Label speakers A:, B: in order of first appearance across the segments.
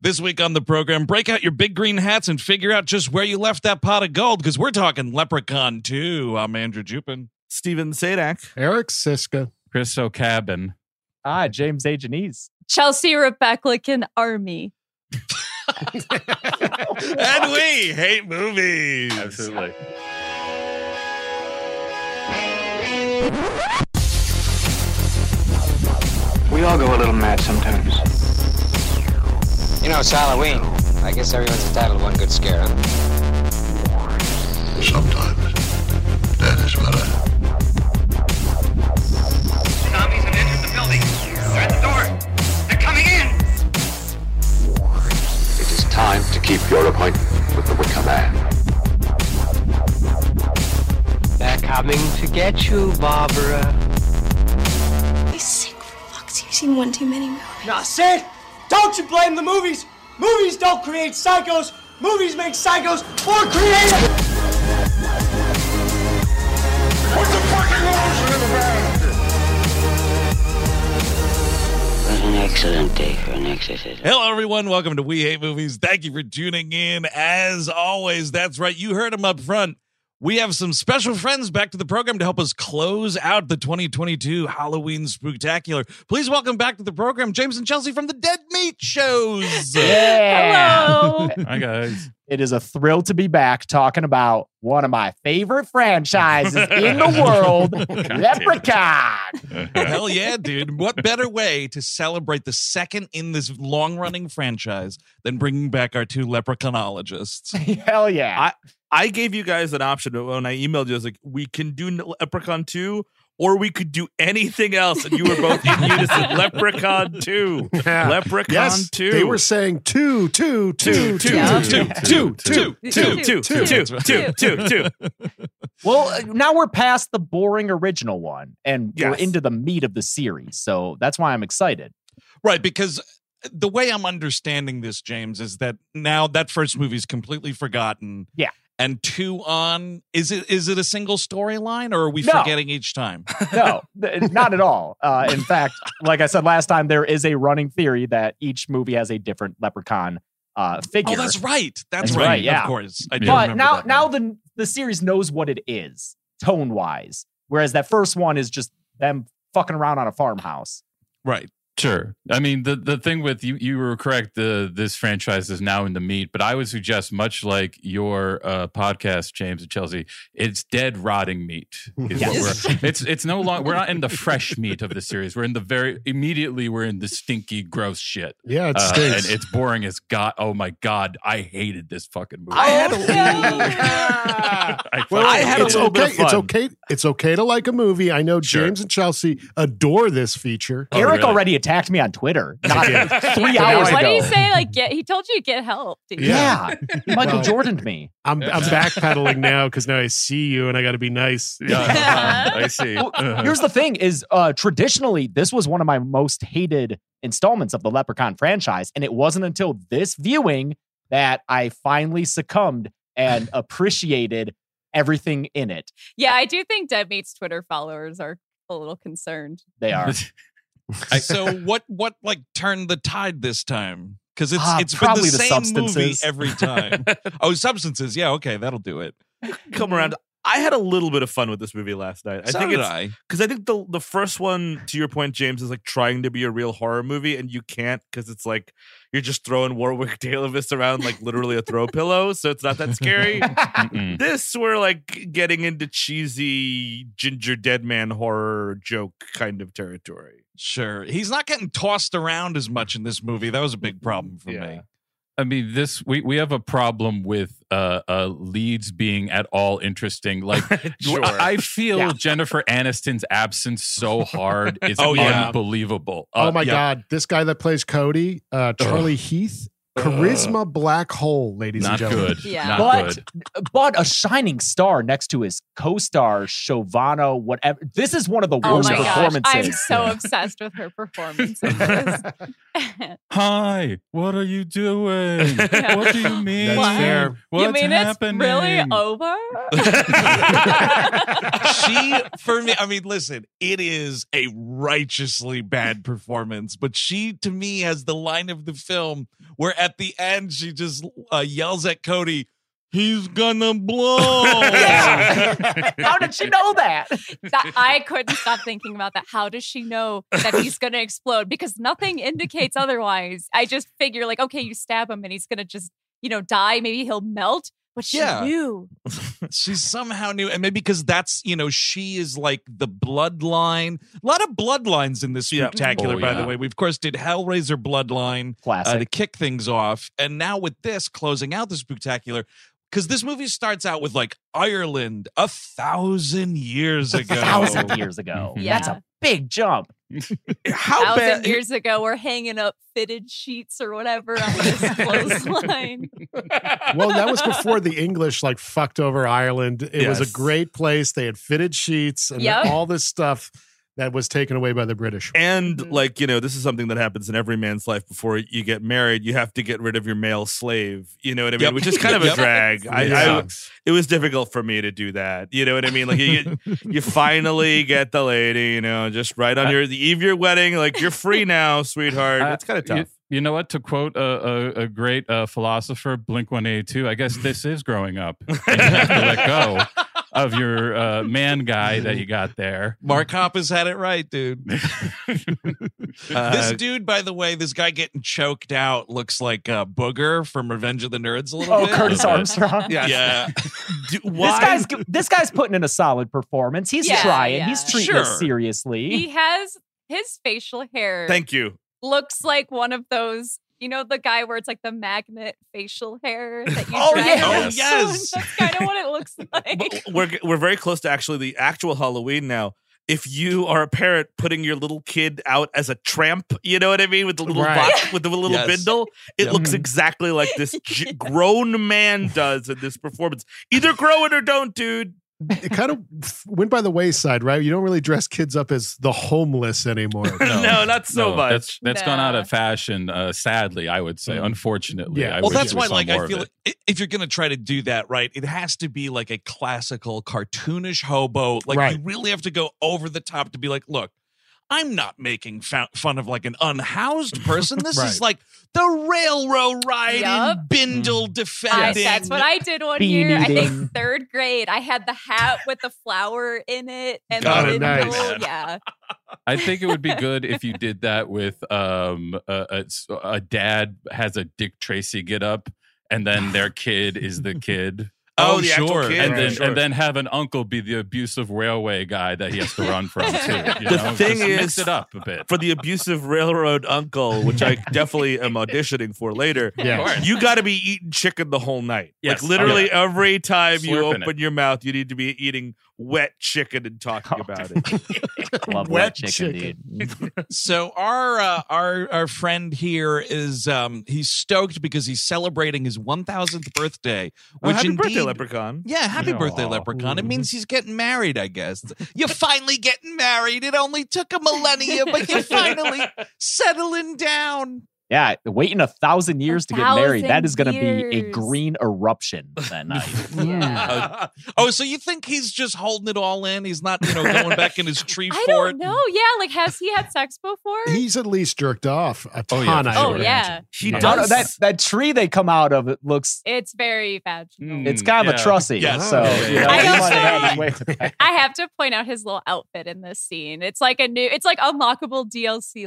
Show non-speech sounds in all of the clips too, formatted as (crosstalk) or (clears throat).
A: This week on the program, break out your big green hats and figure out just where you left that pot of gold because we're talking Leprechaun 2. I'm Andrew Jupin.
B: Steven Sadak.
C: Eric Siska.
D: Chris O'Cabin.
E: Ah, James A. Janice.
F: Chelsea Republican Army.
A: and we hate movies.
D: Absolutely.
G: We all go a little mad sometimes.
H: You know, it's Halloween. I guess everyone's entitled to one good scare, huh?
I: Sometimes that is better.
J: Zombies have entered the building. They're at the door. They're coming in.
I: It is time to keep your appointment with the Wicker Man.
H: They're coming to get you, Barbara.
K: I sick for fucks. You've seen one too many movies.
L: Now, Sid, don't you blame the movies. Movies don't create psychos. Movies make psychos more creative.
I: Put the fucking rules in the
G: What an excellent day for an exorcism.
A: Hello, everyone. Welcome to We Hate Movies. Thank you for tuning in. As always, that's right. You heard them up front. We have some special friends back to the program to help us close out the 2022 Halloween Spooktacular. Please welcome back to the program James and Chelsea from the Dead Meat
B: (laughs)
A: Shows.
F: Hello.
D: Hi, guys.
E: It is a thrill to be back talking about one of my favorite franchises in the world, Leprechaun.
A: Hell yeah, dude. What better way to celebrate the second in this long running franchise than bringing back our two leprechaunologists?
E: Hell yeah.
B: I gave you guys an option when I emailed you. I was like, we can do Leprechaun 2 or we could do anything else. And you were
C: (laughs)
B: both in unison. Leprechaun 2. Leprechaun
C: yes,
B: 2.
C: They were saying two, two, two, two,
F: Yeah.
C: two.
A: two, two.
B: two, two,
F: Two,
B: two, two, two, two, two.
E: Well, uh, now we're past the boring original one and we're
B: Yes.
E: into the meat of the series. So that's why I'm excited.
A: Right, because uh, the way I'm understanding this, James, is that now that first movie's completely forgotten.
E: Yeah.
A: And two on is it is it a single storyline or are we
E: No.
A: forgetting each
E: (laughs)
A: time? Oh,
E: No, th- not at all. Uh, in fact, like I said last time, there is a running theory that each movie has a different leprechaun uh, figure.
A: Oh, that's right. That's,
E: That's
A: right.
E: right, yeah.
A: Of course. I do
E: but
A: remember
E: now
A: that
E: now (laughs)
A: one.
E: the the series knows what it is tone wise whereas that first one is just them fucking around on a farmhouse
A: right.
D: Sure. I mean, the the thing with you, you were correct. The this franchise is now in the meat, but I would suggest, much like your uh, podcast, James and Chelsea, it's dead rotting meat. Is
E: Yes.
D: what we're, (laughs) it's it's no longer we're not in the fresh meat of the series. We're in the very immediately we're in the stinky, gross shit.
C: Yeah, it
D: Uh, and
C: stinks.
D: it's boring as god. Oh my god, I hated this fucking movie.
B: I had a
F: Oh,
B: little.
D: (laughs) I
B: Well,
D: fucking
B: I had a
D: hated
C: it's
D: it.
B: little
C: okay.
B: bit of
C: It's
B: fun.
C: okay. It's okay to like a movie. I know
D: Sure.
C: James and Chelsea adore this feature.
D: Oh,
E: eric
D: really?
E: already attacked me on twitter
D: (laughs)
E: not three
C: But now
E: hours
C: I
F: What
E: ago
F: did he say? Like, get he told you to get help. didn't he?
E: yeah, michael
C: Well,
E: jordaned me
C: I'm I'm backpedaling now because now I see you and I got to be nice.
D: Yeah, I see. Uh-huh.
E: here's the thing is uh traditionally this was one of my most hated installments of the leprechaun franchise and it wasn't until this viewing that i finally succumbed and appreciated everything in it
F: Yeah, I do think Dead Meat's Twitter followers are a little concerned.
E: they are
A: so what what like turned the tide this time? Because it's
E: Ah,
A: it's been the
E: probably the
A: same movie
E: substances. (laughs)
A: every time. oh, substances. Yeah, okay, that'll do it.
B: Come around. I had a little bit of fun with this movie last night. I
A: so
B: think
A: did
B: it's
A: I.
B: because I think the the first one, to your point, James, is like trying to be a real horror movie, and you can't because it's like you're just throwing Warwick (laughs) Davis around like literally a throw pillow, so it's not that
A: (laughs)
E: (laughs)
B: scary.
D: Mm-mm.
B: this we're like getting into cheesy ginger dead man horror joke kind of territory.
A: Sure. He's not getting tossed around as much in this movie. That was a big problem for
B: Yeah.
A: me.
D: I mean, this we we have a problem with uh, uh leads being at all interesting. Like,
B: Sure.
D: I, I feel
E: Yeah.
D: Jennifer Aniston's absence so hard is
A: Oh, yeah.
D: unbelievable.
C: (laughs) oh
D: Uh,
C: my
D: yeah.
C: God! This guy that plays Cody, uh, Charlie Heath, charisma black hole, ladies
D: not
C: and gentlemen.
D: good.
F: Yeah.
D: not
E: But-
D: good.
E: but a shining star next to his co-star Shovano, whatever. This is one of the
F: Oh
E: worst
F: my gosh, I'm
E: performances.
F: (laughs) so obsessed with her (laughs) performance. in this.
D: Hi, what are you doing?
F: Yeah.
D: What do you mean?
C: That's
F: What?
C: fair.
D: What's
F: you mean
D: happening?
F: it's really
D: (laughs)
F: over?
A: she for me i mean listen it is a righteously bad performance but she to me has the line of the film where at the end she just uh, yells at Cody, "He's gonna blow."
E: How did she know that?
F: That I couldn't stop thinking about that. How does she know that he's going to explode? Because nothing indicates otherwise. I just figure like, okay, you stab him and he's going to just, you know, die. Maybe he'll melt. But she
A: Yeah.
F: knew.
A: she somehow knew, and maybe because that's you know she is like the bloodline. A lot of bloodlines in this
B: Yeah.
A: spectacular,
D: Oh,
A: by
D: yeah.
A: the way. We of course did Hellraiser Bloodline. uh, to
E: Classic.
A: kick things off. And now with this closing out the spectacular, because this movie starts out with like Ireland a thousand years
E: A
A: ago.
E: thousand years ago.
F: Yeah.
E: That's a big jump.
A: (laughs) How
F: thousand
A: bad?
F: years ago, we're hanging up fitted sheets or whatever on this clothesline.
C: well, that was before the English like fucked over Ireland. It was
B: Yes.
C: a great place. They had fitted sheets and
F: Yep.
C: all this stuff that was taken away by the British.
B: and
A: Mm-hmm.
F: Mhm.
B: like you know this is something that happens in every man's life before you get married you have to get rid of your male slave you know what i mean
A: Yep. (laughs)
B: which is kind of a
A: Yep.
B: drag I,
D: It
B: I,
D: sucks.
B: it was difficult for me to do that you know what i mean like you get, you finally get the lady you know just right on your the eve of your wedding like you're free now sweetheart
D: Uh,
B: it's kind of
D: You,
B: tough
D: you know what? To quote a, a, a great uh, philosopher, Blink One Eighty Two. I guess this is growing up. And you have to let go of your uh, man guy that you
A: (laughs)
D: got there.
A: Mark Hoppus had it right, dude. this
B: Uh,
A: dude, by the way, this guy getting choked out looks like uh, Booger from Revenge of the Nerds a little
E: Oh,
A: bit.
E: Curtis
A: (laughs)
D: Yeah.
E: Armstrong.
B: yeah,
A: Yeah.
E: (laughs)
B: (laughs) Do-
E: This
B: why
E: guy's this guy's putting in a solid performance. He's
F: Yeah,
E: trying.
F: yeah.
E: He's treating us
A: Sure.
E: seriously.
F: He has his facial hair.
B: thank you
F: looks like one of those, you know, the guy where it's like the magnet facial hair that you
E: Oh,
F: drag
E: yes.
F: on.
A: Oh, yes.
F: (laughs) That's kind of what it looks like.
B: But we're we're very close to actually the actual Halloween now. If you are a parent putting your little kid out as a tramp, you know what I mean, with the little
C: Right.
B: box, with the little
A: Yes.
B: bindle, it
A: Yep.
B: looks exactly like
K: (laughs)
B: this j- grown man does in this performance. Either grow it or don't, dude.
C: (laughs) It kind of f- went by the wayside, right? You don't really dress kids up as the homeless anymore.
B: (laughs) No, not so
D: No,
B: much.
D: That's, that's gone
F: Nah.
D: out of fashion. Uh, sadly, I would say.
C: Mm.
D: Unfortunately,
C: Yeah.
D: I
A: well,
D: wish
A: that's
D: there
A: why,
D: was some
A: like,
D: more
A: I
D: of
A: feel
D: it.
A: like i- if you're gonna try to do that, right, it has to be like a classical, cartoonish hobo. Like, you
C: Right.
A: really have to go over the top to be like, look, I'm not making fa- fun of like an unhoused
B: (laughs)
A: person. This is
C: Right.
A: like the railroad riding,
F: Yup.
A: bindle
B: Mm.
F: I,
A: defending.
F: that's what I did one
E: Bean
F: year. I
E: eating.
F: think third grade. I had the hat with the flower in it and
A: Got
F: the
A: it,
F: bindle.
A: nice.
F: Yeah.
D: I think it would be good if you did that with um a, a, a dad has a Dick Tracy get up and then their kid is the
B: (laughs)
D: kid
A: Oh,
B: the actual
A: sure.
B: kid,
D: and
B: right,
D: then
B: sure.
D: and then have an uncle be the abusive railway guy that he has to run
A: (laughs)
D: from too. You
B: The
D: know?
B: thing
D: Just
B: is-
D: mix it up a bit.
B: for the abusive railroad uncle, which I definitely am auditioning for later.
C: Yeah.
B: You got to be eating chicken the whole night.
D: Yes.
B: Like literally uh every time you
D: Slurping
B: open
D: it.
B: your mouth, you need to be eating wet chicken and talking
E: Oh.
B: about it.
C: Wet
E: Love wet chicken,
C: chicken.
E: dude.
A: so our uh, our our friend here is um he's stoked because he's celebrating his 1000th birthday,
B: Well,
A: which
B: Oh, happy
A: indeed,
B: birthday, Leprechaun.
A: Yeah, happy birthday,
E: Aw.
A: Leprechaun. It
B: mm-hmm.
A: means he's getting married, I guess. You're finally getting married. It only took a millennia, but you're finally settling down.
E: Yeah, waiting a thousand years to get married. That
F: thousand
E: is going to be a
F: years.
E: green eruption that night.
F: Yeah.
A: (laughs) oh, so you think he's just holding it all in? He's not, you know, going back in his tree
F: (laughs) I
A: fort?
F: don't know. Yeah. Like, has he had sex before?
C: He's at least jerked off a
D: Oh,
C: ton.
D: yeah, for
C: I
F: oh,
C: would
D: sure.
C: imagine.
F: yeah.
B: He
C: Yeah.
E: No, no,
C: (laughs)
B: does.
E: that that tree they come out of it looks
F: It's very vaginal.
A: Mm.
E: it's kind of a trussy.
A: Yes.
D: (laughs)
E: So
D: Yeah,
E: you
D: yeah,
F: yeah.
E: know, you
F: I
E: wanna
F: also-
E: have way to back.
F: I have to point out his little outfit in this scene. It's like a new, it's like unlockable DLC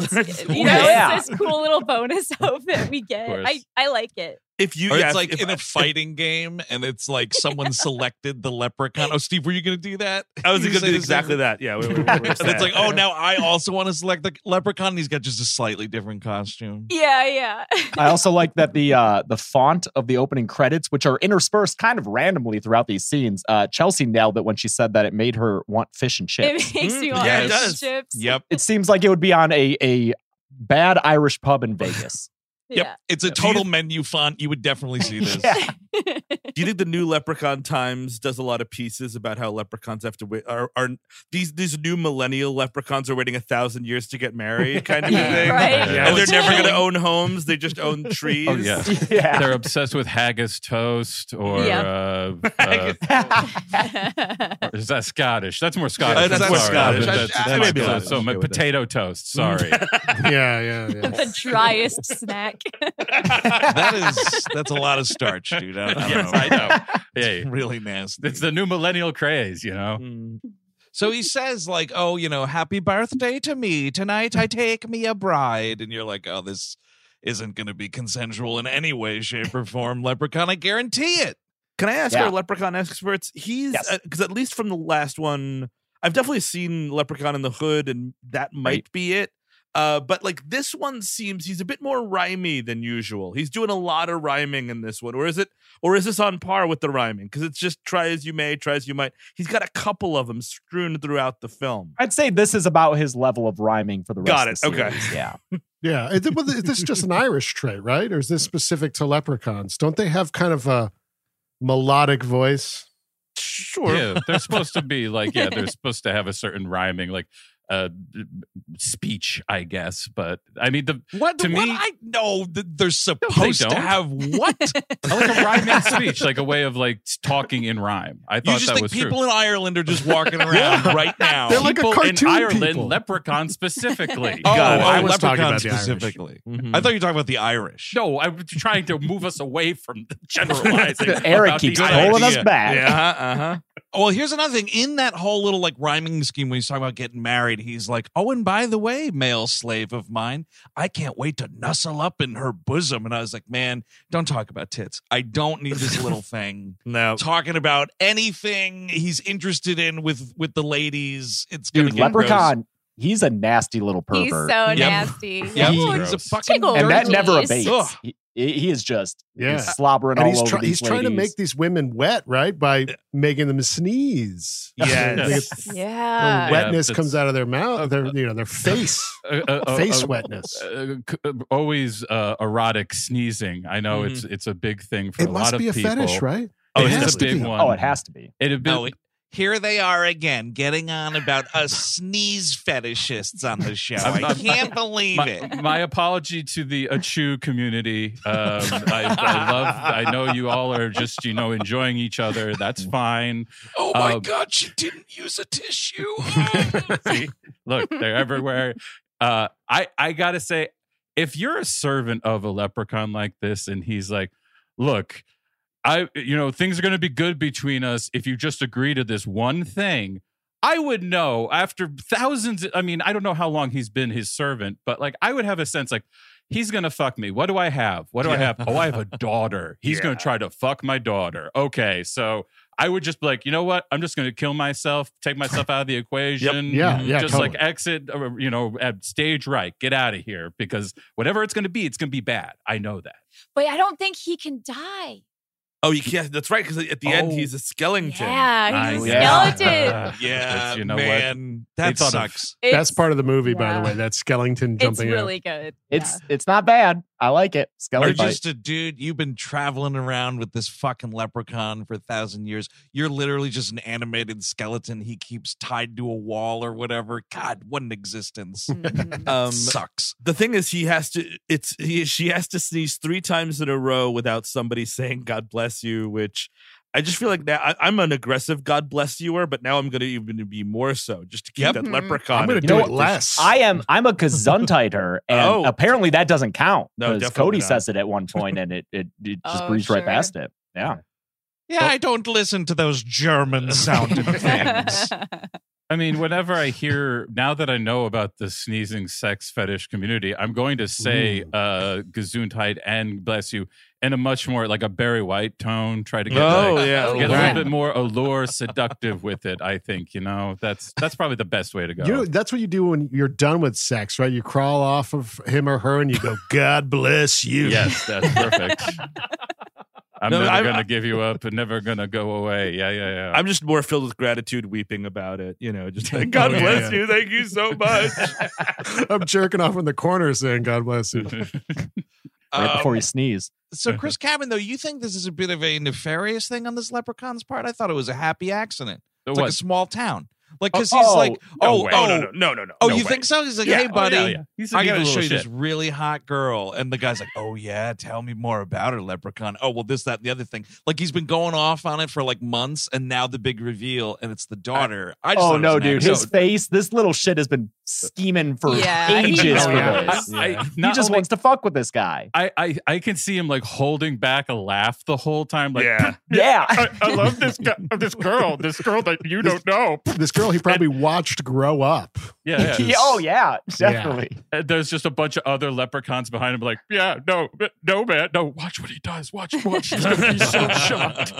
A: (laughs)
F: skin. you know,
E: Yeah.
F: it's this cool little bonus (laughs) outfit we get.
D: course.
F: I, I like it.
B: if you,
A: Or
B: yeah,
A: it's like
B: if- (laughs)
A: in a fighting game, and it's like someone selected the leprechaun. Oh, Steve, were you going to do that?
B: I was
A: You
B: going to
A: say
B: do
A: the same
B: exactly
A: thing. (laughs)
B: that. Yeah, we- we- we- we-
A: And it's like, oh, now I also want to select the leprechaun, and he's got just a slightly different costume.
F: Yeah, yeah. (laughs)
E: I also like that the uh, the font of the opening credits, which are interspersed kind of randomly throughout these scenes. Uh, Chelsea nailed it when she said that it made her want fish and chips.
F: It (laughs) makes you
B: Mm,
F: want
B: yeah,
A: it
B: does.
F: chips.
A: Yep.
E: it seems like it would be on a a bad Irish pub in Vegas.
A: Yep.
F: Yeah.
A: It's a total menu font. You would definitely
F: (laughs)
A: see
E: (laughs)
A: this.
B: do you think the new Leprechaun Times does a lot of pieces about how leprechauns have to wait? Are, are these these new millennial leprechauns are waiting a thousand years to get married, kind of a
F: Yeah,
B: thing?
F: right?
D: Yeah.
B: And they're
A: It's
B: never going to
A: chilling.
B: own homes; they
A: (laughs)
B: just own trees.
D: Oh, yeah.
E: (laughs) yeah.
D: They're obsessed with haggis toast or
F: Yeah.
B: (laughs)
D: uh, uh,
F: (laughs)
D: or is that Scottish? That's more Scottish.
A: that's
D: I'm
A: more
D: sorry.
A: Scottish.
D: That's, that's,
A: Maybe
D: that's
A: Scottish.
D: so my potato toast. Sorry.
C: yeah, yeah, yeah.
F: the driest snack. (laughs)
A: that is that's a lot of starch, dude. I, I
D: Yes,
A: don't know.
D: I know. Hey,
A: Really nasty.
D: it's the new millennial craze, you know.
A: So he says, like, oh, you know, happy birthday to me. Tonight I take me a bride. And you're like, oh, this isn't going to be consensual in any way, shape, or form. Leprechaun, I guarantee it.
M: Can I ask
E: Yeah.
M: our leprechaun experts? He's
E: Yes.
M: because at least from the last one, I've definitely seen Leprechaun in the Hood, and that might
E: Right.
M: be it. Uh, but like this one seems he's a bit more rhymey than usual. He's doing a lot of rhyming in this one, or is it? Or is this on par with the rhyming? Because it's just try as you may, try as you might. He's got a couple of them strewn throughout the film.
E: I'd say this is about his level of rhyming for the rest
M: Got
E: of the
M: it. Okay.
E: series. Yeah.
C: Yeah. Is it- well, is this just an Irish trait, right? Or is this specific to leprechauns? Don't they have kind of a melodic voice?
M: Sure.
D: Yeah, they're supposed to be like, yeah, they're supposed to have a certain rhyming, like uh, b- b- speech, I guess. But I mean, the
A: What?
D: To
A: what?
D: me-
A: I know that they're supposed to
D: don't.
A: have
D: (laughs)
A: what?
D: like a
A: (laughs)
D: rhyming speech, like a way of like talking in rhyme. I
A: you
D: thought
A: just
D: that
A: think
D: was
A: people
D: true.
A: in Ireland are just
D: (laughs)
A: walking around right now.
C: They're like a
D: people in
C: cartoon
D: Ireland,
C: people.
D: leprechaun specifically.
A: (laughs) oh,
C: God, I
A: oh,
C: was talking
A: leprechaun
C: about the Irish.
A: specifically.
M: Mhm.
D: Mm-hmm.
A: I thought you were talking about the Irish.
D: No, I'm trying to move us away from the generalizing.
E: Eric
D: about the
E: keeps
D: Irish.
E: pulling us
A: idea.
E: back.
M: yeah. Uh huh.
A: Oh, well, here's another thing. In that whole little like rhyming scheme when he's talking about getting married, he's like, Oh, and by the way, male slave of mine, I can't wait to nuzzle up in her bosom. And I was like, Man, don't talk about tits. I don't need
M: (laughs)
A: this little thing
M: No.
A: talking about anything he's interested in with with the ladies. It's gonna
E: Dude,
A: get gross.
E: Leprechaun, he's a nasty little pervert.
F: He's so
A: Yep.
F: nasty.
A: Yeah,
E: He-
A: he's a
D: Gross.
A: fucking
F: Tickle.
A: dirty
E: and that never
A: little-
E: abates.
A: Ugh.
E: He, he is just
C: Yeah.
E: he's slobbering
C: and
E: all
C: he's,
E: over
C: try-
E: these
C: he's trying to make
E: ladies.
C: these women wet, right? By making them
E: (laughs)
C: sneeze.
M: Yes.
C: They get-
F: (laughs) Yeah.
D: Yeah,
C: wetness
D: that's-
C: comes out of their mouth, their you know their
E: (laughs)
C: face,
D: Uh, uh, uh,
C: face
D: uh,
C: wetness.
D: uh, c- uh, always uh, erotic sneezing. I know it's it's a big thing for
C: It
D: a
C: must
D: lot
C: be a
D: of people.
C: fetish, right?
D: Oh,
C: It
D: it's
C: has
D: a
C: to
D: big
C: be.
D: one.
E: Oh, it has to be.
D: It had been.
A: Oh, here they are again, getting on about us sneeze fetishists on the show.
D: I'm-
A: I
D: I'm-
A: can't believe it.
D: my, (laughs) my apology to the Achu community. Um, I, I love. I know you all are just you know enjoying each other.
C: Mm.
D: That's fine.
A: Oh
D: my Uh,
A: god, she didn't use a tissue.
D: (laughs) See, look, they're everywhere. Uh, I I gotta say, if you're a servant of a leprechaun like this, and he's like, look, I you know things are gonna be good between us if you just agree to this one thing. I would know after thousands. I mean, I don't know how long he's been his servant, but like I would have a sense like. He's gonna fuck me. What do I have? What do I have? Oh, I have a daughter. He's gonna try to fuck my daughter. Okay, so I would just be like, you know what? I'm just gonna kill myself, take myself out
C: (laughs)
D: of the equation
C: Yeah, yeah,
D: just
C: totally.
D: like exit, or, you know, at stage right, get out of here because whatever it's going to be, it's going to be bad. I know that. (laughs)
F: But I don't think he can die.
M: (laughs) Oh, you can't. That's right. Because at the end,
A: Oh.
M: he's a skellington.
F: Yeah, he's a
D: I- yeah.
F: skeleton.
A: yeah,
D: But you know
A: man, that
D: They thought of-
A: sucks.
F: It's,
C: That's part of the movie, by the
F: yeah.
C: way. That skellington
F: It's
C: jumping out.
F: really good.
E: It's it's not bad. I like it.
A: You're
E: Skelly fight.
A: just a dude. You've been traveling around with this fucking leprechaun for a thousand years. You're literally just an animated skeleton he keeps tied to a wall or whatever. God, what an existence.
F: Yeah.
A: (laughs)
F: Mhm.
M: Um,
A: sucks.
M: the thing is he has to it's he, she has to sneeze three times in a row without somebody saying god bless you which i just feel like now I, i'm an aggressive god bless youer but now i'm gonna even be more so just to keep
A: Yep.
M: that
F: Mhm.
M: leprechaun
C: I'm going to
M: in
C: do
E: know
C: it
M: there.
C: less.
E: I am I'm a Gesundheiter, and
M: Oh.
E: apparently that doesn't count
M: No,
E: because
M: definitely
E: Cody
M: not.
E: says it at one point, and it it,
A: (laughs)
E: it just
F: Oh,
E: breezed right
F: sure.
E: past it. Yeah,
A: Yeah, I don't listen to those German
E: (laughs)
F: (laughs)
A: sounding things.
D: I mean, whenever I hear, now that I know about the sneezing sex fetish community, I'm going to say uh, Gesundheit and bless you in a much more like a Barry White tone, try to get,
M: oh
A: (laughs)
D: like,
M: yeah
D: get a
M: right.
D: little bit more allure, seductive with it. I think, you know, that's that's probably the best way to go.
C: You know, that's what you do when you're done with sex, right? You crawl off of him or her and you
D: (laughs)
C: go, God bless you.
B: (laughs)
D: Yes, that's perfect. I'm
M: No,
D: never
M: I'm-
D: gonna give you up and never gonna go away. Yeah, yeah, yeah. (laughs)
M: i'm just more filled with gratitude weeping about it you know
A: (laughs)
M: just like god
C: Oh, yeah.
M: bless you thank you so much
C: (laughs) I'm jerking off in the corner saying, God bless
D: (laughs)
C: you.
E: right
A: Um,
E: before you sneeze.
A: (laughs) So, Chris Cabin, though, you think this is a bit of a nefarious thing on this leprechaun's part? I thought it was a happy accident. It's like a
D: what?
A: small town.
D: Like, because he's like, oh,
A: no way.
D: oh,
A: no, no, no, no, no.
D: Oh,
A: no
D: you
A: way.
B: (laughs)
D: think so? He's like,
A: Yeah,
D: hey,
A: oh,
D: buddy,
A: yeah, yeah. He's a
D: I got to
A: evil
D: show you
A: little
D: this really hot girl. And the guy's like, oh, yeah, tell me more about her, leprechaun. Oh, well, this, that, and the other thing. Like, he's been going off on it for like months. And now the big reveal, and it's the daughter. I, just
E: oh
D: thought it
E: no,
D: was an
E: dude!
D: accident.
E: His face, this little shit has been scheming for
A: (laughs)
F: Yeah,
E: ages
F: he's-
E: for
B: Yeah.
E: this.
B: I- I-
E: he
B: not
E: just
B: only-
E: wants to fuck with this guy.
B: I, I I can see him like holding back a laugh the whole time. Like,
A: yeah.
B: (laughs)
E: Yeah, (laughs)
B: I, I love this guy, this girl, this girl that you don't know.
C: (laughs) This girl he probably watched grow up.
B: Yeah, yeah.
E: Yeah, oh yeah, definitely.
B: And there's just a bunch of other leprechauns behind him, like, yeah, no, no, man, no. Watch what he does. Watch, watch. (laughs) He's gonna be
D: (laughs)
B: so shocked.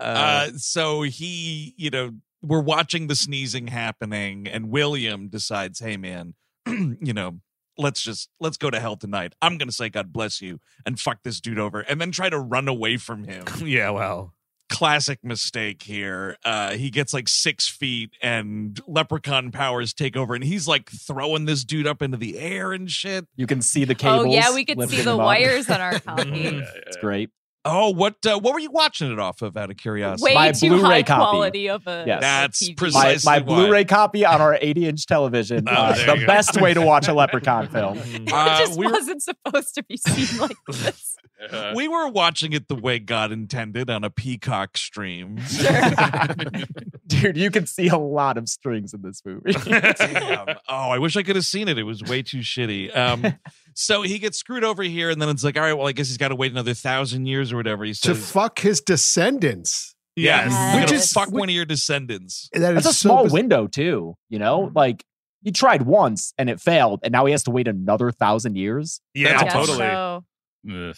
D: Uh, so he, you know, we're watching the sneezing happening, and William decides, hey, man, (clears throat) you know, let's just let's go to hell tonight. I'm gonna say God bless you and fuck this dude over, and then try to run away from him.
A: yeah, well.
D: Classic mistake here. Uh, he gets like six feet, and leprechaun powers take over, and he's like throwing this dude up into the air and shit.
E: You can see the cables.
F: Oh yeah, we could see
E: lifting
F: the
E: him up.
F: wires on our copy.
E: It's great.
D: Oh, what uh, what were you watching it off of? Out of curiosity,
F: Way
E: My
F: too
E: Blu-ray
F: high
E: copy.
F: quality of a.
E: Yes.
D: That's
F: TV. (laughs)
D: pres-
E: My,
D: Precisely
E: my
D: why.
E: Blu-ray copy on our 80-inch television.
B: (laughs)
D: Oh,
E: uh,
D: there you
E: the
D: go.
E: best way to watch a leprechaun film.
D: Uh,
F: it just
D: we were-
F: wasn't supposed to be seen (laughs) like this.
B: Uh,
D: we were watching it the way God intended on a peacock stream.
E: (laughs) Dude, you can see a lot of strings in this
B: (laughs)
E: movie.
D: Damn. (laughs) Oh, I wish I could have seen it. It was way too shitty.
B: (laughs)
D: Um, so he gets screwed over here, and then it's like, all right, well, I guess he's got to wait another thousand years or whatever. He
C: to
D: says,
C: fuck his descendants.
F: Yes.
D: yes, You're
F: Which
D: gonna
F: is-
D: fuck one of your descendants.
C: That
E: That's
C: is
E: a
C: so
E: small
C: biz-
E: window too, you know?
B: Mm-hmm.
E: Like he tried once and it failed, and now he has to wait another thousand years.
A: Yeah,
D: That's
A: totally.
F: So,
B: Ugh.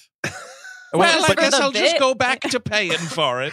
D: Well, I
F: but-
D: guess
F: For the
D: I'll just
F: bit.
D: go back to paying for it.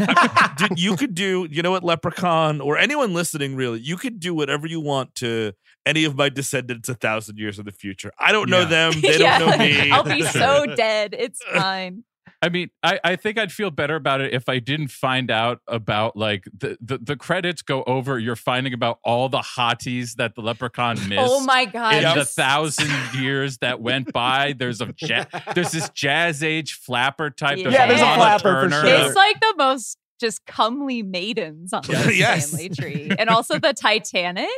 A: Did- you could do, you know what, Leprechaun, or anyone listening, really, you could do whatever you want to any of my descendants a thousand years in the future. I don't know
B: Yeah.
A: them. They
F: yeah.
A: don't know me.
F: (laughs)
A: (laughs)
F: I'll be so dead. It's fine.
B: I mean, I, I think I'd feel better about it if I didn't find out about like the, the, the credits go over. You're finding about all the hotties that the
D: (laughs)
B: leprechaun missed.
F: Oh my god!
B: in the
F: just-
B: thousand years that went by, there's a ja- there's this jazz age flapper type.
F: Yeah, there's a
B: Lana
E: flapper for
B: Turner.
E: sure.
F: It's like the most just comely maidens on the
A: Yes.
F: family tree, and also the Titanic.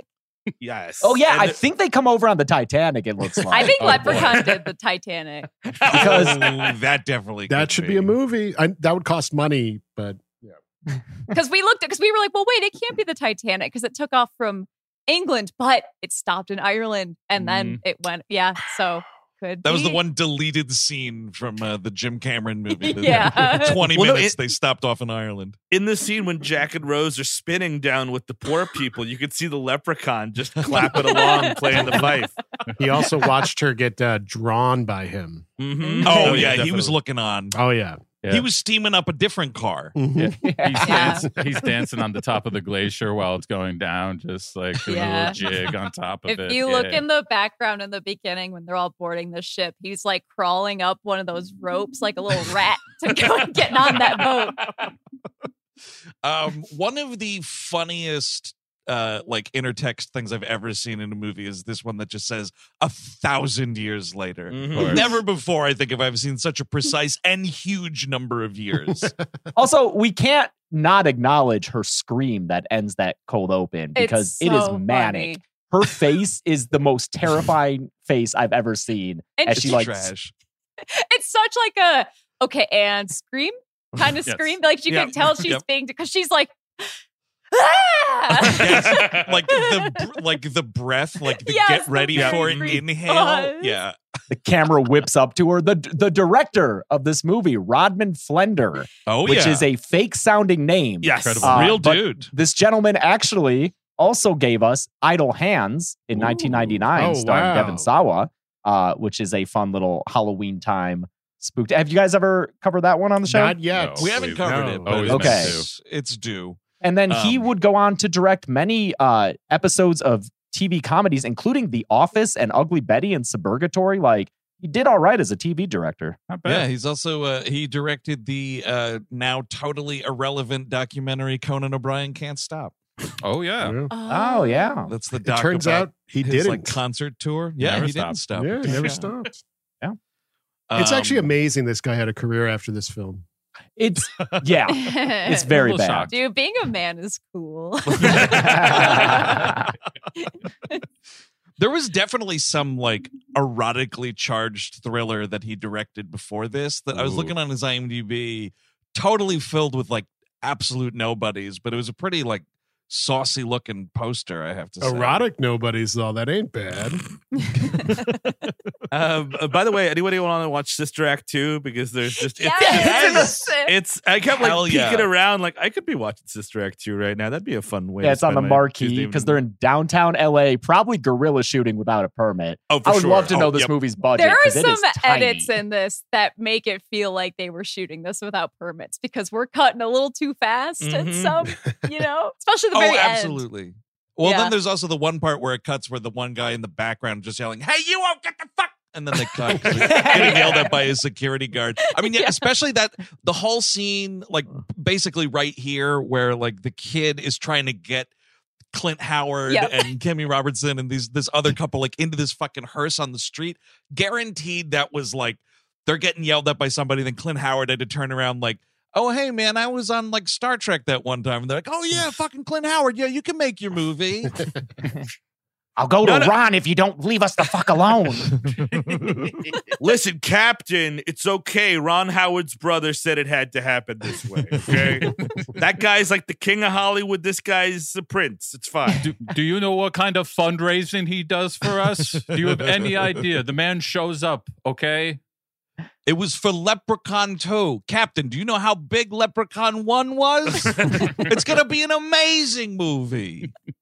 A: Yes.
E: Oh yeah,
A: And
E: I
A: (laughs) the-
E: think they come over on the Titanic, it looks
F: (laughs)
E: like.
F: I
B: (laughs)
F: think
B: Oh, boy.
F: Leprechaun did the Titanic.
E: Because-
D: Oh, that definitely
C: That
D: could
C: should be a movie. I, that would cost money, but
F: because we looked at because we were like, well, wait, it can't be the Titanic because it took off from England, but it stopped in Ireland and then
B: Mm-hmm.
F: it went. Yeah, so could
D: That was the
F: be.
D: one deleted scene from uh, the Jim Cameron
F: (laughs)
D: movie. that-
F: Yeah.
D: (laughs) twenty
A: Well, no,
D: minutes
A: it-
D: they stopped off in Ireland.
A: in the scene when Jack and Rose are spinning down with the poor people, you could see the leprechaun just clapping along, playing the pipe.
D: (laughs)
C: he also watched her get uh, drawn by him.
E: Mm-hmm.
A: Mhm.
D: Oh yeah, he was looking on.
C: Oh yeah,
B: Yeah.
D: He was steaming up a
C: (laughs)
D: different car.
C: Mhm.
B: He's,
F: Yeah.
B: dancing, (laughs) he's dancing on the top of the glacier while it's going down, just like doing
F: Yeah.
B: a little jig on top of
F: If
B: it.
F: you look
B: Yeah.
F: in the background in the beginning when they're all boarding the ship, he's like crawling up one of those ropes like a little rat to go and getting on that boat.
D: Um, one of the funniest uh like intertext things I've ever seen in a movie is this one that just says a thousand years later.
A: Mhm.
D: Never before, I think, have I seen such a precise and huge number of years.
E: also, we can't not acknowledge her scream that ends that cold open because
F: it's
E: it is
F: so
E: manic.
F: funny. (laughs)
E: Her face is the most terrifying face I've ever seen.
F: And
E: As
D: It's
E: she like
D: trash.
F: it's such like a okay and
E: (laughs)
F: scream kind of
B: Yes.
F: scream. Like you
D: Yep.
F: can tell she's
D: Yep.
F: being because she's like. "Ah!"
E: (laughs)
F: (laughs)
D: Yes. like the br- like the breath, like the
F: Yes,
D: get
F: the
D: ready
F: very
D: for it
F: brief
D: inhale.
F: pause.
D: Yeah.
E: the camera whips up to her. The the director of this movie, Rodman Flender,
D: Oh
E: which
D: yeah.
E: is a fake sounding name.
A: Yes.
B: Incredible.
E: Uh,
D: real
E: but-
D: dude.
E: This gentleman actually also gave us Idle Hands in
C: Ooh.
E: 1999,
C: Oh,
E: starring
C: wow.
E: Devin Sawa, uh, which is a fun little Halloween time spooked. Have you guys ever covered that one on the show?
C: not yet.
B: No.
D: we haven't
B: we've-
D: covered
C: no.
D: it, but
B: Always
D: it's-
E: meant
D: it's, due.
E: And then he
D: Um,
E: would go on to direct many uh, episodes of TV comedies, including The Office and Ugly Betty and Suburgatory. Like, he did all right as a TV director.
B: Not
D: Yeah,
B: bad.
D: he's also uh, he directed the uh, now totally irrelevant documentary Conan O'Brien Can't Stop.
B: Oh yeah.
C: Yeah.
E: Oh, yeah.
D: That's the
C: It
D: doc
C: turns
D: about
C: out he
D: his,
C: didn't.
D: like concert tour. Yeah,
B: Never
D: he
B: stopped.
C: yeah,
D: didn't stop.
C: he never
D: Yeah.
C: stopped.
D: Um,
C: Um, it's actually amazing this guy had a career after this film.
A: (laughs)
E: It's Oh, yeah,
F: (laughs)
E: it's very bad.
F: Dude, being a man is cool. (laughs)
E: (laughs)
D: There was definitely some like erotically charged thriller that he directed before this that I was
B: Ooh.
D: looking on his IMDb, totally filled with like absolute nobodies, but it was a pretty like saucy looking poster, I have to say.
C: Erotic nobodies though. That ain't (laughs) bad.
A: um, uh, by the way, anybody want to watch Sister Act two? Because there's just it's,
F: Yes!
A: it's- it's- I kept like
D: Hell
A: peeking
D: yeah.
A: around, like I could be watching Sister Act two right now. That'd be a fun way.
E: yeah,
A: to
E: it's on
A: spend
E: the
A: my
E: marquee
A: Tuesday
E: because
A: evening.
E: they're in downtown LA, probably guerrilla shooting without a permit.
A: Oh, for
E: I would
A: sure.
E: love to
A: Oh,
E: know this
A: yep.
E: movie's budget.
F: there are
E: 'cause it
F: some
E: is tiny.
F: edits in this that make it feel like they were shooting this without permits because we're cutting a little too fast at
E: Mm-hmm.
A: Mhm.
F: some,
E: (laughs)
F: you know, especially the
D: oh,
F: very end.
D: absolutely. Well,
F: Yeah.
D: then there's also the one part where it cuts where the one guy in the background just yelling, "Hey, you won't get the fuck!" and then they cut. 'cause he's getting yelled at by his security guard. I mean, yeah,
F: (laughs) Yeah.
D: especially that the whole scene, like basically right here, where like the kid is trying to get. Clint Howard
F: Yep.
D: and Kimmy Robertson and these this other couple like into this fucking hearse on the street. Guaranteed that was like they're getting yelled at by somebody. Then Clint Howard had to turn around like, oh hey man, I was on like Star Trek that one time. And they're like, oh yeah, fucking Clint Howard. Yeah, you can make your movie.
E: I'll go
A: No,
E: to
A: no.
E: Ron if you don't leave us the
A: (laughs)
E: fuck alone.
A: Listen, Captain, it's okay. Ron Howard's brother said it had to happen this way.
E: (laughs)
A: Okay, that guy's like the king of Hollywood. This guy's the prince. It's
E: (laughs)
A: fine.
B: do, do you know what kind of fundraising he does for us? Do you have any idea? The man shows up, okay?
D: It was for Leprechaun 2. Captain, do you know how big Leprechaun 1 was?
C: (laughs)
D: it's going to be an amazing movie.
B: It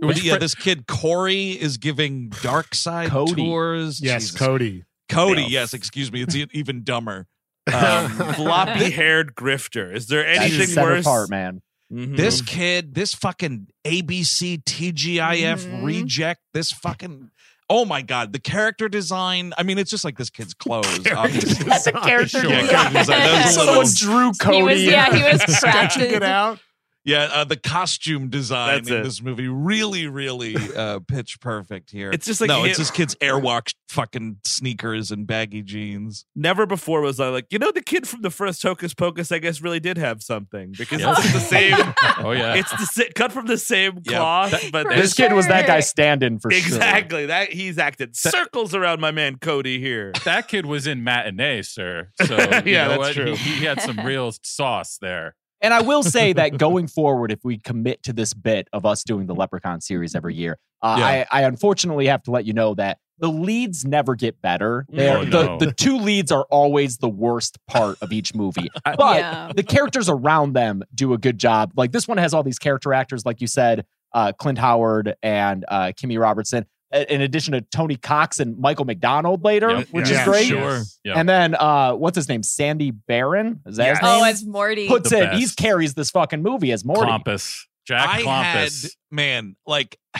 D: But
B: was
D: yeah,
B: Fre-
D: this kid Corey is giving dark side
E: Cody.
D: tours.
C: Yes,
D: Jesus.
C: (laughs) Cody.
D: Cody,
A: Yeah.
D: yes, excuse me. It's e- even dumber.
A: Um, floppy-haired grifter. Is there
E: That's
A: anything
E: just set
A: worse?
E: apart, man.
A: Mhm.
D: This kid, this fucking ABC TGIF
F: Mhm.
D: reject, this fucking oh my god, the character design. I mean, it's just like this
A: (laughs)
D: kid's clothes. obviously.
E: That's a character.
D: Yeah, character design. That was a
E: Someone
D: little-
E: drew Cody.
F: He was, yeah,
E: (laughs)
A: (laughs)
F: he was crafted.
C: Get out.
D: (laughs) Yeah, uh, the costume design
A: That's
D: in
A: it.
D: this movie really, really uh, pitch perfect here.
A: It's just like
D: no,
A: hit-
D: it's this kid's airwalk fucking sneakers and baggy jeans.
A: Never before was I like, you know, the kid from the first Hocus Pocus, I guess, really did have something because it's the
B: (laughs)
A: same.
B: Oh, yeah.
A: It's the si- cut from the same
D: Yeah.
A: cloth, but
F: For
E: This
A: there's
E: kid was that
F: sure.
E: guy stand-in for sure.
A: exactly that he's acted circles around my man Cody
B: (laughs)
A: here.
B: that kid was in matinee, sir.
A: (laughs)
B: So, you
A: Yeah,
B: know
A: that's
B: what?
A: true.
B: He, he
F: (laughs)
B: had some real sauce there.
E: And I will say that going forward, if we commit to this bit of us doing the Leprechaun series every year, uh,
D: Yeah.
E: I, I unfortunately have to let you know that the leads never get better. They're,
B: Oh,
E: the,
B: no.
E: the two leads are always the worst part of each movie. But
F: Yeah.
E: the characters around them do a good job. Like this one has all these character actors, like you said, uh, Clint Howard and uh, Kimmy Robertson, i- in addition to Tony Cox and Michael McDonald later,
B: Yep.
E: which
C: Yeah,
E: is great.
B: Sure. Yeah.
E: And then uh, what's his name? Sandy Barron? Is that his
C: Yes.
E: name?
F: Oh, as Morty.
E: puts
B: The
E: in. He
B: best.
E: carries this fucking movie as Morty.
B: Clompus. Jack
D: I
B: Clompus.
D: had
E: (laughs)
D: man, like (sighs)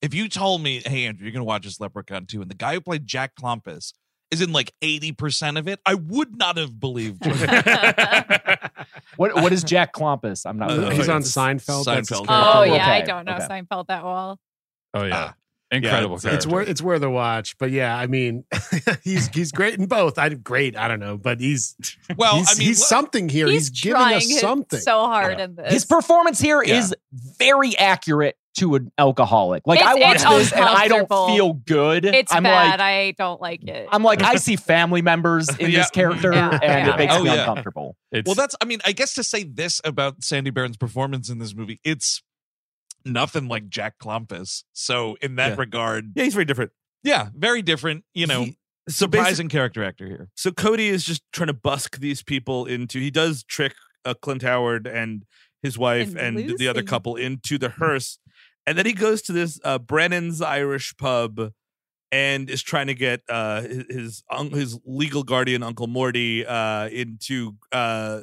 D: if you told me, hey Andrew, you're gonna watch this Leprechaun 2, and the guy who played Jack Clompus is in like 80% of it, I would not have believed
C: (laughs)
D: you.
E: What
D: (laughs)
E: what is Jack Clompus? I'm not.
D: Uh,
E: familiar.
C: He's on
D: it's
C: Seinfeld. That's his
D: Seinfeld.
F: oh,
E: Okay,
F: yeah, I don't know
E: okay.
F: Seinfeld that well.
B: Oh, yeah.
D: Ah.
B: Incredible
D: Yeah,
C: it's
B: character.
C: worth it's worth a watch. But yeah, I mean, (laughs) he's he's great in both. I great. I don't know, but he's
D: Well,
C: he's,
D: I mean,
C: he's
D: look-
C: something here. He's, giving
F: trying (laughs)
C: us
F: his-
C: something. (laughs)
F: so hard in this.
E: His performance here is
D: Yeah.
E: very accurate to an alcoholic. Like I
F: It's-
E: watch
F: it's
E: this and I don't
F: uncomfortable.
E: feel good.
F: it's
E: I'm
F: bad.
E: like
F: I don't like it.
E: I'm like
D: (laughs)
E: I see family members in
A: Yeah.
E: this character
F: Yeah.
E: and
F: Yeah.
E: it makes
D: Oh,
E: me
D: yeah.
E: uncomfortable.
B: It's-
D: Well, that's, I mean, I guess to say this about Sandy Barron's performance in this movie, it's nothing like Jack Clompus. So, in that
A: Yeah.
D: regard,
A: yeah, he's very different.
D: yeah, very different, you know,
A: He- so basic-
D: surprising character actor here.
A: So Cody is just trying to busk these people into. He does trick uh, Clint Howard and his wife and,
F: And
A: the other
F: Lucy. Mm-hmm.
A: couple into the hearse, and then he goes to this uh, Brennan's Irish pub and is trying to get uh, his his, un- his legal guardian Uncle Morty uh, into. Uh,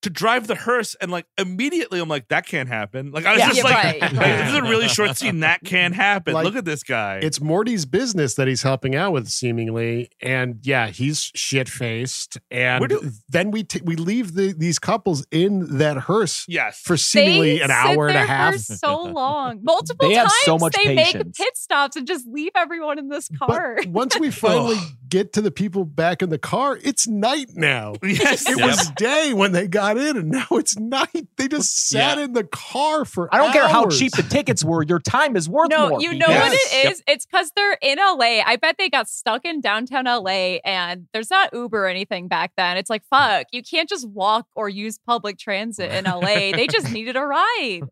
A: to drive the hearse and like immediately I'm like that can't happen. Like I was
E: Yeah.
A: just
F: Yeah,
A: like,
F: right,
E: (laughs)
A: like,
F: right.
A: this is a really short scene
F: (laughs)
A: that can't happen.
C: Like,
A: Look at this guy.
C: It's Morty's business that he's helping out with, seemingly, and yeah, he's shit faced. And
A: Where do-
C: then we t- we leave the, these couples in that hearse
A: yes. (laughs)
C: for (laughs) seemingly
F: They
C: an
F: sit
C: hour and a
F: there
C: half.
F: For so
E: (laughs)
F: long, multiple
E: They have
F: times
E: so much
F: they (laughs)
E: patience.
F: make pit stops and just leave everyone in this car.
C: But once we finally get to the people back in the car, it's night now.
A: Yes.
C: It
A: Yep.
C: was day when they got in, and now it's night. They just sat in the car for
E: I don't care how
C: hours.
E: cheap the tickets were. Your time is worth
F: No,
E: more.
F: you
E: people.
F: know what
C: Yes.
F: it is? It's because they're in LA. I bet they got stuck in downtown LA and there's not Uber or anything back then. It's like, fuck, you can't just walk or use public transit in LA. they just needed a ride.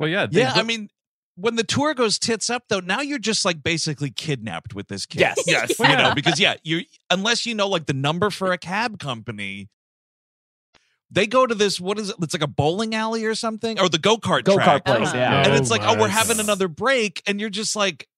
B: Well, yeah, they
D: Yeah, I
B: book-
D: mean, when the tour goes tits up, though, now you're just like basically kidnapped with this kid.
E: Yes.
A: Yes.
B: (laughs)
D: you know, because yeah, you unless you know like the number for a cab company, they go to this what is it? It's like a bowling alley or something, or the go kart
E: Go-kart
D: track,
E: place,
F: Uh-huh.
E: yeah.
D: and
C: Oh
D: it's like, oh,
C: my
D: we're having
C: God.
D: another break, and you're just like,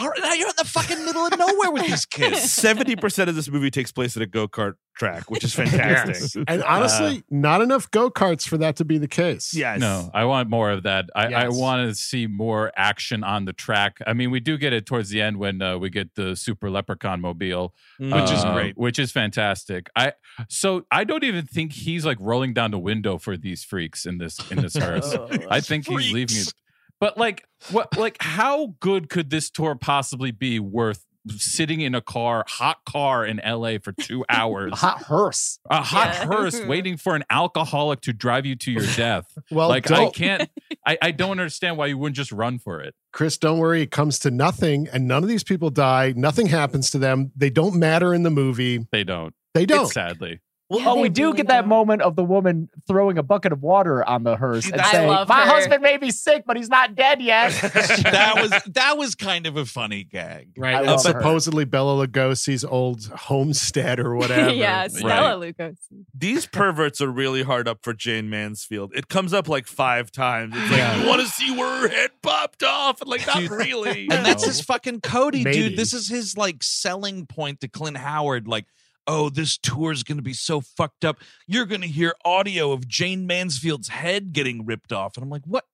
D: all right, now you're in the fucking middle of nowhere with
B: (laughs)
D: these kids.
A: Seventy percent of this movie takes place at a go kart track, which is fantastic.
C: Yes. And
E: Uh,
C: honestly, not enough go karts for that to be the case.
A: Yes.
B: No, I want more of that. I, I
C: Yes. (laughs)
B: want to see more action on the track. I mean, we do get it towards the end when uh, we get the Super Leprechaun Mobile,
D: (laughs) Which is
B: uh,
D: great.
B: which is fantastic. I so I don't even think he's like rolling down the window for these freaks in this in
D: (laughs)
B: this hearse. I think he's leaving
D: Oh, Freaks.
B: it. But like, what? Like, how good could this tour possibly be worth? Sitting in a car, hot car in LA for
E: (laughs)
B: two hours,
E: A hot hearse.
B: a hot
F: Yeah. (laughs)
B: hearse waiting for an alcoholic to drive you to your death.
C: (laughs) Well,
B: like I
C: Oh, don't- (laughs)
B: can't, I, I don't understand why you wouldn't just run for it.
C: Chris, don't worry. It comes to nothing, and none of these people die. Nothing happens to them. They don't matter in the movie.
B: They don't.
C: They don't.
B: Sadly,
A: Well,
F: Yeah,
E: oh,
F: they
E: we do
F: really
E: get that
F: don't.
E: moment of the woman throwing a bucket of water on the
F: (laughs)
E: hearse
A: Dude,
E: and
A: I
E: saying,
F: love
E: "My
F: her.
E: husband may be sick, but he's not dead yet."
D: (laughs) that was that was kind of a funny gag.
C: (laughs) Right.
E: I
C: and
E: love her.
C: supposedly Bella Lugosi's old homestead
F: (laughs)
C: or whatever.
F: (laughs) yeah, Stella Lucas.
A: These perverts are really hard up for Jane Mansfield. It comes up like five times. It's like you want to see where her head popped off, and like not
D: Dude,
A: really.
B: (laughs)
D: And that's his fucking Cody,
C: Maybe.
D: dude. This is his like selling point to Clint Howard. Like, oh, this tour is going to be so fucked up. You're going to hear audio of Jane Mansfield's head getting ripped off. And I'm like, what?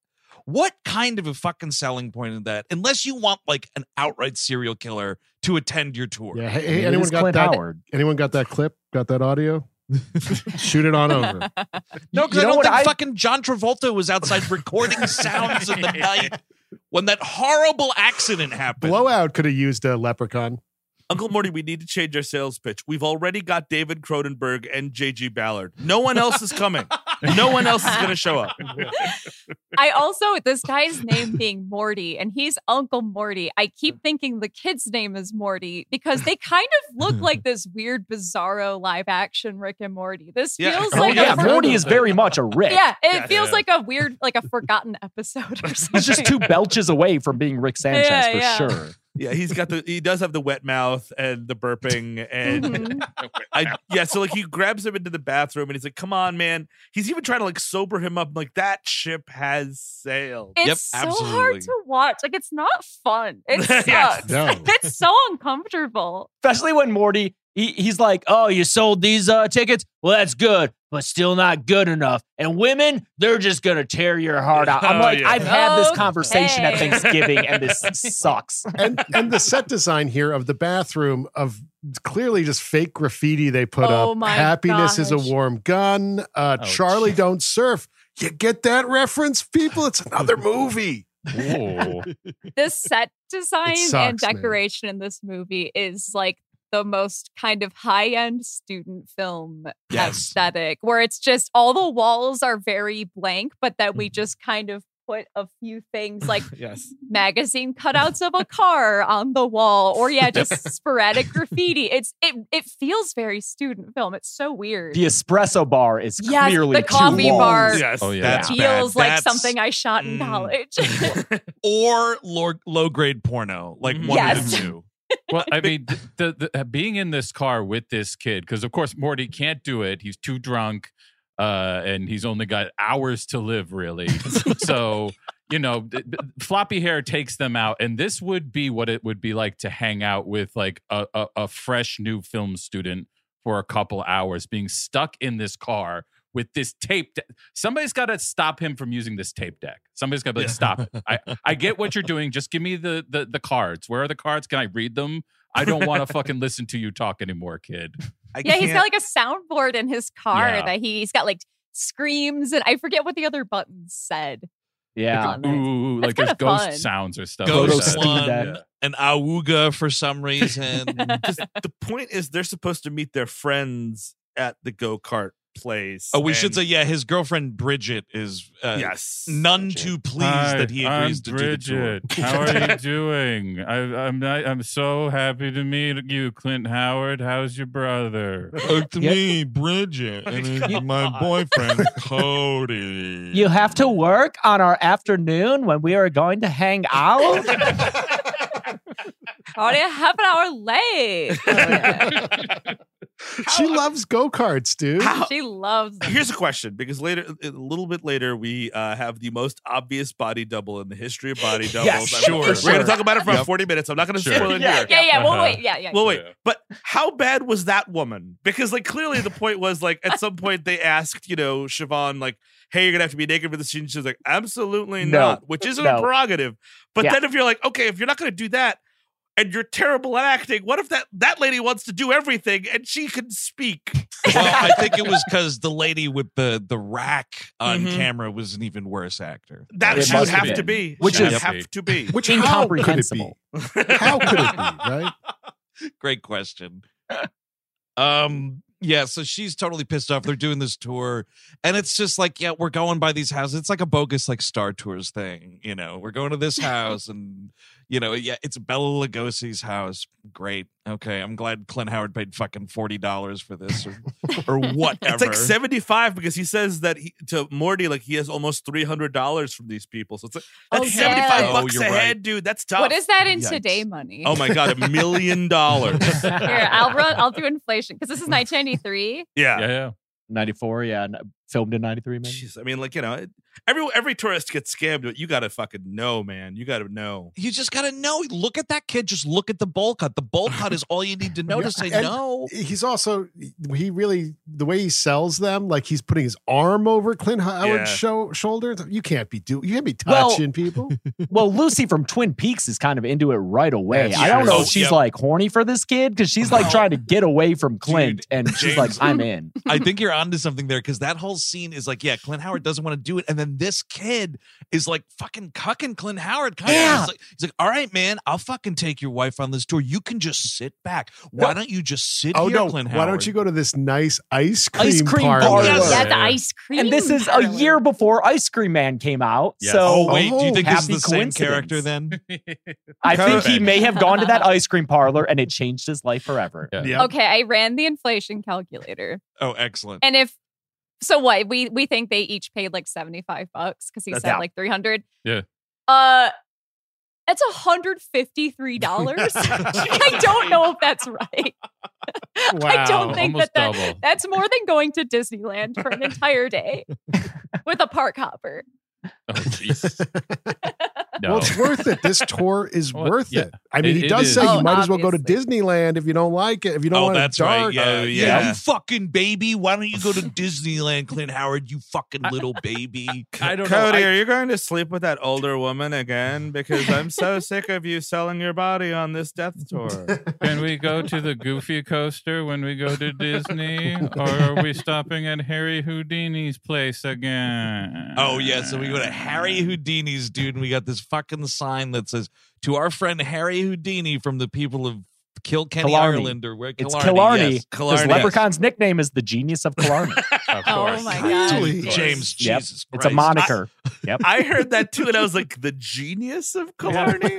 D: What kind of a fucking selling point is that? Unless you want like an outright serial killer to attend your tour.
C: Yeah. Hey,
E: It
C: hey,
E: is
C: anyone got
E: Clint
C: that?
E: Howard.
C: Anyone got that clip? Got that
F: (laughs)
C: audio? Shoot it on
B: (laughs)
C: over.
D: No,
E: You-
D: because
E: you
D: I
E: know
D: don't
E: what
D: think
E: I-
D: fucking John Travolta was outside
B: (laughs)
D: recording sounds in the night when that horrible accident happened.
C: Blowout could have used a leprechaun.
A: Uncle Morty, we need to change our sales pitch. We've already got David Cronenberg and J.G. Ballard. No one else is coming. No one else is going to show up.
F: I also this guy's name being Morty and he's Uncle Morty. I keep thinking the kid's name is Morty because they kind of look like this weird bizarro live action Rick and Morty. This
A: Yeah.
F: feels
A: Oh,
F: like
E: yeah,
F: a ver-
E: Morty is very much a
F: (laughs)
E: Rick.
F: Yeah, it
A: Yeah.
F: feels
A: Yeah.
F: like a weird, like a forgotten episode or something.
E: He's just two belches away from being Rick Sanchez
F: (laughs) Yeah,
E: for
F: yeah.
E: sure.
A: Yeah, he's got the he does have the wet mouth and the burping
C: Mm-hmm.
A: and
F: Mhm.
A: I yeah, so like he grabs him into the bathroom and he's like, "Come on, man." He's even trying to like sober him up. like that ship has sailed.
F: It's
D: Yep,
F: so
D: absolutely.
F: hard to watch. Like it's not fun. It
D: (laughs)
F: sucks.
A: Yes.
C: No.
F: It's so uncomfortable.
E: especially when Morty he, he's like, "Oh, you sold these uh, tickets? Well, that's good, but still not good enough." And women, they're just gonna tear your heart
B: (laughs)
E: out. I'm
A: Oh,
E: like,
A: yeah.
E: I've had this conversation at
F: Okay.
E: Thanksgiving,
F: (laughs)
E: and this sucks.
C: (laughs) and and the set design here of the bathroom of clearly just fake graffiti they put
F: Oh
C: up.
F: my
C: Happiness is a
F: gosh.
C: warm gun. Uh,
B: Oh,
C: Charlie, don't surf. You get that reference, people? It's
B: (laughs)
C: another movie.
B: Whoa.
F: This set design and
C: sucks, man.
F: decoration in this movie is like the most kind of high end student film
D: Yes.
F: aesthetic, where it's just all the walls are very blank, but that we just kind of put a few things like
A: Yes.
F: magazine cutouts of a car on the wall or yeah just sporadic graffiti it's it it feels very student film it's so weird
E: (laughs) The espresso bar is
F: Yes,
E: clearly
F: the
E: two
F: coffee
E: walls.
F: bar
A: Yes.
B: Oh yeah.
D: That's bad.
F: feels like (laughs)
D: That's-
F: something i shot in
D: Mm.
F: college
D: (laughs) or low grade porno, like one of
F: Mm-hmm. Yes.
D: the two.
B: Well, I mean, th- the, the being in this car with this kid because of course Morty can't do it. He's too drunk, uh, and he's only got hours to live, really. so you know, d- d- floppy hair takes them out, and this would be what it would be like to hang out with like a, a, a fresh new film student for a couple hours, being stuck in this car. With this tape, de- somebody's got to stop him from using this tape deck. Somebody's got to be like,
D: Yeah.
B: "Stop it!
D: (laughs)
B: I, I get what you're doing. Just give me the, the the cards. Where are the cards? Can I read them? I don't want to fucking listen to you talk anymore, kid.
A: I
F: (laughs) yeah
A: can't-
F: he's got like a soundboard in his car
B: Yeah.
F: that he, he's got like screams and i forget what the other buttons said
E: (laughs) Yeah.
B: Like, ooh, like there's
F: kinda
B: ghost
F: fun.
B: sounds or stuff. like
D: Ghost
B: that.
D: one,
B: Yeah. (laughs)
D: an awuga for some reason.
A: 'Cause the point is, they're supposed to meet their friends at the go kart place.
D: oh, we should
A: and-
D: say, yeah, his girlfriend Bridget is uh,
A: yes.
D: none too pleased
B: Hi,
D: that he
B: I'm
D: agrees to
B: Bridget.
D: (laughs) do the tour.
B: How are you doing? I, I'm not, I'm so happy to meet you, Clint Howard. How's your brother?
D: Oh, to
E: Yep.
D: me, Bridget, and it's my boyfriend Cody. (laughs)
E: You (laughs) have to work on our afternoon when we are going to hang
B: (laughs)
E: out.
F: Already a half an hour late.
C: she loves go karts, dude.
F: (laughs) she loves them.
A: Here's a question because later, a little bit later, we uh, have the most obvious body double in the history of body doubles. I'm-
D: sure.
A: We're going to
E: Sure.
A: talk about it for about
D: Yep.
A: 40 minutes. I'm not going to
B: Sure.
A: spoil it
F: (laughs) Yeah,
A: here.
F: yeah, yeah. Well,
B: Uh-huh.
F: wait, yeah, yeah.
A: Well, wait,
B: Yeah.
A: but how bad was that woman? Because like clearly the point was like at some point they asked you know Siobhan like, "Hey, you're gonna have to be naked for the scene." She was like, "Absolutely
E: No.
A: not," which isn't a
E: No.
A: prerogative. But
E: Yeah.
A: then if you're like, "Okay, if you're not gonna do that," and you're terrible at acting, what if that that lady wants to do everything and she can speak?
D: well, I think it was because the lady with the the rack on
A: Mhm.
D: camera was an even worse actor.
A: That
E: It
A: she would
E: must have
A: have to
E: been.
A: be.
E: Which
A: She would
B: is-
A: have to be.
C: Which how could it be?
E: (laughs) Incomprehensible.
C: How could it
B: (laughs)
C: be? Right?
D: Great question. Um, yeah, so she's totally pissed off. They're doing this tour, and it's just like, yeah, we're going by these houses. It's like a bogus like Star Tours thing, you know. We're going
A: (laughs)
D: to this house, and you know, yeah, it's Bella Lugosi's house. Great, okay. I'm glad Clint Howard paid fucking forty dollars for this, or, or whatever.
A: (laughs) (laughs) It's like 75 because he says that he, to Morty, like he has almost $300 from these people. So it's like, that's
F: Oh,
A: 75
D: yeah. Oh,
A: bucks
D: you're
A: a
D: right.
A: head, dude. That's tough.
F: What is that in
D: Yikes.
F: today money?
A: Oh my God, a million
D: (laughs)
A: dollars.
F: Here, I'll run. I'll do inflation because this is 1993.
A: Yeah.
B: Yeah, yeah.
E: 94, yeah. n- Filmed in 93, maybe.
A: Jeez, I mean, like, you know, it- every every tourist gets scammed, but you got to fucking know, man. You got to know.
D: you just gotta know. Look at that kid. Just look at the bowl cut. The bowl cut is all
A: (laughs)
D: you need to know to say
C: And-
D: no.
C: He's also he really the way he sells them, like he's putting his arm over Clint Howard's
A: Yeah.
C: sho- shoulder. You can't be do you can't be
E: Well-
C: touching people.
E: Well, Lucy from Twin Peaks is kind of into it right away.
A: That's
E: I don't
A: true.
E: know
D: Oh,
E: if she's
D: yeah.
E: like horny for this kid because she's like
D: No.
E: trying to get away from Clint and she's like,
D: James-
F: (laughs)
E: I'm in.
C: (laughs)
D: I think you're onto something there because that whole scene is like, yeah, Clint Howard doesn't want to do it, and then this kid is like fucking cucking Clint Howard. Kind
E: Yeah.
D: of he's like, he's like, all right, man, I'll fucking take your wife on this tour. You can just sit back. Why
C: No.
D: don't you just sit
C: oh
D: here,
C: no!
D: Clint Howard?
C: Why don't you go to this nice ice cream,
E: Ice cream
C: parlor?
E: parlor.
D: Yes.
F: Yeah, the
B: Yeah.
F: ice cream.
E: And this is a
F: parlor.
E: year before Ice Cream Man came out.
B: Yes.
E: So
D: Oh wait, do you think this is
E: happy
D: the same
E: coincidence.
D: character then?
C: (laughs)
E: I think he
B: Perfect.
E: may have gone
F: (laughs)
E: to that ice cream parlor and it changed his life forever.
B: Yeah.
F: Okay, I ran the inflation calculator,
D: Oh, excellent.
F: and if so, what we we think they each paid like 75 bucks because he
A: That's
F: said
A: out.
F: like 300.
B: Yeah.
F: Uh, that's 153 dollars. (laughs) I don't know if that's right. (laughs) I don't think
B: Almost
F: that, that
B: double.
F: that's more than going to Disneyland for an entire
B: (laughs)
F: day with a park hopper.
C: (laughs)
B: Oh, jeez. No.
C: Well, it's worth it. This tour is
B: Well,
C: worth
B: yeah.
C: it. I mean,
B: It-
C: he
B: it
C: does
B: is.
C: say
F: Oh,
C: you might as well go to
F: obviously.
C: Disneyland if you don't like it. If you don't
D: oh,
C: want
D: that's
C: it dark.
D: right. Yeah, yeah,
A: yeah.
D: You fucking baby. Why don't you
C: (laughs)
D: go to Disneyland, Clint Howard? You fucking little baby.
B: I don't
A: Cody,
B: know.
A: are
B: I-
A: you going to sleep with that older woman again? Because I'm so sick of you selling your body on this death tour.
B: can we go to the Goofy coaster when we go to
E: (laughs)
B: Disney, or are we stopping at Harry Houdini's place again?
D: Oh yeah, so we go to Harry Houdini's dude, and we got this fucking sign that says to our friend Harry Houdini from the people of Kilkenny,
E: Killarney.
D: Ireland, or where
E: It's
D: Killarney.
E: Killarney.
D: yes.
E: Because Leprechaun's nickname is the genius of Killarney.
B: Of
F: Oh
B: course.
F: my
D: God,
F: God.
D: dude,
C: Really?
D: James,
E: Yep.
D: Jesus,
E: It's a
D: Christ.
E: moniker.
A: I heard that too, and I was like, the genius of Killarney?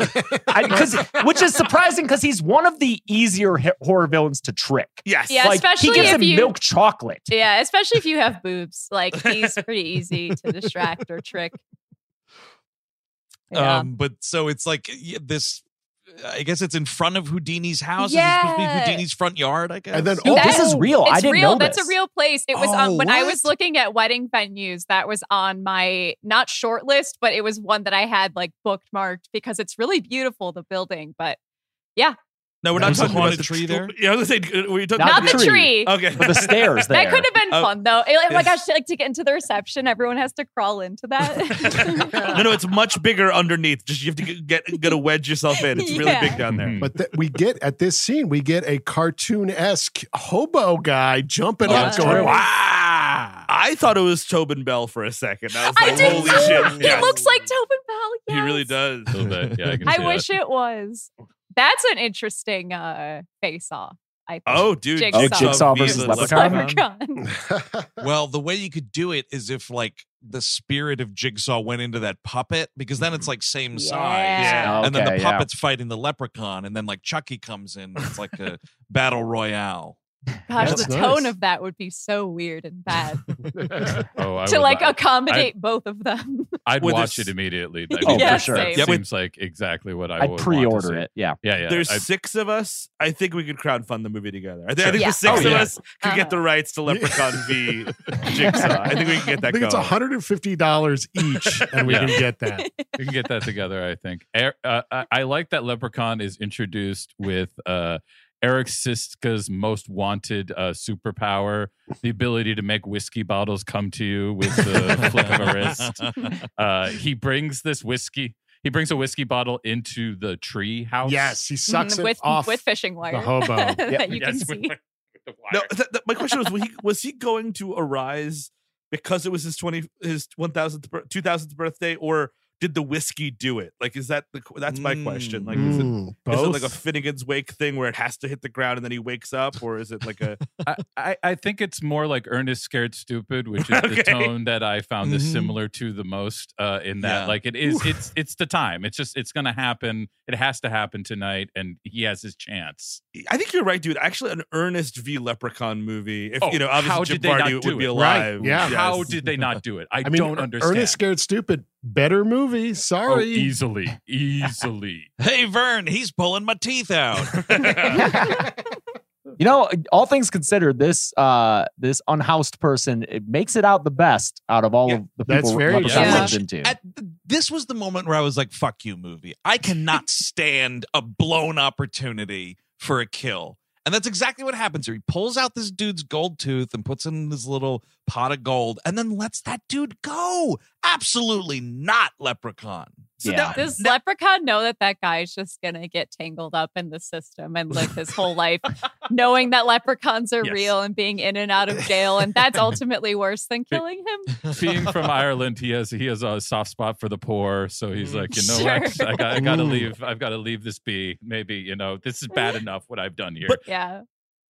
E: I, 'cause- which is surprising because he's one of the easier hi- horror villains to trick.
A: yes.
F: Yeah,
E: like,
F: especially
E: he gives
F: if
E: him
F: you-
E: milk chocolate.
F: Yeah, especially if you have boobs. Like he's pretty easy to distract or
B: (laughs)
F: trick. Yeah.
D: Um, but so it's like yeah, this. I guess it's in front of Houdini's house. Yeah. It's supposed to be
F: Yeah.
D: Houdini's front yard, I guess.
C: And then
E: Oh,
C: all
E: this is real. I
F: It's
E: didn't
F: real.
E: know
F: That's a
E: this.
F: real place. It was
D: Oh,
F: um, when I
D: what?
F: was looking at wedding venues. That was on my not short list, but it was one that I had like bookmarked because it's really beautiful the building. But
A: No, we're
D: That
A: not
D: was the
A: talking about
D: haunted
A: the
D: tree
A: tree
D: there?
A: there. Yeah, I was gonna say, uh, were you talking
E: Not
F: not
A: about
F: the
E: the tree.
F: tree.
A: Okay,
E: Or
B: (laughs)
E: the stairs there.
F: That could have been
A: Oh.
F: fun though. It- oh my
A: Yes.
F: gosh! Like to get into the reception, everyone has to crawl into
E: (laughs)
F: that. (laughs)
A: no, no, it's much bigger underneath. Just you have to g- get get to wedge yourself in. It's really
F: Yeah.
A: big down there.
B: Mhm.
C: But th- we get at this scene, we get a cartoon esque hobo guy jumping
F: Yeah,
C: up,
F: that's
C: going,
E: true.
C: "Wow!"
B: Ah.
A: I thought it was Tobin Bell for a second. I was
F: I
A: like,
F: did
A: holy
F: too.
A: shit.
F: He
A: yes.
F: looks like Tobin Bell.
A: He really
F: yes.
A: does.
B: A little bit. Yeah, I can
F: I
B: see that.
F: wish it was. That's an interesting uh, face-off. I think.
A: Oh, dude.
F: Jigsaw. Oh,
E: Jigsaw versus Leprechaun?
F: Leprechaun. (laughs)
D: Well, the way you could do it is if like the spirit of Jigsaw went into that puppet, because then it's like same size.
A: Yeah.
D: And then
E: Okay,
D: the
E: yeah.
D: puppet's fighting the leprechaun, and then like Chucky comes in. It's like
B: (laughs)
D: a battle royale.
F: Gosh,
C: That's
F: the
C: nice.
F: tone of that would be so weird and bad (laughs)
B: Oh, I
F: to
B: would
F: like
B: li-
F: accommodate both of them.
B: I'd
A: With
B: watch
A: this-
B: it immediately.
F: Oh, for
B: that-
F: sure.
B: That
F: Yeah,
A: with-
B: seems like exactly what I
E: I'd
B: would
E: pre-order it. Yeah.
B: Yeah, yeah.
A: There's
B: I'd-
A: six of us. I think we could crowdfund the movie together. I, think I think
F: Yeah. Uh-huh.
A: the six
B: Oh,
A: of
B: yeah.
A: us could get the rights to Leprechaun v Jigsaw. I think we
F: (laughs)
A: can get
C: I
A: that
C: think
A: going.
C: it's $150
A: (laughs)
C: each, and we
B: Yeah.
C: can get that.
B: we can get that together. I think. Er- uh, I, I like that Leprechaun is introduced with uh, Eric Siska's most wanted uh, superpower: the ability to make whiskey bottles come to you with the flick of a wrist.
D: (laughs)
B: (laughs) Uh, he brings this whiskey. He brings a whiskey bottle into the tree house.
C: Yes, he sucks
F: Mhm,
C: it
F: with
C: off
F: with fishing wire (laughs)
C: hobo. Yeah,
F: that you can
B: Yes, with
F: see.
B: the- with the wire.
A: No, th- th- my question was: was he, was he going to arise because it was his twenty, his one thousandth, two thousandth birthday, or did the whiskey do it? Like, is that the? qu- That's my question. Like, is it,
C: Mm,
A: is it
C: both.
A: like a Finnegan's Wake thing where it has to hit the ground and then he wakes up, or is it like a?
B: I, I, I think it's more like Ernest Scared Stupid, (laughs) which is
A: (laughs) Okay.
B: the tone that I found is
D: Mhm.
B: similar to the most. Uh, in that,
D: Yeah.
B: like it is, it's it's the time. It's just it's gonna happen. It has to happen tonight, and he has his chance.
A: I think you're right, dude. Actually, an Ernest v Leprechaun movie. If
B: Oh,
A: you know, obviously
B: how
A: Jim
B: did they not
A: Varney would
B: do
A: be
B: it?
C: Right,
A: alive.
C: yeah.
A: Yes.
B: How did they not do it? I, uh,
C: I mean,
B: don't
C: Er-
B: understand.
C: Ernest Scared Stupid, better movie. Sorry.
B: Oh, easily, easily.
D: Hey Vern, he's pulling my teeth out.
B: (laughs)
A: (laughs)
E: You know, all things considered, this uh this unhoused person it makes it out the best out of all
D: Yeah,
E: of the
C: that's
E: people
C: very
E: Leprechaun
F: true.
E: runs into.
D: At th- this was the moment where I was like, "Fuck you, movie!
B: (laughs)
D: I cannot stand a blown opportunity for a kill." And that's exactly what happens here. He pulls out this dude's gold tooth and puts it in his little pot of gold, and then lets that dude go. Absolutely not,
B: (laughs)
D: Leprechaun.
A: So
E: Yeah.
A: now-
F: Does
A: now-
F: Leprechaun know that that guy's just gonna get tangled up in the system and live his whole life knowing that leprechauns are
A: Yes.
F: real and being in and out of jail, and that's ultimately worse than killing him?
B: Being from Ireland, he has he has a soft spot for the poor. So he's
D: Mm.
B: like, you know what?
F: Sure.
B: I, got, I gotta
C: Mm.
B: leave. I've got to leave this be. Maybe you know this is bad enough what I've done here.
A: But-
F: Yeah.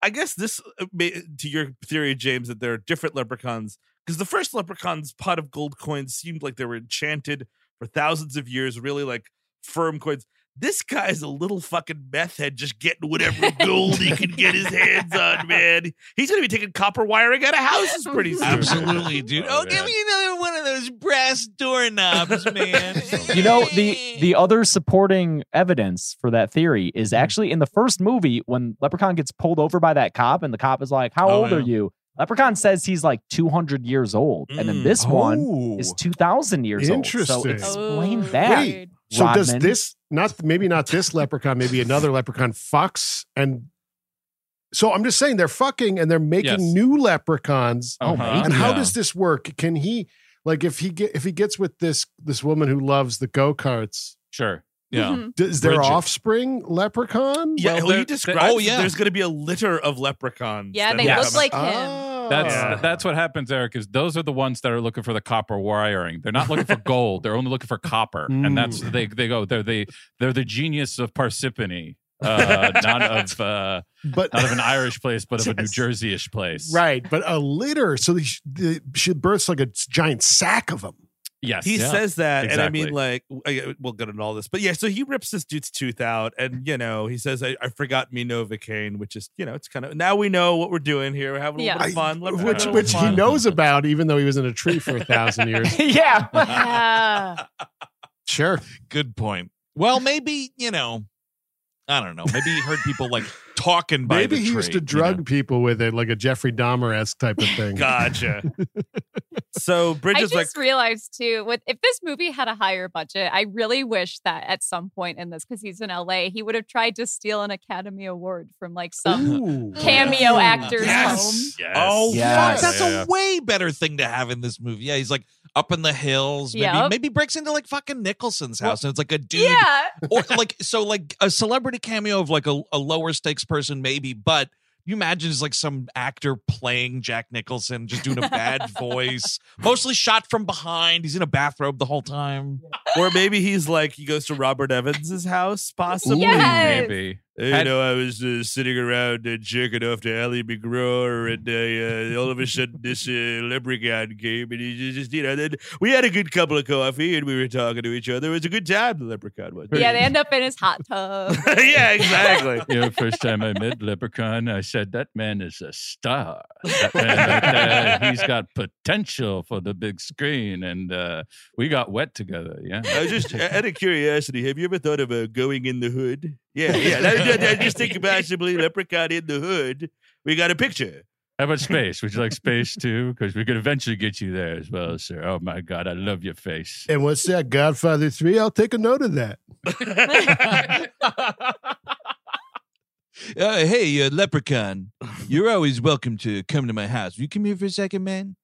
A: I guess this uh, may- to your theory, James, that there are different leprechauns because the first leprechaun's pot of gold coins seemed like they were enchanted for thousands of years, really like firm coins. This guy's a little fucking meth head, just getting whatever gold he can get his hands
F: (laughs)
A: on, man. He's gonna be taking copper wiring out of houses pretty soon.
B: (laughs)
D: Absolutely, dude.
B: Oh,
D: Oh, give
B: man.
D: me another one of those brass doorknobs,
B: (laughs)
D: man.
E: you know the
F: (laughs)
E: the other supporting evidence for that theory is
C: Mm-hmm.
E: actually in the first movie when leprechaun gets pulled over by that cop and the cop is like how
D: Oh,
E: old are
D: yeah.
E: you leprechaun says he's like 200 years old and then
A: Mm.
E: this one
D: Ooh.
E: is 2000 years old so
C: Mm. Interesting.
E: explain
F: Oh,
E: that
C: Wait.
F: weird.
C: So does
E: Rodman.
C: this not maybe not this leprechaun, maybe another leprechaun fucks and so I'm just saying they're fucking and they're making
B: Yes.
C: new leprechauns.
E: Oh,
B: Uh-huh.
E: maybe.
C: And how
D: Yeah.
C: does this work? Can he like if he get if he gets with this this woman who loves the go-karts, (laughs)
B: Sure.
D: yeah.
F: Mhm.
C: d- is there
D: Bridget.
C: offspring leprechaun?
A: Yeah,
B: Well,
A: well,
B: there-
A: you
B: there-
A: described.
D: oh,
A: that
D: yeah.
A: there's gonna be a litter of leprechauns.
F: Yeah,
A: that
F: they
A: are
B: Yes.
F: look like him.
C: Oh.
B: That's
C: Yeah.
B: that's what happens, Eric. Is those are the ones that are looking for the copper wiring. They're not
C: (laughs)
B: looking for gold. They're only looking for copper,
C: Mm.
B: and that's they they go. They're the they're the genius of Parsippany,
C: (laughs)
B: uh, not of uh,
C: but
B: not
C: (laughs)
B: of an Irish place, but of a New
C: Yes.
B: Jersey-ish place.
C: right, but a litter. So the, the, she births like a giant sack of them.
B: Yes.
A: He
B: yeah. (laughs)
A: says that, and I mean,
B: Exactly.
A: like, I- uh, we'll get into all this, but yeah. So he rips this dude's tooth out, and you know, he says, "I, I forgot me novocaine," which is, you know, it's kind of now we know what we're doing here. We're having a
F: Yeah.
A: little bit of fun, Let me have a
C: which
A: little
C: which he
A: fun.
C: knows about, even though he was in a tree for a thousand
D: (laughs)
C: years.
E: (laughs) yeah
F: (laughs) Yeah.
C: Sure.
D: Good point. Well, maybe you know, I don't know. Maybe he heard people like talking by
C: Maybe
D: the
C: he used
D: tree,
C: to
D: you
C: drug
D: know?
C: people with it, like a Jeffrey Dahmer esque type of thing.
B: (laughs)
A: Gotcha. so
F: I
A: Bridget's
F: just
A: like,
F: realized too, with if this movie had a higher budget, I really wish that at some point in this, because he's in LA, he would have tried to steal an Academy Award from like some
C: Ooh.
F: cameo actor's home.
D: Yes.
B: Yes.
D: Oh, fuck.
E: Yes.
D: That's
B: Yeah.
D: a way better thing to have in this movie. Yeah, he's like up in the hills. Maybe
F: Yep.
D: maybe breaks into like fucking Nicholson's house, and it's like a dude, (laughs)
F: Yeah.
D: or like so like a celebrity cameo of like a, a lower stakes person, maybe, but you imagine it's like some actor playing Jack Nicholson, just doing a
F: (laughs)
D: bad voice, mostly shot from behind. He's in a bathrobe the whole time.
A: or maybe he's like he goes to Robert Evans's house, possibly.
F: Yes.
B: Maybe.
A: You
B: Had-
A: know, I was uh, sitting around uh, jerking off to Ally McGraw, and uh, uh, all of a sudden this uh, leprechaun came, and he ju- just, you know, then we had a good cup of coffee, and we were talking to each other. It was a good time. The leprechaun was.
F: Yeah, they end up in his hot tub.
A: (laughs) yeah,
F: (laughs)
A: exactly.
B: You know, first time I met Leprechaun, I said, that man is a star. That man
D: (laughs)
B: right there, he's got potential for the big screen. And uh, we got wet together. Yeah.
A: I was just out of curiosity. Have you ever thought of uh, going in the hood? Yeah, yeah. I, I, I just think possibly leprechaun in the hood. We got a (laughs) picture.
B: How about space? Would you like space too? Because we could eventually get you there as well, sir. Oh my God, I love your face.
C: And what's that, Godfather 3? I'll take a note of that.
D: Uh, hey, uh, leprechaun, you're always welcome to come to my house. Will you come here for a second, man?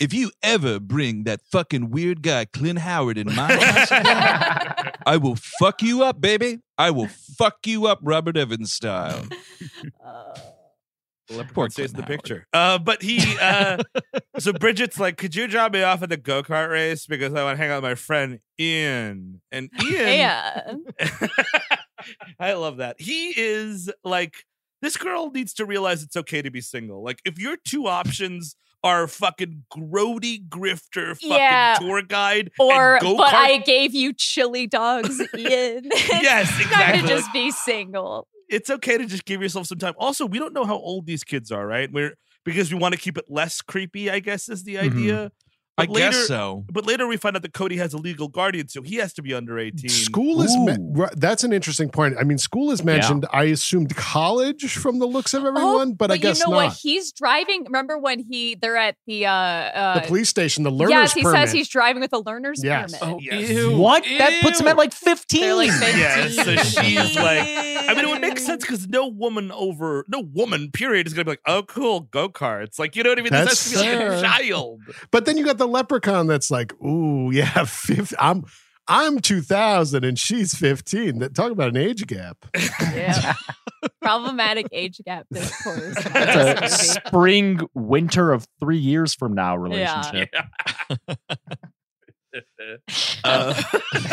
D: If you ever bring that fucking weird guy, Clint Howard, in
B: (laughs)
D: my house, again, I will fuck you up, baby. I will fuck you up, Robert Evans style.
A: Leprechaun stays in the picture. Uh, but he, uh, so Bridget's like, could you drop me off at the go kart race because I want to hang out with my friend Ian. And Ian,
F: Yeah.
A: (laughs) I love that. He is like, this girl needs to realize it's okay to be single. Like, if your two options are fucking grody grifter, fucking
F: Yeah.
A: tour guide, and
F: Or,
A: go-kart
F: but I (laughs) gave you chili dogs, Ian. (laughs)
A: Yes,
F: It's Time
A: exactly.
F: to just be single.
A: it's okay to just give yourself some time. Also, we don't know how old these kids are, right? We're because we want to keep it less creepy, I guess is the
D: Mhm.
A: idea.
D: I
A: But later-
D: guess so.
A: But later we find out that Cody has a legal guardian, so he has to be under 18.
C: School is, me- ri- that's an interesting point. I mean, school is mentioned. I assumed college from the looks of everyone,
F: Oh,
C: but, I guess
F: you know
C: not.
F: what? He's driving. Remember when he they're at the uh, uh
C: the police station, the learner's
F: Yes, he
C: permit.
F: says he's driving with a learner's
C: Yes.
D: Oh.
F: permit.
A: Yes.
E: What? That puts him at like 15.
F: They're (laughs) like
A: Yeah, so
F: 15.
A: she's like, I (laughs) mean, it would
B: (laughs)
A: make sense because no woman over, no woman, period, is gonna be like, oh, cool, go karts. Like, you know what I mean?
C: That's
A: this has to be like a
C: fair. (laughs)
A: child.
C: But then you got the leprechaun that's like, ooh, (laughs) yeah, 50, I'm I'm 2000 and she's 15. That talk about an age gap.
F: Yeah. Problematic age gap discourse.
E: That's a
F: This movie.
E: spring winter of three years from now
F: Yeah.
E: relationship.
A: Uh,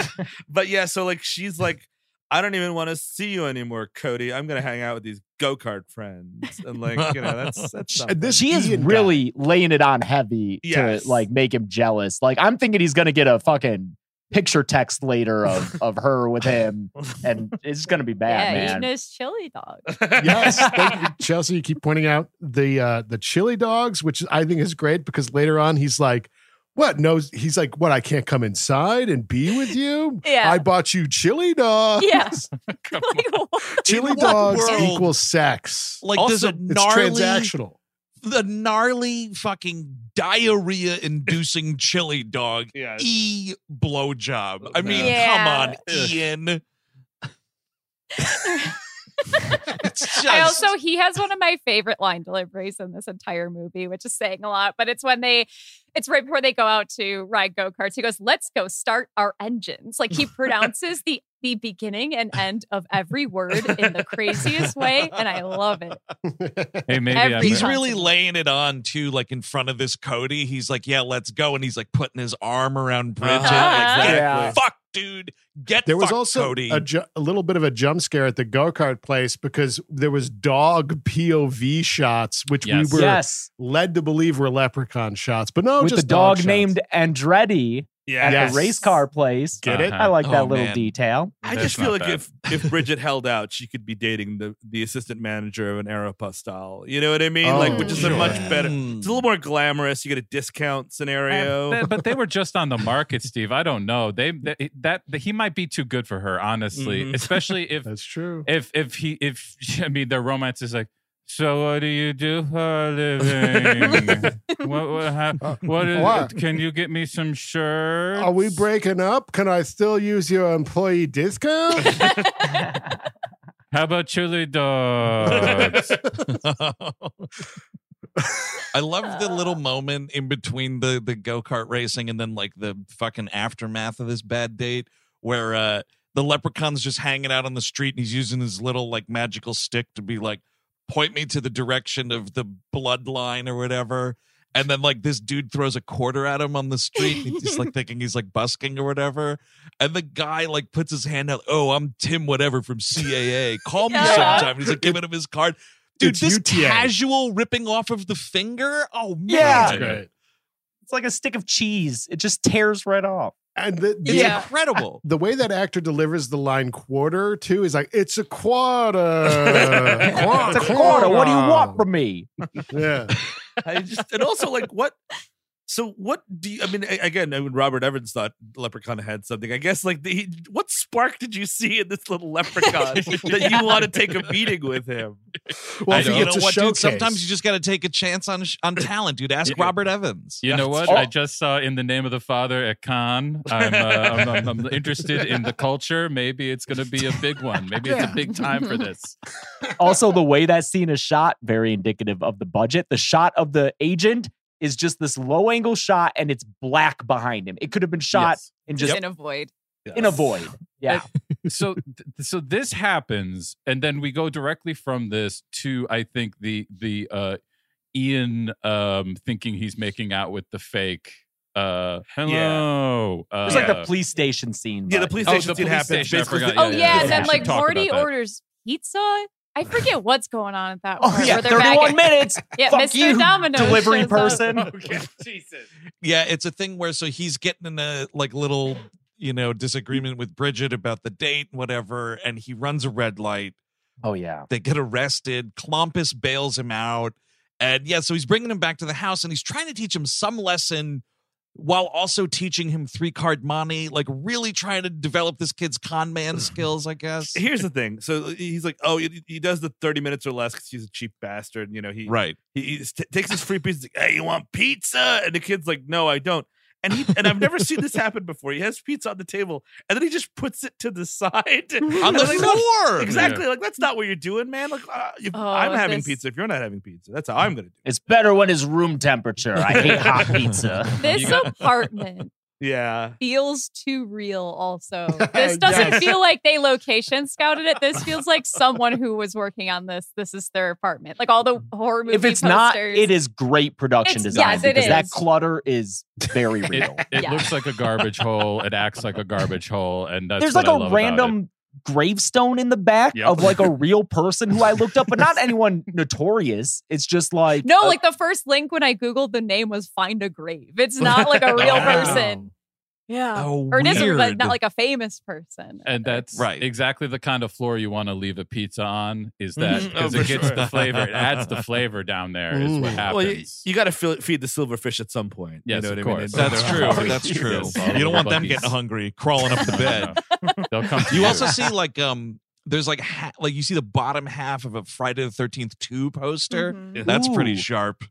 A: (laughs) but yeah, so like she's like, I don't even want to see you anymore, Cody. I'm gonna hang out with these go kart friends, and like you know,
C: (laughs)
A: that's that's something.
C: This
E: She is
C: Ian guy-
E: really laying it on heavy
A: Yes.
E: to like make him jealous. Like I'm thinking he's gonna get a fucking picture text
C: (laughs)
E: later of of her with him, and it's just gonna be
F: yeah,
E: bad,
F: eating
E: man.
F: his chili dog. (laughs)
C: yes, thank you, Chelsea. You keep pointing out the uh, the chili dogs, which I think is great because later on he's like, "What? No, he's like, what? I can't come inside and be with you.
F: Yeah.
C: I bought you chili dogs.
F: Yeah. like, what?
C: (laughs) Chili
D: In what
C: dogs
D: world?
C: equal sex.
D: Like there's
A: Also,
D: a
C: It's
D: gnarly,
C: transactional.
D: the gnarly fucking diarrhea-inducing chili dog
A: Yeah.
D: e blowjob. I mean,
F: Yeah.
D: come on,
A: (laughs)
D: Ian. (laughs) it's just
F: I also he has one of my favorite line deliveries in this entire movie, which is saying a lot. But it's when they, it's right before they go out to ride go karts. He goes, "Let's go start our engines." Like he pronounces the the beginning and end of every word in the craziest way, and I love it.
B: Hey, maybe I'm,
F: Every
D: He's
F: time.
D: really laying it on too, like in front of this Cody. He's like, "Yeah, let's go," and he's like putting his arm around Bridget.
F: Uh-huh.
D: Like, get
E: Yeah.
D: fuck, dude, get.
C: There was
D: fucked,
C: also
D: Cody.
C: a, ju- a little bit of a jump scare at the go kart place because there was dog (laughs) POV shots, which
B: Yes.
C: we were
E: yes,
C: led to believe were leprechaun shots, but no,
E: with
C: just
E: the dog,
C: shots.
E: named Andretti
A: yeah.
E: at
C: Yes.
E: the race car place.
C: Get it?
E: I like that
D: Oh,
E: little
D: man.
E: detail.
A: I
B: That's
A: just feel like
B: not bad.
A: if if Bridget held out, she could be dating the the assistant manager of an Aeropostale. You know what I mean? like,
C: Oh,
A: which is a
C: sure.
A: much better. (laughs)
D: Mm.
A: It's a little more glamorous. You get a discount scenario.
B: Uh, They- but they
A: (laughs)
B: were just on the market, Steve. I don't know. They, they that, he might be too good for her, honestly.
A: Mhm.
B: (laughs) Especially if
C: That's true. (laughs)
B: if if he if I mean their romance is like. So what do you do for a
A: (laughs)
B: living? what what, hap- what is?
C: What?
B: Can you get me some shirts?
C: Are we breaking up? Can I still use your employee discount?
B: How about chili
C: (laughs)
B: uh, dogs?
D: I love the little moment in between the the go kart racing and then like the fucking aftermath of this bad date where uh the leprechaun's just hanging out on the street and he's using his little like magical stick to be like point me to the direction of the bloodline or whatever. And then like this dude throws a quarter at him on the street. and He's like thinking he's like busking or whatever. And the guy like puts his hand out. Oh, I'm Tim whatever from CAA. Call me
F: Yeah.
D: sometime. And he's like giving him his card. Dude,
C: It's
D: this
C: UTA.
D: casual ripping off of the finger. Oh man.
E: Yeah.
C: That's great.
E: It's like a stick of cheese. It just tears right off.
C: And the, the,
D: It's
F: Yeah.
D: incredible.
C: the way that actor delivers the line quarter too is like, it's a quarter. Qua-
E: It's a quarter. What do you want from me?
C: Yeah.
A: (laughs) I just and also like what. So what do you? I mean, a- again, I mean, Robert Evans thought Leprechaun had something. I guess like the, he, what spark did you see in this little Leprechaun that
B: (laughs)
A: you want to take a meeting with him?
C: Well,
D: I
C: if he
D: know. You
C: gets
D: know
C: a
D: what, dude?
C: showcase.
D: Sometimes you just got to take a chance on sh- on talent, dude. Ask
B: Yeah.
D: Robert Evans.
B: You know
A: That's
B: what? I just saw in the name of the Father a con. I'm, uh, I'm,
A: (laughs)
B: I'm, I'm interested in the culture. Maybe it's going to be a big one. Maybe it's
C: Yeah.
B: a big time
F: (laughs)
B: for this.
E: also, the way that scene is shot, very indicative of the budget. The shot of the agent is just this low angle shot and it's black behind him. It could have been shot
A: Yes.
E: in just
F: in a void.
E: in
A: (laughs)
E: a void. Yeah.
B: So, th- so this happens, and then we go directly from this to I think the the uh, Ian um, thinking he's making out with the fake. Uh, hello. Uh,
E: It's like the police station scene.
A: Yeah, the
E: vibe.
A: police
B: Oh,
A: station
B: the
A: scene
B: police
A: happens.
B: station, I
A: basically
B: forgot.
A: the-
F: oh yeah,
B: yeah, yeah,
F: and
B: yeah.
F: then
B: We should
F: like
B: talk about
F: Morty
B: that.
F: orders pizza. I forget what's going on at that.
E: Oh
F: point,
E: yeah,
F: where they're back
E: 31
F: at-
E: minutes.
F: Yeah,
E: Fuck
F: Mr.
E: you,
F: Domino
E: delivery
F: shows up.
B: (laughs)
E: person.
B: Jesus.
D: Yeah, it's a thing where so he's getting in a like little, you know, disagreement with Bridget about the date, whatever, and he runs a red light.
E: (laughs) Oh yeah.
D: They get arrested. Clompus bails him out. And yeah, so he's bringing him back to the house and he's trying to teach him some lesson while also teaching him three card money, like really trying to develop this kid's con
B: (clears throat)
D: man skills, I guess.
A: Here's the thing. So he's like, oh, he, he does the thirty minutes or less because he's a cheap bastard. You know, he
D: Right.
A: he, he s- t- takes his free piece. He's like, hey, you want pizza? And the kid's like, no, I don't. And he and I've never seen this
D: (laughs)
A: happen before. He has pizza on the table, and then he just puts it to the side (laughs)
D: On the
A: Like, that's-
D: floor.
A: Exactly. Like that's not what you're doing, man. Like uh, if
F: Oh,
A: I'm having
F: this- Mm.
A: pizza, if you're not having pizza, that's how I'm gonna do.
E: It's better when it's room temperature. I
A: (laughs)
E: hate hot pizza.
F: This apartment
A: it. Yeah.
F: feels too real.
E: (laughs)
F: Also, this
C: Yes.
F: doesn't feel like they location scouted it. This feels like someone who was working on this. This is their apartment. Like all the horror movie
E: If it's
F: posters.
E: not, it is great production
F: It's-
E: design
F: yes, it
E: because that
F: is.
E: clutter is
A: (laughs)
E: very
B: It,
E: real.
B: it
F: Yeah.
B: looks like a garbage hole. It acts like a garbage hole, and that's
E: There's
B: what
E: like
B: I love
E: a
B: about it.
E: random gravestone in the back
B: Yep.
E: of like a real person who I looked up, but
B: (laughs)
E: not anyone notorious. It's just like uh,
F: No,
E: a-
F: like the first link when I googled the name was find a grave. It's not like a
E: (laughs)
F: real
B: Oh,
D: Wow.
F: person. Yeah.
D: Oh,
F: or it is, but
D: weird.
F: not like a famous person.
B: and that's
D: (laughs) Right.
B: exactly the kind of floor you want to leave a pizza on is that
A: Mhm.
B: because
A: Oh,
B: it
A: for
B: gets
A: sure.
B: the flavor it adds the flavor down there is
C: Ooh.
B: what happens
A: Well, you, you got to feed the silverfish at some point.
B: Yes,
A: you know
B: of
A: what
B: course.
A: I mean?
D: That's
B: They're
D: true.
B: hungry.
D: That's true.
B: Yes, all
D: You
B: the
D: don't want them
B: monkeys.
D: getting hungry, crawling up the
B: No,
D: bed.
B: (laughs) no, no. they'll come to
D: You also see like um there's like ha- like you see the bottom half of a Friday the 13th 2
E: Mm-hmm.
D: poster.
F: Mhm.
D: That's pretty
E: Ooh.
D: sharp.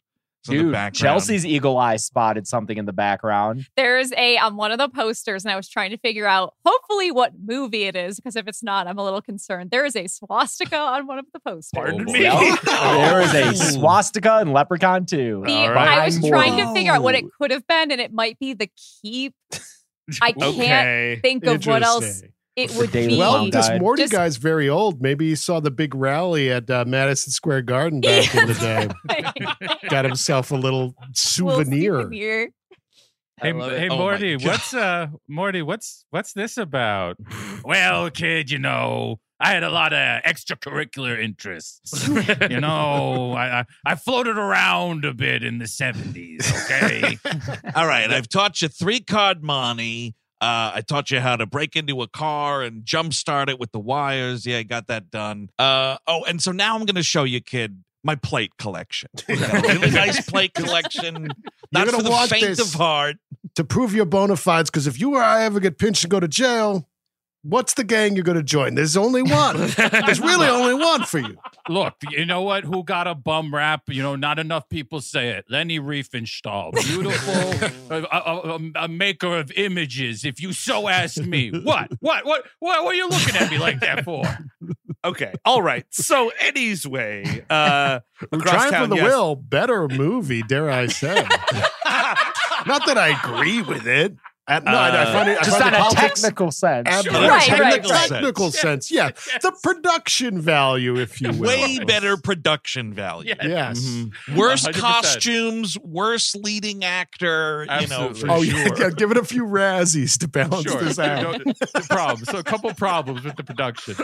D: It's in the
E: dude,
D: background.
E: Chelsea's eagle eye spotted something in the background.
F: There's a on one of the posters, and I was trying to figure out hopefully what movie it is, because if it's not, I'm a little concerned. There is a swastika on one of the posters.
A: Pardon
B: Oh,
A: me.
B: (laughs)
E: boy. There is
D: Ooh.
E: a swastika in Leprechaun 2.
F: The-
A: All right.
F: I was
E: Fine.
F: trying to figure out what it
C: Whoa.
F: could have been, and it might be the keep.
A: (laughs)
F: I can't
A: okay.
F: think of what else
C: Interesting.
F: it
E: The
F: would
E: Daily
F: be.
E: Well,
F: (laughs)
C: Well, this
E: died.
C: Morty
F: Just-
C: guy's very old. Maybe he saw the big rally at uh, Madison Square Garden back in the day. Got himself a little
F: Little
C: souvenir.
F: souvenir.
B: hey,
A: I love it.
B: hey
D: Oh my
B: morty (laughs)
D: God.
B: what's uh morty what's what's this about (laughs) well kid you know i had a lot of extracurricular interests (laughs) you know i i, I floated around a bit in the 70s okay
D: All right, I've taught you three card money. Uh, I taught you how to break into a car and jumpstart it with the wires. Yeah, I got that done. Uh, oh, and so now I'm going to show you, kid, my plate
C: (laughs)
D: collection. I've got a really nice plate collection. Not
C: gonna
D: for the
C: want
D: faint
C: this.
D: of heart.
C: to prove your bona fides. Because if you or I ever get pinched and go to jail, what's the gang you're going to join? There's only
D: (laughs)
C: one. There's really only one for you.
B: Look, you know what? Who got a bum rap? You know, not enough people say it. Lenny Riefenstahl, beautiful, a, a- a- a maker of images. If you so ask me, what, what, what, what, what are you looking at me like that for?
A: Okay. All right. So, anyways, way, uh,
C: We're
A: across
C: trying
A: town,
C: for the
A: yes.
C: will. Better movie, dare I say. Not that I agree with it. Uh, no, I- I find it I
E: just
C: find
E: on
C: the
E: a
C: politics-
E: technical sense.
C: Ab-
D: Sure. Right,
C: in
D: right,
C: the
D: right.
C: technical sense, yeah. The production value, if you will.
D: Way better production value.
C: (laughs) Yes.
D: Worse
B: 100%.
D: costumes, worse leading actor,
B: Absolutely.
D: you know,
C: Oh,
D: for
C: yeah,
D: sure.
C: yeah. (laughs) Give it a few Razzies to balance
B: Sure.
C: this out.
B: You know, the problem. So a couple problems with the production.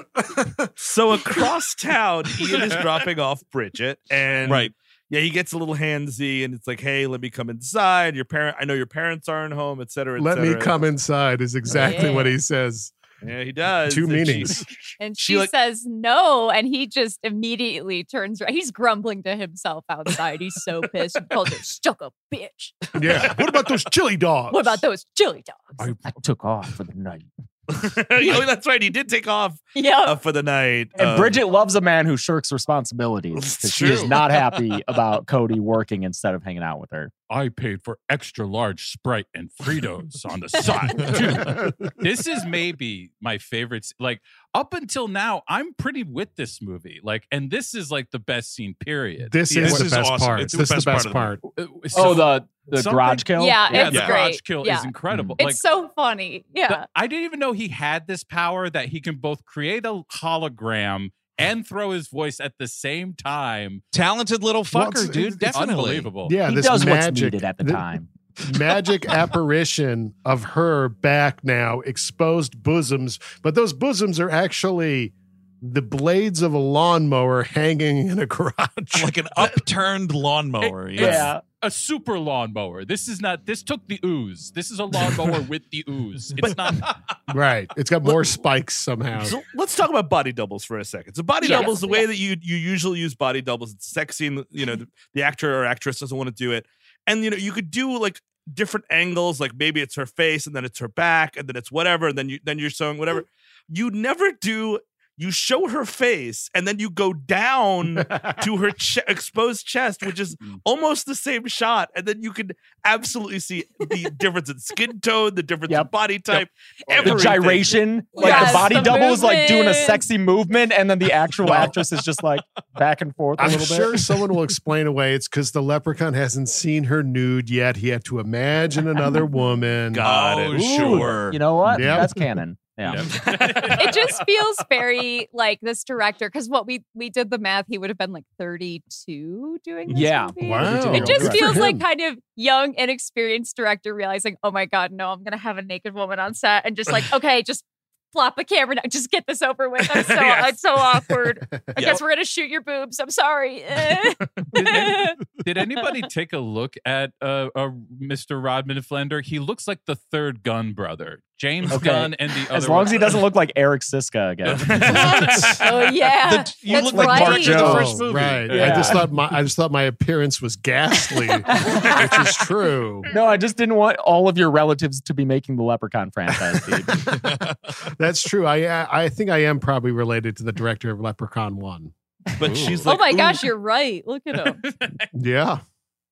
A: So across town, Ian is dropping off Bridget, and
D: Right.
A: yeah, he gets a little handsy, and it's like, "Hey, let me come inside. Your parent, I know your parents aren't home, et cetera, et
C: Let me
A: cetera."
C: come inside is exactly
F: Yeah.
C: what he says.
A: Yeah, he does.
C: Two
A: And she-
C: meanings.
F: And
A: She
F: she
A: like-
F: says no, and he just immediately turns right. He's grumbling to himself outside. He's so pissed. He calls her stuck up bitch.
A: Oh,
C: yeah. What about those chili dogs?
F: What about those chili (laughs) dogs?
E: I, I took off for the night.
A: (laughs) oh, that's right. He did take off
F: Yeah.
A: uh, for the night.
E: And
A: Uh,
E: Bridget loves a man who shirks responsibilities.
A: It's
E: 'cause She is
A: true.
B: (laughs)
E: not happy about Cody working instead of hanging out with her.
B: I paid for extra large Sprite and Fritos on the side. Dude, this is maybe my favorite. s- Like up until now, I'm pretty with this movie. Like, and this is like the best scene. Period.
C: (laughs) This
D: Yeah,
C: is
D: this
C: the
D: is
C: best
D: awesome.
C: part.
D: It's the
C: this is the
D: best
C: best
D: part
C: part.
B: Uh,
E: Oh,
B: so-
E: the the
B: something-
E: garage kill.
F: Yeah,
B: yeah,
F: It's
B: the garage
F: great.
B: kill
F: Yeah.
B: is incredible.
F: It's
B: like,
F: so funny. Yeah.
B: The- I didn't even know he had this power that he can both create a hologram and throw his voice at the same time.
D: talented little fucker,
C: Well, it's-
D: dude.
C: it's
D: definitely.
B: Unbelievable.
C: Yeah,
E: he
C: this
E: does what's
C: magic,
E: needed at the
C: thi- (laughs)
E: time.
C: magic apparition of her back now, exposed bosoms, but those bosoms are actually the blades of a lawnmower hanging in a garage.
B: (laughs)
D: Like an upturned lawnmower.
B: It-
D: yeah.
E: Yeah.
B: (laughs) A super lawnmower. This is not. This took the ooze. This is a lawnmower with the (laughs) ooze. It's not.
C: (laughs) right. It's got more spikes somehow.
A: So let's talk about body doubles for a second. So body
F: Yes.
A: doubles, the way that you you usually use body doubles, it's sexy, and you know the, the actor or actress doesn't want to do it, and you know you could do like different angles, like maybe it's her face, and then it's her back, and then it's whatever, and then you then you're showing whatever. You never do. You show her face, and then you go down to her ch- exposed chest, which is almost the same shot, and then you can absolutely see
E: (laughs)
A: the difference in skin tone, the difference in
E: Yep.
A: body type,
E: The
A: everything.
E: gyration, like
F: Yes,
E: the body
F: the
E: double is like doing a
F: movement.
E: sexy movement, and then the actual actress is just like back and forth a
C: I'm
E: little
C: sure
E: bit.
C: someone will explain away it's because the leprechaun hasn't seen her nude yet. He had to imagine (laughs) another woman.
D: Got
A: Oh,
D: it.
E: Ooh,
A: (laughs)
D: Sure.
E: You know what?
C: Yep.
E: That's canon. Yeah.
F: it just feels very like this director because what we we did the math he would have been like 32 doing this
E: Yeah.
F: movie.
C: Oh, Wow.
F: it just
C: Good for
F: feels
C: him.
F: like kind of young inexperienced director realizing oh my god no i'm gonna have a naked woman on set and just like okay just flop a camera down. just get this over with i'm so
A: Yes.
F: it's so awkward i
A: Yeah.
F: guess we're gonna shoot your boobs i'm sorry (laughs) Eh.
B: (laughs) Did any- Did anybody take a look at uh, uh, Mr. Rodman Flender? He looks like the third Gunn brother, James
E: Okay.
B: Gunn, and the other.
E: As long as he
B: one. (laughs)
E: doesn't look like Eric
F: (laughs)
E: Siska again.
D: (laughs)
F: oh yeah
D: The- you
F: That's
D: look like
F: right.
D: Mark Jones.
C: Oh,
D: the first movie.
C: Right. I
E: Yeah.
C: just thought my I just thought my appearance was ghastly, which is true.
E: No, I just didn't want all of your relatives to be making the Leprechaun franchise, dude.
C: (laughs) That's true. I- I I think I am probably related to the director of Leprechaun One.
A: But
B: Ooh.
A: she's
F: oh
A: like,
F: my
A: "Ooh,
F: gosh you're right look at him
C: Yeah,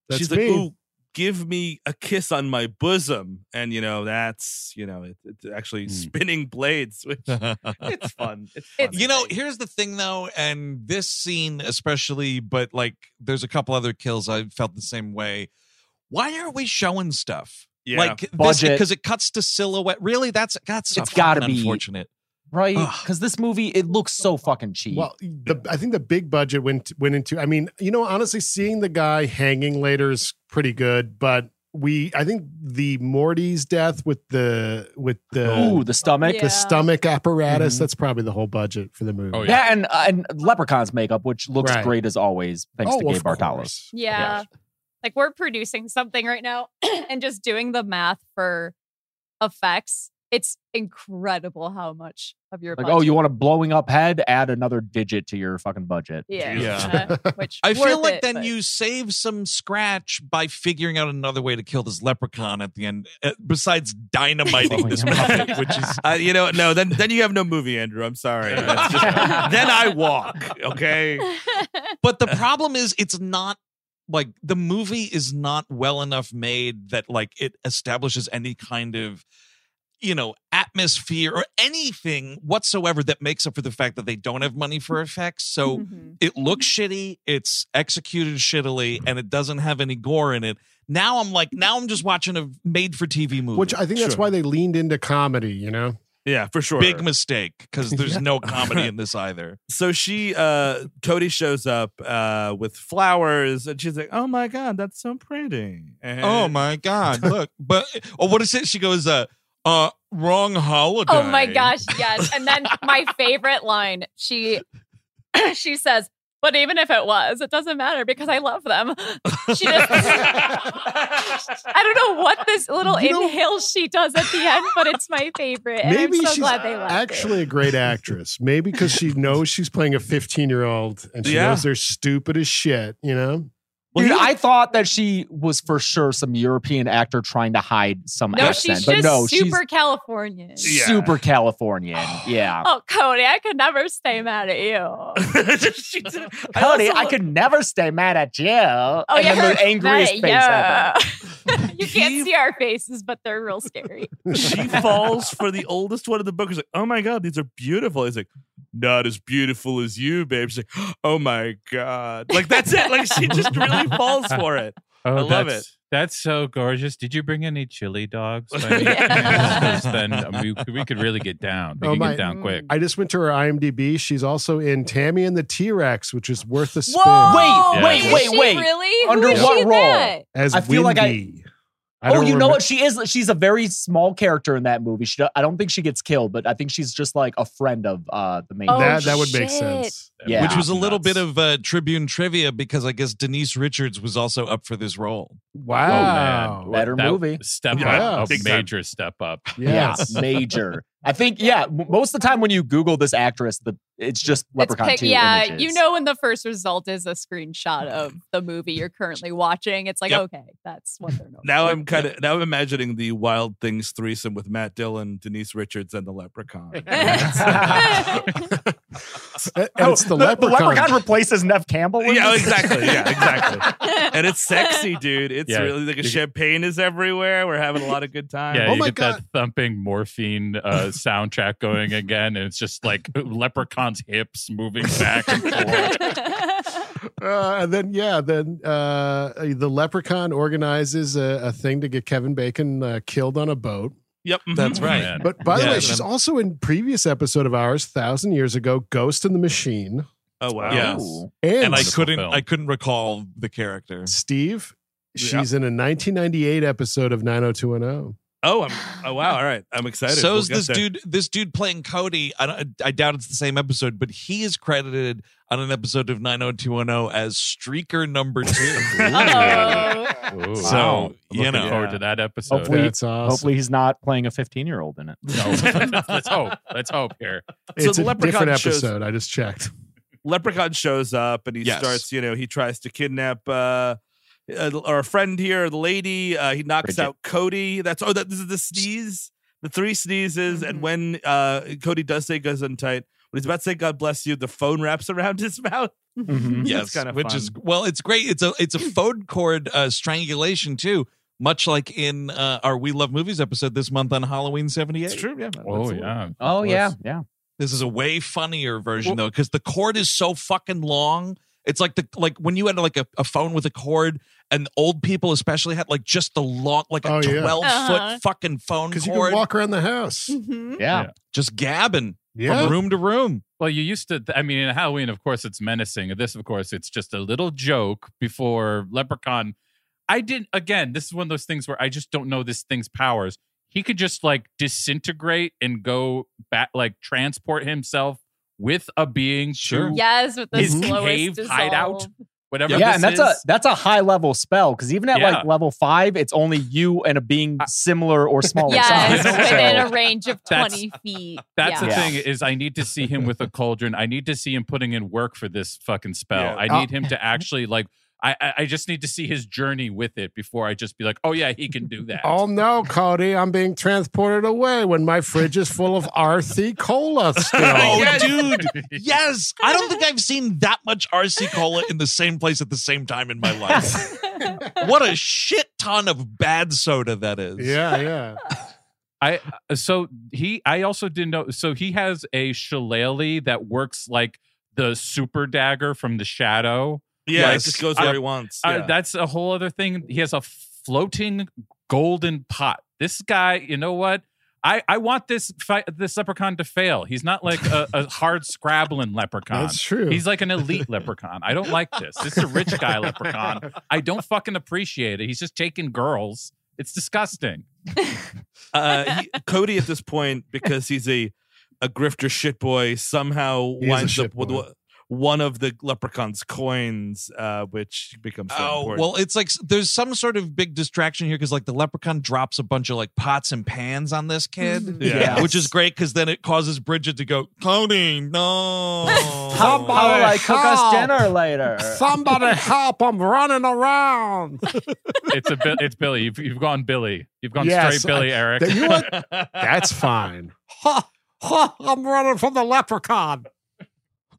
C: that's
A: she's
C: me.
A: like, "Ooh, give me a kiss on my bosom," and you know that's you know it, it's actually
B: Mm.
A: spinning blades, (laughs) which
E: (laughs)
A: it's fun. It's fun.
F: It's-
A: I
F: Funny
D: You know,
A: think.
D: here's the thing though, and this scene especially, but like there's a couple other kills I felt the same way. Why aren't we showing stuff?
A: yeah.
D: Like this
E: Budget.
D: because it cuts to silhouette. Really, that's that's
E: It's
D: fucking
E: gotta be-
D: unfortunate.
E: right?
D: Ugh.
E: Because this movie, it looks so fucking cheap.
C: Well, the, I think the big budget went went into. I mean, you know, honestly, seeing the guy hanging later is pretty good, but we, I think the Morty's death with the with the
E: Ooh, the stomach.
C: the
F: Yeah.
C: stomach apparatus.
E: Mhm.
C: That's probably the whole budget for the movie.
B: Oh, yeah.
E: That and uh, and Leprechaun's makeup, which looks
C: Right. Oh,
E: great as always, thanks to
C: of
E: Gabe Bartalos.
C: course.
F: Yeah. Like we're producing something right now (clears throat) and just doing the math for effects. It's incredible how much of your
E: Like,
F: budget.
E: oh, you want a blowing up head? Add another digit to your fucking budget.
F: yeah,
D: Yeah.
C: (laughs)
F: uh, which
D: I feel
F: worth
D: like
F: it,
D: then
F: but- (laughs)
D: you save some scratch by figuring out another way to kill this leprechaun at the end, uh, besides dynamiting (laughs)
E: (laughs) Oh,
D: this
E: yeah.
D: puppet,
F: (laughs)
D: which is
A: Uh, you know, no, then then you have no movie, Andrew. I'm sorry. That's just- then I walk. Okay.
D: But the
C: (laughs)
D: problem is, it's not like the movie is not well enough made that like it establishes any kind of you know, atmosphere or anything whatsoever that makes up for the fact that they don't have money for effects.
C: Mm-hmm.
D: So it looks shitty, it's executed shittily, and it doesn't have any gore in it. Now I'm like, now I'm just watching a made for TV movie.
C: Which I think that's why they leaned into comedy, you know?
A: Yeah, for sure.
D: Big mistake because there's no comedy in this either.
A: So she, uh, Cody shows up uh, with flowers, and she's like, "Oh my god, that's so pretty!" And
B: (laughs)
D: Oh
A: (laughs)
D: my god! Look, but oh, what is it? She goes, uh, uh, wrong holiday.
F: Oh my gosh, yes. And
D: (laughs)
F: then my favorite line, she (clears throat) she says, but even if it was, it doesn't matter because I love them. (laughs) She
D: (laughs)
F: just I don't know what this little
C: You know-
F: inhale she does at the end, but it's my favorite. And
C: Maybe
F: I'm so
C: she's
F: glad they left.
C: actually a great actress. Maybe because she knows she's playing a 15 year old and she
A: Yeah.
C: knows they're stupid as shit, you know?
E: Dude, I thought that she was for sure some European actor trying to hide some
F: No,
E: accent,
F: she's
E: but
F: just
E: no,
F: super Californian.
E: she's super Californian.
F: (sighs)
E: yeah,
F: Oh, Cody, I could never stay mad
E: (laughs)
F: at you.
A: (laughs) she did- I
E: Cody,
A: also-
E: I could never stay mad at you. Oh, and
F: yeah,
E: then
F: her-
E: the angriest face
F: Matt,
E: ever.
F: yeah. (laughs)
E: (laughs)
F: you can't see our faces, but they're real scary.
A: she
B: (laughs)
A: falls for the oldest one in the book. She's like, "Oh my god, these are beautiful." He's like, "Not as beautiful as you, babe." She's like, (gasps) "Oh my god!" Like that's it. Like she just really falls for
D: (laughs)
A: it.
B: Oh,
A: I love
B: that's-
A: it.
B: That's so gorgeous. Did you bring any chili (laughs) dogs? by any
A: (laughs)
F: Yeah.
B: chance? 'Cause then um, we, we could really get down. We
C: Oh,
B: can
C: my-
B: get down quick.
C: I just went to her IMDb. She's also in Tammy and the T Rex, which is worth a spin.
E: Whoa!
B: Wait,
F: Is
B: wait,
F: she
E: wait.
F: Really?
E: Under
F: Who is
E: what
F: she in
E: role?
F: that?
C: As
E: I feel like I-
C: Windy. I
E: Oh,
C: don't
E: you know
C: remem-
E: what? She is. She's a very small character in that movie. She, do- I don't think she gets killed, but I think she's just like a friend of uh, the main.
F: Oh,
C: That, that would make
F: shit.
C: sense.
E: yeah.
D: Which was a little
B: Nuts.
D: bit of uh, Tribune trivia because I guess Denise Richards was also up for this role.
B: Oh,
C: Wow.
B: man.
E: (laughs) Better
B: That
E: movie.
B: Step
C: Yeah.
B: up. A
A: Big time.
B: major step up.
E: (laughs)
C: Yes.
E: Yeah, major. I think yeah. m- Most of the time when you Google this actress, the it's just Leprechaun
F: pic-
E: Two.
F: yeah,
E: images.
F: you know when the first result is a screenshot of the movie you're currently watching. It's like,
D: Yep.
F: okay, that's what they're known
A: Now
F: for.
A: I'm
E: (laughs)
A: kind of now I'm imagining the Wild Things threesome with Matt Dillon, Denise Richards, and the
D: (laughs)
A: Leprechaun.
F: (laughs)
E: (laughs)
C: And and it's the, leprechaun.
E: replaces Nev Campbell. in
A: yeah,
E: this?
A: exactly. Yeah, exactly. And it's sexy, dude. It's
B: Yeah,
A: really like a
B: you-
A: champagne is everywhere. We're having a lot of good time.
B: Yeah,
C: Oh
B: you
C: my
B: get that thumping morphine uh, soundtrack going again, and it's just like leprechaun's hips moving back and
E: (laughs)
B: forth.
C: Uh, and then, yeah, then uh, the leprechaun organizes a, a thing to get Kevin Bacon uh, killed on a boat.
A: Yep. mhm.
D: That's right.
B: Man.
C: But by the
D: Yeah,
C: way,
D: and
C: she's
D: then-
C: also in previous episode of ours, thousand years ago, Ghost in the Machine,
A: Oh wow.
D: Yeah.
E: Ooh.
C: and,
D: And I
B: Wonderful
D: couldn't,
B: film.
D: I couldn't recall the character.
C: Steve. She's
A: Yeah.
C: in a 1998 episode of 90210.
A: Oh, I'm, oh wow. All right. I'm excited.
D: So
A: We'll
D: is
A: get
D: this
A: there.
D: dude. This dude playing Cody. I, don't- I doubt it's the same episode, but he is credited on an episode of 90210 as Streaker
B: (laughs)
D: Number Two.
F: oh,
B: Ooh.
D: So,
B: Wow.
D: you
B: Looking
D: know.
B: forward to that episode.
E: Hopefully-
C: That's awesome.
E: Hopefully, he's not playing a 15 year old in it.
B: No, (laughs) let's hope. Let's hope here.
A: So
C: it's
A: the
C: a
A: leprechaun
C: different
A: shows-
C: episode. I just checked.
A: Leprechaun shows up and he
D: Yes.
A: starts. You know, he tries to kidnap. uh uh, our friend here, the lady, uh, he knocks
E: Bridget.
A: out Cody. That's oh, that this is the sneeze, the three sneezes, and
F: Mhm.
A: when uh, Cody does say "guns untight," when he's about to say "God bless you," the phone wraps around his (laughs) mouth.
E: Mm-hmm.
D: Mm-hmm. (laughs) yes,
A: kinda
D: which
A: fun.
D: is well, it's great. It's a it's a phone cord uh, strangulation too, much like in uh, our We Love Movies episode this month on Halloween '78.
A: It's true, yeah.
B: Oh
A: absolutely.
B: yeah.
E: Oh yeah, yeah.
D: This is a way funnier version though, because the cord is so fucking long. It's like the like when you had like a, a phone with a cord, and old people especially had like just the long like a
C: Oh, yeah.
D: twelve
F: Uh-huh.
D: foot fucking phone
C: Because you can
D: cord,
C: walk around the house.
F: Mhm.
E: Yeah.
D: just gabbing
C: Yeah.
D: from room to room.
B: Well, you used to. I mean, in Halloween, of course, it's menacing. This, of course, it's just a little joke before Leprechaun. I didn't. Again, this is one of those things where I just don't know this thing's powers. He could just like disintegrate and go back, like transport himself with a being (laughs)
D: Sure.
B: to
F: Yes, with the
B: His
F: slowest
B: cave
F: dissolve.
B: hideout? whatever.
E: yeah,
B: this
E: and that's
B: is.
E: a that's a high level spell because even at
B: Yeah.
E: like level five, it's only you and a being similar
B: (laughs)
E: or smaller.
F: Yes,
E: size.
F: within a
E: So-
F: range of
B: That's-
F: twenty feet.
B: That's
F: yeah.
B: the
E: Yeah.
B: thing is I need to see him with a cauldron. I need to see him putting in work for this fucking spell.
A: Yeah.
E: Uh,
B: I need him to actually like I, I I just need to see his journey with it before I just be like, oh yeah, he can do that.
C: Oh no, Cody! I'm being transported away when my fridge is full of RC cola. Still,
B: (laughs)
D: Oh, dude. Yes. I don't think I've seen that much RC Cola in the same place at the same time in my
F: (laughs)
D: life. what a shit ton of bad soda that is.
C: yeah, yeah.
B: I uh, so he I also didn't know so he has a shillelagh that works like the super dagger from the shadow.
A: Yeah,
B: Like,
A: it just goes where
B: I-
A: he wants.
B: I-
A: yeah.
B: that's a whole other thing. He has a floating golden pot. This guy, you know what? I, I want this fight, this leprechaun to fail. He's not like a, a hard scrabbling leprechaun.
C: That's true.
D: (laughs)
B: He's like an elite leprechaun. I don't like this. This is a rich guy leprechaun. I don't fucking appreciate it. He's just taking girls. It's disgusting.
C: (laughs)
A: uh, he, Cody at this point because he's a a grifter shit boy somehow
C: He is a
A: winds
C: shit
A: up with
C: boy.
A: wa- one of the leprechaun's coins, uh, which becomes so
D: Oh
A: important.
D: well, it's like s- there's some sort of big distraction here because like the leprechaun drops a bunch of like pots and pans on this kid,
A: Yeah. Yes.
D: which is great because then it causes Bridget to go, Cody, no,
C: Oh,
E: How about I cook us dinner
C: (laughs)
E: later?
C: Somebody help! I'm running (laughs) around.
B: It's a Bi- it's Billy. You've, you've gone Billy. You've gone
C: Yes,
B: straight Billy,
C: I-
B: Eric.
C: You know what? That's fine. Ha, ha, I'm running from the leprechaun.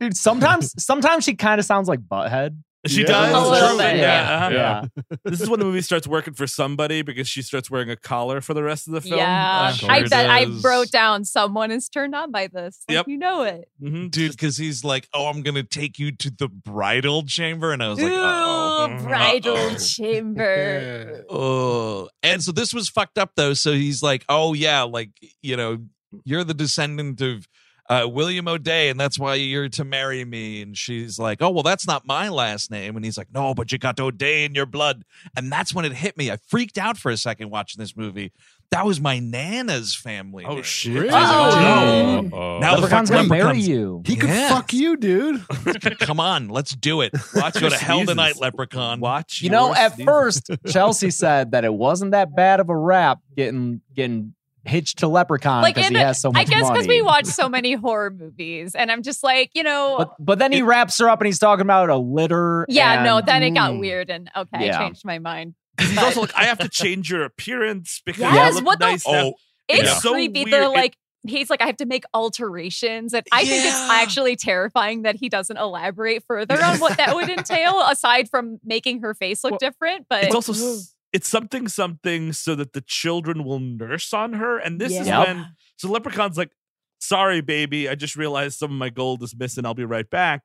E: Dude, sometimes sometimes she kind of sounds like butthead.
A: she
C: Yeah.
A: does.
C: A
E: little
A: True.
E: bit,
A: yeah.
E: yeah.
A: uh-huh. this is when the movie starts working for somebody because she starts wearing a collar for the rest of the film. Uh,
F: yeah,
B: Sure
F: I bet I
D: does.
F: wrote down someone is turned on by this. Like,
A: Yep.
F: you know it.
A: hmm
D: dude, because he's like, oh, I'm gonna take you to the bridal chamber, and I was like,
F: Ooh,
D: oh,
F: bridal
D: Uh-oh.
E: (laughs)
F: chamber.
D: Oh, and so this was fucked up though. So he's like, "Oh yeah, like you know, you're the descendant of uh, William O'Day, and that's why you're to marry me." And she's like, "Oh well, that's not my last name." And he's like, "No, but you got O'Day in your blood." And that's when it hit me. I freaked out for a second watching this movie. That was my nana's family.
A: Oh
D: name.
A: shit!
C: Really?
D: Oh,
B: no. Uh-oh.
D: Now the
E: Leprechaun's
D: fuck
E: gonna marry
D: leprechauns.
E: you.
C: He could
D: Yeah.
C: fuck you, dude.
D: (laughs) Come on, let's do it.
A: (laughs) Watch
D: Go
A: your
D: to hell
A: sneezes.
D: tonight, Leprechaun.
A: Watch.
E: You know,
A: your
E: at
A: sneezes.
E: first Chelsea said that it wasn't that bad of a rap getting getting hitched to Leprechaun
F: Like
E: because
F: in
E: he
F: the-
E: has so much
F: I guess
E: money.
F: because we watch so many horror movies, and I'm just like, you know,
E: but, but then he wraps her up and he's talking about a litter.
F: yeah,
E: and-
F: no. Then it got
C: Mm.
F: weird, and okay,
E: Yeah.
F: I changed my mind.
A: (laughs) 'Cause he's also like, I have to change your appearance because you
F: Yes,
A: look
F: what the-
A: nice now.
D: Oh,
F: It's
A: Yeah. So
F: creepy.
A: weird.
F: They're
A: It-
F: like, he's like, I have to make alterations. And I think it's
D: Yeah.
F: actually terrifying that he doesn't elaborate further on what that would entail, aside from making her face look
B: Well,
F: different. But
A: it's also s- it's something something so that the children will nurse on her and this is
E: Yep.
A: when so leprechaun's like sorry baby i just realized some of my gold is missing i'll be right back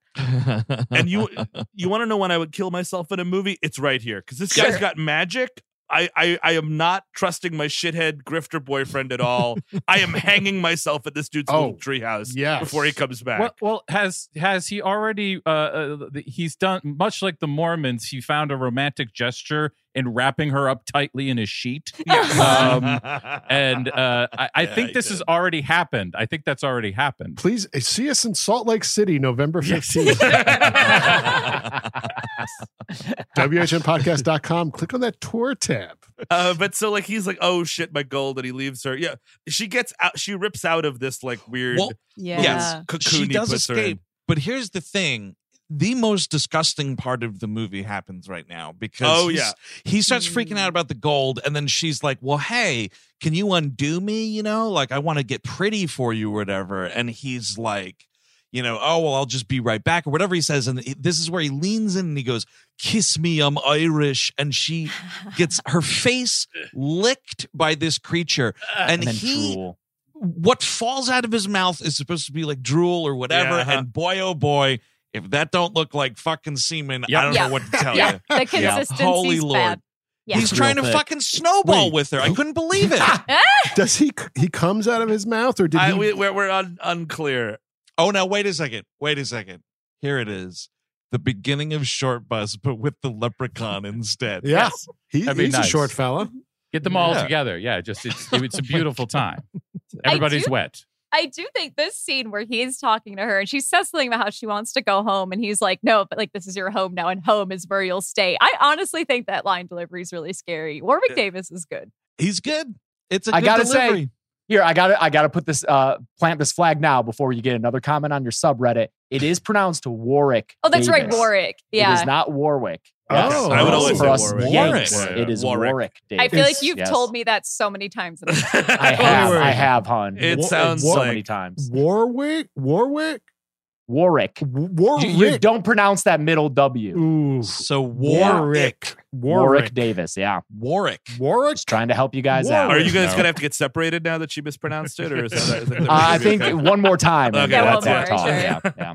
A: and you you want to know when i would kill myself in a movie it's right here because this guy's
F: Sure.
A: got magic I, I I am not trusting my shithead grifter boyfriend at all. I am hanging myself at this dude's
C: Oh,
A: little treehouse
C: yes.
A: before he comes back.
B: Well, well, has has he already? Uh, uh, th- he's done much like the Mormons. He found a romantic gesture in wrapping her up tightly in a sheet, um,
A: (laughs)
B: and uh, I, I
A: Yeah,
B: think
A: he
B: this has already happened. I think that's already happened.
C: Please uh, see us in Salt Lake City, November
A: (laughs)
C: 15th. (laughs) WHMPodcast.com. Click on that tour tab.
A: Uh, but so like he's like, oh shit, my gold, and he leaves her. Yeah, she gets out. She rips out of this like weird
D: Well,
F: yeah.
D: Yes.
A: cocoon.
D: she
A: he
D: does
A: puts her in.
D: escape. But here's the thing: the most disgusting part of the movie happens right now because
A: Oh,
D: he's- he starts freaking out about the gold, and then she's like, "Well, hey, can you undo me? You know, like I want to get pretty for you, or whatever." And he's like. You know, oh well, I'll just be right back, or whatever he says. And he- this is where he leans in and he goes, "Kiss me, I'm Irish."
F: (laughs)
D: And she gets her
A: (laughs)
D: face licked by this creature, and,
E: and then
D: he
E: drool.
D: what falls out of his mouth is supposed to be like drool or whatever.
A: Yeah, uh-huh.
D: And boy, oh boy, if that don't look like fucking semen,
B: Yep.
D: I don't
F: Yeah.
D: know what to tell
F: Yeah.
D: you.
F: The (laughs)
D: Yeah.
F: consistency's
D: Holy
F: bad.
D: Lord.
F: Yeah.
D: He's
E: Real
D: trying to
E: thick.
D: fucking snowball
C: Wait.
D: with her. I couldn't believe it.
C: Does he? He comes out of his mouth, or did
A: I,
C: he?
A: we, we're we're un, unclear.
D: oh, now wait a second. Wait a second. Here it is. The beginning of Short Bus, but with the leprechaun instead.
C: yeah, he,
B: That'd be
C: he's
B: nice.
C: a short fella.
B: Get them all
D: Yeah.
B: together. Yeah, just it's, it's a beautiful time.
F: I
B: Everybody's
F: do-
B: wet.
F: I do think this scene where he's talking to her and she says something about how she wants to go home and he's like, no, but like this is your home now and home is where you'll stay. I honestly think that line delivery is really scary. Warwick
A: Yeah.
F: Davis is good.
D: He's good. It's a
E: I
D: good
E: gotta say-
D: delivery.
E: Here, I gotta I gotta put this uh plant this flag now before you get another comment on your subreddit. It is pronounced Warwick.
F: Oh, that's right,
E: Davis.
F: Warwick.
E: It is
F: Yeah.
E: not Warwick.
C: Oh.
A: I would always
E: for
A: say
E: us
A: Warwick.
E: Yanks,
A: Warwick.
E: it is
A: Warwick.
E: Warwick.
F: I feel like
E: Davis.
F: you've
E: Yes.
F: told me that so many times. in a
A: (laughs)
F: row.
E: I have,
C: Warwick.
E: I have, hun.
A: It
E: Wa-
A: sounds
E: so
A: like-
E: many times.
C: Warwick, Warwick.
E: Warwick.
C: Warwick.
E: You, you don't pronounce that middle W.
C: Ooh.
D: So
C: Warwick.
E: Warwick, Davis. Yeah.
D: Warwick.
C: Warwick.
E: Just trying to help you guys out.
A: Are you guys gonna have to get separated now that she mispronounced it, or is that, is
E: (laughs)
A: that
E: Uh, I think one more time. and (laughs)
A: Okay, Yeah,
E: that's
A: one
E: our
A: more,
E: talk.
A: sure.
E: Yeah, yeah.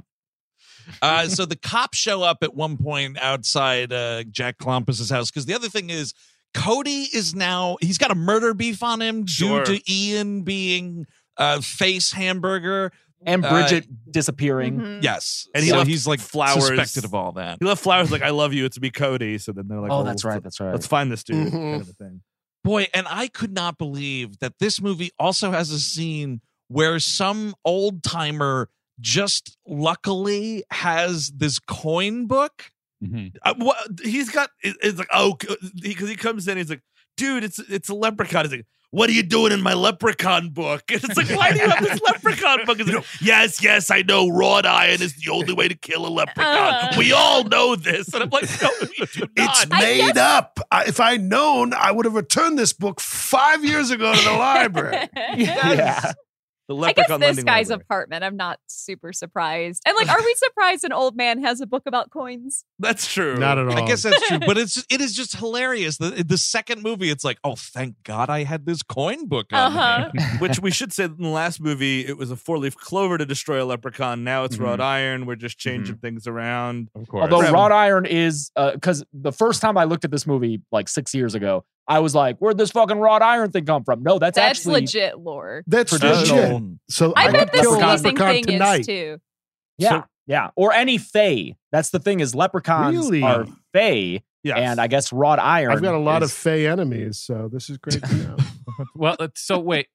D: Uh, so the cops show up at one point outside uh, Jack Klompus's house because the other thing is Cody is now he's got a murder beef on him
A: Sure.
D: due to Ian being uh, face hamburger.
E: And
D: Uh,
E: Bridget disappearing.
F: Mhm. (laughs)
D: Yes,
A: Mm. And he
D: so
A: left
D: he's like
A: flowers.
D: suspected of all that.
A: He left flowers like "I love you." It's me, Cody. So then they're like,
E: Oh,
A: well,
E: that's
A: let's-
E: right. That's right.
A: Let's find this dude.
C: Mhm.
A: Kind of a thing.
D: Boy, and I could not believe that this movie also has a scene where some old timer just luckily has this coin book.
E: Mm-hmm.
B: Mhm.
A: Uh, what, he's got. it- It's like oh, because he, comes in. He's like, dude, it's it's a leprechaun. He's like. What are you doing in my leprechaun book? (laughs) And it's like, why do you have this leprechaun book? He's like, yes, yes, I know. Wrought iron is the only way to kill a leprechaun.
F: Uh.
A: we all know this. And I'm like, no, we do not.
C: It's made
F: guess-
C: up. I, if I'd known, I would have returned this book five years ago
F: (laughs)
C: to the library.
E: Yeah.
A: the
F: I
A: (laughs)
F: guess
A: leprechaun
F: this
A: lending
F: guy's
A: library.
F: apartment. I'm not super surprised. And like, are we surprised an old man has a book about coins?
A: That's true.
C: Not at all.
D: I guess that's true, but it's it is just hilarious. The the second movie, it's like, oh, thank God I had this coin book.
F: Uh
D: on me. (laughs)
F: huh.
A: Which we should say that in the last movie, it was a four leaf clover to destroy a leprechaun. Now it's
B: Mhm.
A: wrought
E: Mm-hmm.
A: iron. We're just changing things around.
B: Of course.
E: Although
A: Right.
E: wrought iron is because the first time I looked at this movie like six years ago, I was like, "Where'd this fucking wrought iron thing come from?" No, that's,
F: That's
E: actually
F: legit lore.
C: That's
E: Traditional.
C: legit. So
F: I,
E: I
F: bet
E: could
F: this
E: kill a
F: leasing
C: leprechaun
F: thing
C: tonight.
F: is too.
E: yeah,
B: So-
E: yeah, or any fae. That's the thing is leprechauns
C: Really?
E: are fae,
A: Yeah.
E: and I guess wrought iron.
C: I've got a lot
E: is-
C: of Fey enemies, so this is great to know.
B: well, it's- so wait.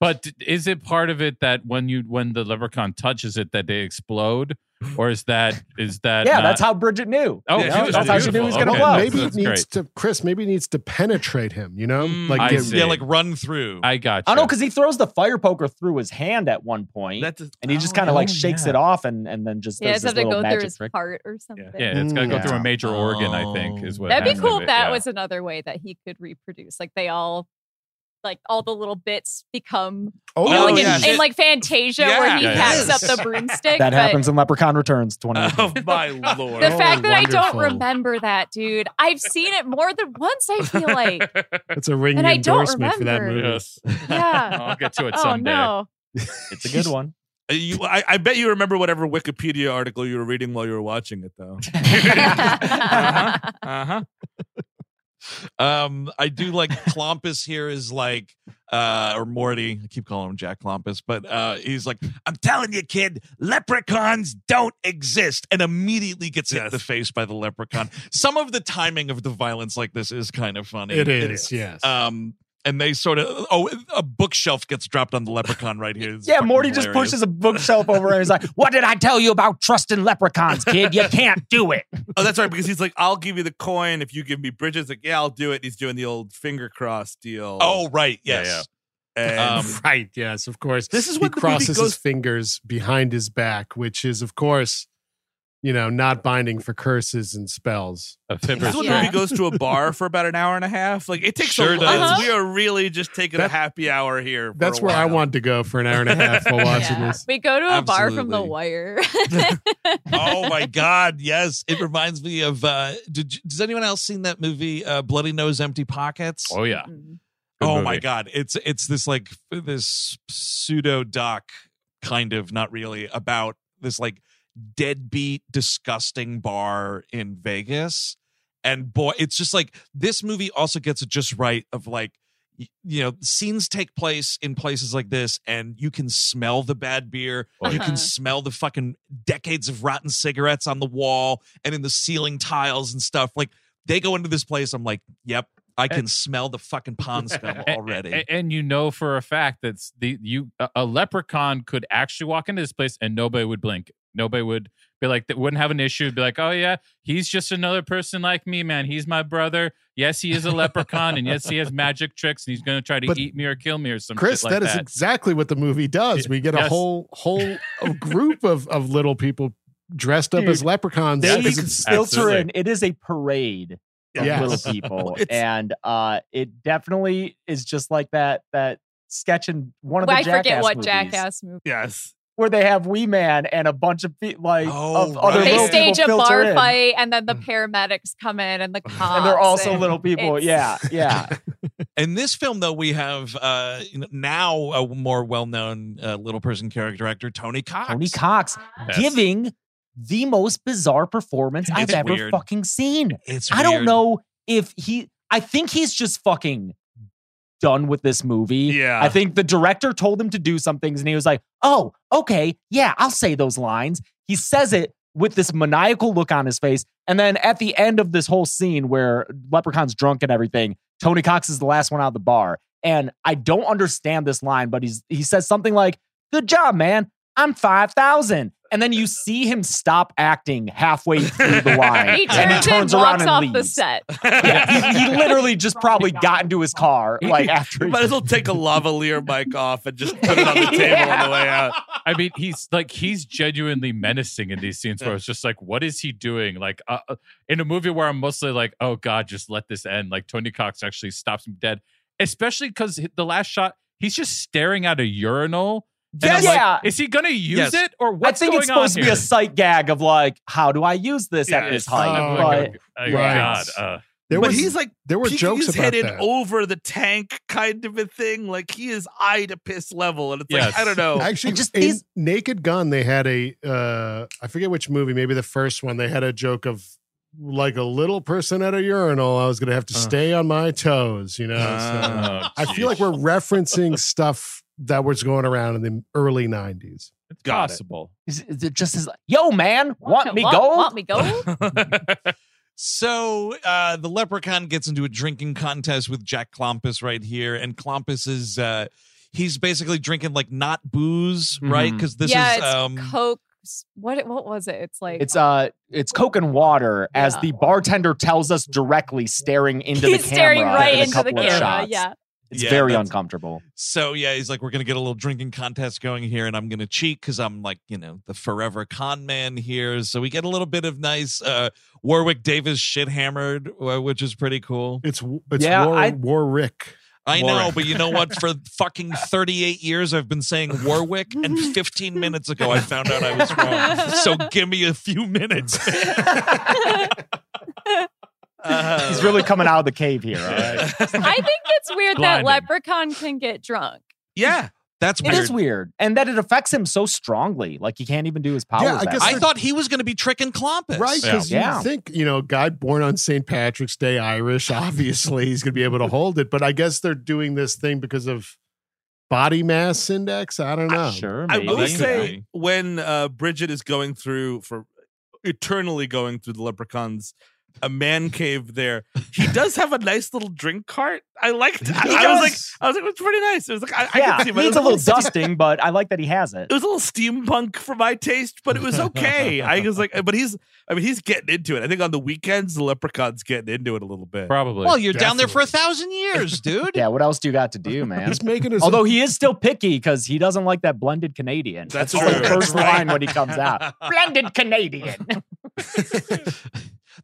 B: But is it part of it that when you when the leprechaun touches it that they explode, or is that is that
E: yeah,
B: not-
E: that's how Bridget knew.
B: Oh,
E: You know,
B: she was
E: that's how she knew he was
B: beautiful.
E: gonna
B: Okay.
E: blow.
C: maybe it
B: That's
C: needs
B: great.
C: to Chris. Maybe it needs to penetrate him. You know,
A: Mm,
C: like
B: I
C: give-
B: see.
D: Yeah, like run through.
B: I got you.
E: I know because he throws the fire poker through his hand at one point,
A: That's
E: and he just kind of
B: oh,
E: like shakes
B: yeah.
E: it off, and and then just
F: Yeah,
E: does
F: it's
E: this
F: have to
E: little
F: go through
E: magic
F: his
E: trick.
F: heart or something.
B: yeah, it's got to go
C: Mm,
B: through a
C: yeah.
B: major organ. I think is what
F: That'd be
B: happened with
F: cool
B: it,
F: if that
B: yeah.
F: was another way that he could reproduce. Like they all, like all the little bits become.
C: oh,
F: you know, like
A: yeah.
F: in,
D: (laughs)
F: in like Fantasia,
D: Yeah.
F: where he
B: Yeah,
F: packs
D: yes.
F: up the broomstick.
E: That
F: but
E: happens in Leprechaun Returns. Twenty.
A: Oh, (laughs) my
F: (laughs) The
A: lord.
C: Oh,
F: fact that I
C: wonderful.
F: don't remember that, dude. I've seen it more than once. I feel like,
C: that's a ringing
F: And I don't
C: endorsement for that
F: remember.
C: movie.
B: Yes.
F: yeah.
B: I'll get to it
F: Oh
B: someday.
F: no.
E: it's a
B: (laughs)
E: good one.
A: Uh, you- I, I bet you remember whatever Wikipedia article you were reading while you were watching it, though.
F: Uh-huh.
A: Uh huh.
D: Um, I do like Clompus here is like, uh, or Morty. I keep calling him Jack Clompus, but uh, he's like, I'm telling you, kid, leprechauns don't exist, and immediately gets hit in
A: Yes.
D: the face by the leprechaun. Some of the timing of the violence like this is kind of funny.
C: It is. Yes.
D: Um, and they sort of oh, a bookshelf gets dropped on the leprechaun right here. It's
E: Yeah,
D: fucking
E: Morty just
D: hilarious.
E: pushes a bookshelf over and he's like, What did I tell you about trusting leprechauns, kid? You can't
B: (laughs)
E: do it.
A: Oh, that's right. Because he's like, I'll give you the coin if you give me Bridges. Like, yeah, I'll do it. And he's doing the old finger cross deal.
D: Oh right,
B: Yeah,
D: yes.
B: yeah.
A: and
D: um,
C: (laughs) right. Yes. Of course.
A: this is
C: he
A: what the movie
C: crosses his
A: goes.
C: fingers behind his back, which is, of course, you know, not binding for curses and spells.
B: A
A: This is
B: fibber-
A: when
F: Yeah.
A: the movie goes to a bar for about an hour and a half. Like it takes
D: Sure
A: a
D: does.
A: lot. We
B: Uh-huh.
A: are really just taking a
C: That-
A: happy hour here. for
C: That's
A: a
C: where I
A: while. (laughs)
C: wanted to go for an hour and a half while watching
F: (laughs) Yeah.
C: this.
F: We go to a bar from The
D: Absolutely.
F: Wire.
D: oh my god yes it reminds me of uh did, you- does anyone else seen that movie uh bloody nose empty pockets
F: (laughs)
B: Oh
F: Mm.
B: yeah. Good
D: Oh my
B: movie.
D: god it's it's this like this pseudo doc kind of not really about this like deadbeat disgusting bar in vegas and boy it's just like this movie also gets it just right of like y- you know scenes take place in places like this and you can smell the bad beer
B: Oh,
D: you
B: yeah.
D: can smell the fucking decades of rotten cigarettes on the wall and in the ceiling tiles and stuff like they go into this place i'm like yep
B: (laughs)
D: i can smell the fucking pond scum
B: A- a-
D: already
B: a- (laughs) And, you know for a fact that s- the you a, a leprechaun could actually walk into this place and nobody would blink. Nobody would be like that wouldn't have an issue. Be like, oh yeah, he's just another person like me, man. He's my brother. Yes, he is a leprechaun, and yes, he has magic tricks, and he's gonna try to
C: But-
B: eat me or kill me or some
C: Chris,
B: shit like
C: that is exactly what the movie does. We get a
B: Yes.
C: whole whole group of of little people dressed up as leprechauns.
E: They
C: because
E: can
C: it's-
E: filter
B: absolutely.
E: in. It is a parade of
C: Yes.
E: little
C: (laughs)
E: people.
A: It's-
E: and uh it definitely is just like that that sketch in one of the
F: I
E: Jackass
F: forget what
E: movies.
F: jackass movie.
A: Yes.
E: where they have Wee Man and a bunch of people like of other
F: they
E: little
F: stage a
E: people
F: bar
E: filter in.
F: fight, and then the paramedics come in, and the cops,
E: (laughs) and they're also little people.
F: it's-
E: Yeah,
D: (laughs)
E: yeah.
D: In this film, though, we have uh, you know, now a more well-known uh, little person character actor, Tony Cox.
E: Tony Cox
D: Yes.
E: giving the most bizarre performance I've
D: It's
E: ever
D: weird.
E: fucking seen.
D: It's
E: I don't
D: weird.
E: know if he. I think he's just fucking done with this movie.
A: Yeah.
E: I think the director told him to do some things, and he was like, "Oh, okay, yeah, I'll say those lines." He says it with this maniacal look on his face, and then at the end of this whole scene where Leprechaun's drunk and everything, Tony Cox is the last one out of the bar, and I don't understand this line, but he's he says something like, "Good job, man. I'm 5,000. And then you see him stop acting halfway through
F: (laughs)
E: the line.
F: He turns,
E: and he turns
F: and
E: around
F: walks
E: and
F: off
E: leaves.
F: the set.
B: (laughs)
E: Yeah, he, he
F: (laughs)
E: literally just probably got into his car like after.
A: Might as well take a lavalier mic off and just put it on the table on the way out.
B: I mean, he's like he's genuinely menacing in these scenes where it's just like, what is he doing? Like uh, uh, in a movie where I'm mostly like, oh god, just let this end. Like Tony Cox actually stops him dead, especially because the last shot he's just staring at a urinal. And I'm
E: Yes.
B: like,
E: Yeah.
B: is he gonna use
D: Yes.
B: it or what's
E: I think
B: going
E: it's supposed
B: on
E: to be
B: here?
E: a sight gag of like, how do I use this
A: Yeah,
E: at
A: it's-
E: this height?
C: oh,
E: But-
C: okay.
B: Oh,
C: Right.
B: God, uh,
C: There
A: but
C: was,
A: he's like
C: there were
A: peeking
C: jokes
A: his
C: about
A: head in
C: that.
A: over the tank kind of a thing. Like he is eye to piss level, and it's
B: Yes.
A: like I don't know.
C: (laughs) Actually,
E: I just-
C: in
E: these-
C: Naked Gun, they had a uh, I forget which movie, maybe the first one. They had a joke of like a little person at a urinal. I was going to have to
B: Uh.
C: stay on my toes, you know. so.
A: Ah,
B: oh,
C: I feel like
B: geez.
C: we're referencing stuff that was going around in the early '90s.
B: it's
A: Got it.
B: possible.
E: is- is it just is like, yo, man, want, me
F: want,
E: gold? (laughs)
F: Want me gold?
D: So uh, the leprechaun gets into a drinking contest with Jack Klompus right here, and Klompus is uh, he's basically drinking like not booze, right?
B: Mhm.
D: Because this
F: yeah,
D: is
F: it's
D: um,
F: Coke. s- What what was it? It's like
E: It's uh, it's Coke and water as
F: Yeah.
E: the bartender tells us
F: (laughs)
E: directly, staring into
F: he's
E: the camera.
F: staring right
E: in a
F: into the
E: couple of
F: camera.
E: shots.
F: Yeah,
E: It's
D: Yeah,
E: very
D: that's-
E: uncomfortable.
D: So yeah, he's like, we're gonna get a little drinking contest going here, and I'm gonna cheat because I'm like, you know, the forever con man here. So we get a little bit of nice uh, Warwick Davis shit hammered, uh, which is pretty cool.
C: It's it's
E: Yeah,
C: War,
E: I-
C: Warwick.
D: I know,
A: Warwick.
D: but you know what? For fucking 38 years, I've been saying Warwick, and 15 minutes ago, I found out I was wrong. So give me a few minutes.
A: Uh,
E: He's really coming out of the cave here. All right?
D: (laughs)
F: I think it's weird that
B: Blinding.
F: Leprechaun can get drunk.
A: yeah.
D: That's
E: It
D: weird.
E: is weird, and that it affects him so strongly. Like he can't even do his powers.
C: Yeah, I
E: that
C: guess
E: way.
D: I thought he was going to be tricking Klompus.
C: Right, because
E: Yeah.
C: you think you know, a guy born on St. Patrick's Day, Irish, obviously he's going to be able to hold it. But I guess they're doing this thing because of body mass index. ah, I don't know.
E: sure.
A: I
E: Maybe.
A: will
D: that could
A: say
D: be.
A: when uh, Bridget is going through for eternally going through the leprechauns. A man cave there. He does have a nice little drink cart. I liked. I,
E: He
A: I was like,
E: does.
A: I was like, it's pretty nice. It was like, I, I
E: yeah,
A: can see.
E: it
A: but it was
E: needs a little
A: steam-
E: dusting, but I like that he has it.
A: It was a little steampunk for my taste, but it was okay. I was like, but he's. I mean, he's getting into it. I think on the weekends, the leprechaun's getting into it a little bit.
B: Probably.
D: Well, you're down there for a
C: Definitely.
D: thousand years, dude.
E: (laughs) Yeah, what else do you got to
C: (laughs)
E: do, man?
C: He's making his
E: Although he is still picky because he doesn't like that blended
F: (laughs)
E: Canadian.
A: That's
E: just the
A: true.
E: first
A: That's right.
E: line when he comes
D: (laughs)
E: out. blended (laughs) Canadian.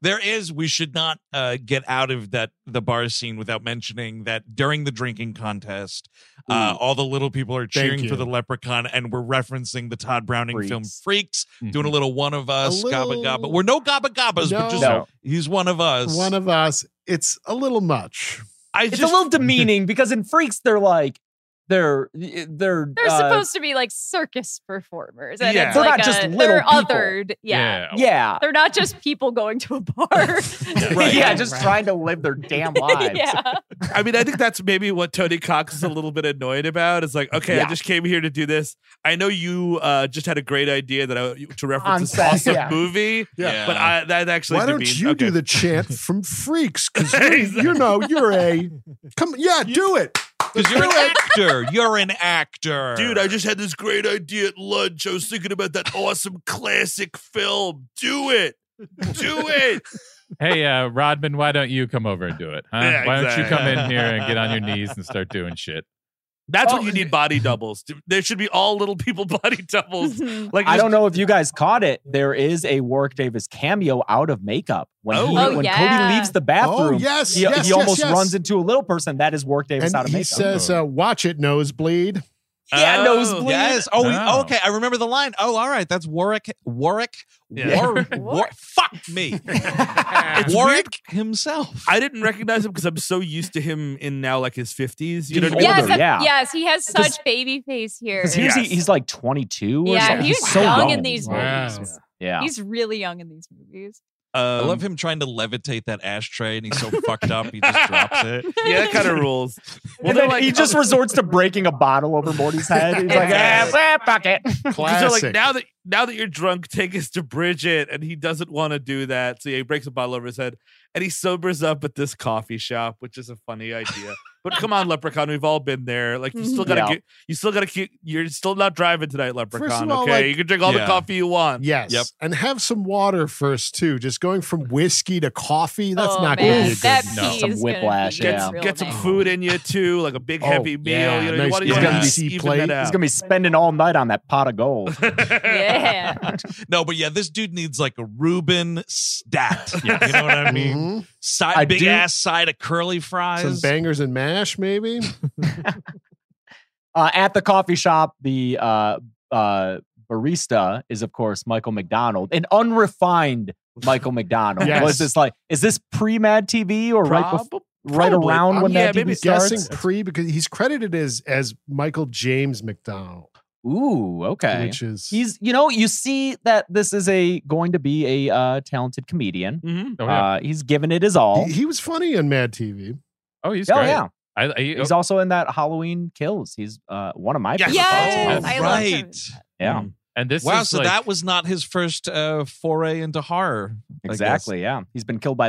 D: there is we should not uh, get out of that the bar scene without mentioning that during the drinking contest uh, all the little people are cheering
C: you.
D: for the leprechaun and we're referencing the todd browning film
E: Freaks.
D: freaks
B: Mhm.
D: doing a little one of us
C: little-
D: gabba gabba we're no gabba gabbas but just
E: No.
D: he's one of us
C: one of us. It's a little much.
A: I
E: It's
A: just
E: a (laughs) little demeaning because in Freaks they're like they're they're
F: They're
E: uh,
F: supposed to be like circus performers, and
A: Yeah.
F: it's
E: They're
F: like
E: not just
F: a-
E: little
F: they're
E: people.
F: othered. Yeah.
E: yeah
F: they're not just people going to a
E: (laughs)
F: bar.
D: Right.
E: yeah just trying to live their damn lives.
F: (laughs) yeah,
A: I mean, I think that's maybe what Tony Cox is a little bit annoyed about. It's like, okay,
E: Yeah.
A: I just came here to do this. I know you uh, just had a great idea that I to reference
E: On
A: this
E: set,
A: awesome
E: yeah.
A: movie,
D: Yeah.
A: but I, that actually
C: Why don't
A: demeans-
C: you
A: okay.
C: do the chant from Freaks? Because you know you're a come. Yeah, do it. Oh,
B: (laughs)
D: because you're an actor you're an actor
A: Dude, I just had this great idea at lunch. I was thinking about that awesome classic film. Do it. Do it.
B: hey, uh, Rodman, why don't you come over and do it? Huh?
A: Yeah,
B: why don't you come
A: exactly.
B: in here and get on your knees and start doing shit?
A: That's
E: Oh.
A: when you need body doubles. There should be all little people (laughs) body
E: (laughs)
A: doubles.
F: Mhm.
A: Like
E: I
A: just-
E: don't know if you guys caught it. There is a Warwick Davis cameo out of makeup when he,
A: Oh.
F: Oh,
E: when
F: yeah.
E: Cody leaves the bathroom.
C: Oh yes,
E: He,
C: yes,
E: he
C: yes,
E: almost
C: yes.
E: runs into a little person. That is Warwick Davis
C: And
E: out of
C: he uh,
E: makeup.
C: says, uh, "Watch it, nosebleed."
E: Yeah, nosebleed.
D: Yes. Oh, we-
B: Oh.
D: okay. I remember the line. Oh, all right. That's Warwick. Warwick.
A: Yeah. (laughs)
D: War, War, fuck me.
A: It's
D: Warwick
A: weird.
D: himself.
A: I didn't recognize him because I'm so used to him in now like his 50s. You know what I
E: He's
A: mean?
F: yes,
E: older,
F: that-
E: yeah.
F: yes, he has such
E: 'Cause-
F: baby face here.
E: Because here's
A: Yes.
E: he, he's like 22 or
F: Yeah,
E: something.
F: he was
E: so
F: young in these
E: movies.
F: movies.
E: Yeah.
F: He's really young in these movies.
D: I
A: Um,
D: love him trying to levitate that ashtray, and he's so fucked up, he just drops it.
A: Yeah,
F: (laughs)
A: that kind of rules. Well,
E: And
A: they're
E: then
A: like, "Oh."
E: he just resorts to breaking a bottle over Morty's head. He's like,
A: Yeah.
E: ah, ah, fuck it.
A: Because they're like,
C: Classic.
A: now that now that you're drunk, take us to Bridget, and he doesn't want to do that. So yeah, he breaks a bottle over his head, and he sobers up at this coffee shop, which is a funny idea. but come on, Leprechaun, we've all been there. Like you still gotta,
E: Yeah.
A: get, you still gotta keep. You're still not driving tonight, Leprechaun.
C: all,
A: okay,
C: like-
A: you can drink all
D: Yeah.
A: the coffee you want.
C: Yes.
D: Yep.
C: And have some water first too. Just going from whiskey to coffee, that's
F: Oh,
C: not
F: man.
C: going to be a good.
F: That
B: No.
F: pee
E: Some
F: is gonna be
E: whiplash,
A: Get,
E: yeah.
F: real
A: get some
F: bad.
A: food in you too, like a big
C: Oh,
A: heavy meal.
C: yeah,
A: you know,
C: nice
A: you want
C: big
A: to
D: Yeah.
C: sea plate.
A: even it
E: He's
A: out.
E: gonna be spending all night on that pot of gold.
A: (laughs)
F: Yeah.
D: (laughs) No, but yeah, this dude needs like a Reuben stat.
B: Yes.
D: You know what I mean?
C: Mhm.
D: Side,
E: Mm-hmm. I
D: big
E: do-
D: ass side of curly
C: Some
D: fries.
C: bangers and mash, maybe.
E: Uh, at the coffee shop, the uh, uh, barista is, of course, Michael McDonald, an unrefined Michael McDonald.
C: Yes.
E: Was this like, is this pre Mad TV or right, bef-
A: Probably-
E: right
A: probably.
E: around when
A: Yeah,
E: Mad
A: maybe
E: TV
C: I'm
A: it's
E: starts?
C: guessing pre because he's credited as as Michael James McDonald,
E: Ooh, okay.
C: which is
E: He's, you know, you see that this is a going to be a uh, talented comedian.
A: Mhm.
B: Oh yeah.
E: uh, he's given it his all.
C: he, he was funny on Mad TV.
B: oh, he's
E: oh
B: great.
E: yeah,
B: I, I,
E: he's also in that Halloween Kills. He's uh, one of my
A: Yes.
E: favorite
F: Yes,
E: parts.
F: I love him.
D: right.
E: yeah,
B: and this
D: Wow.
B: is
D: So
B: like,
D: that was not his first uh, foray into horror. I guess.
E: exactly. Yeah, he's been killed by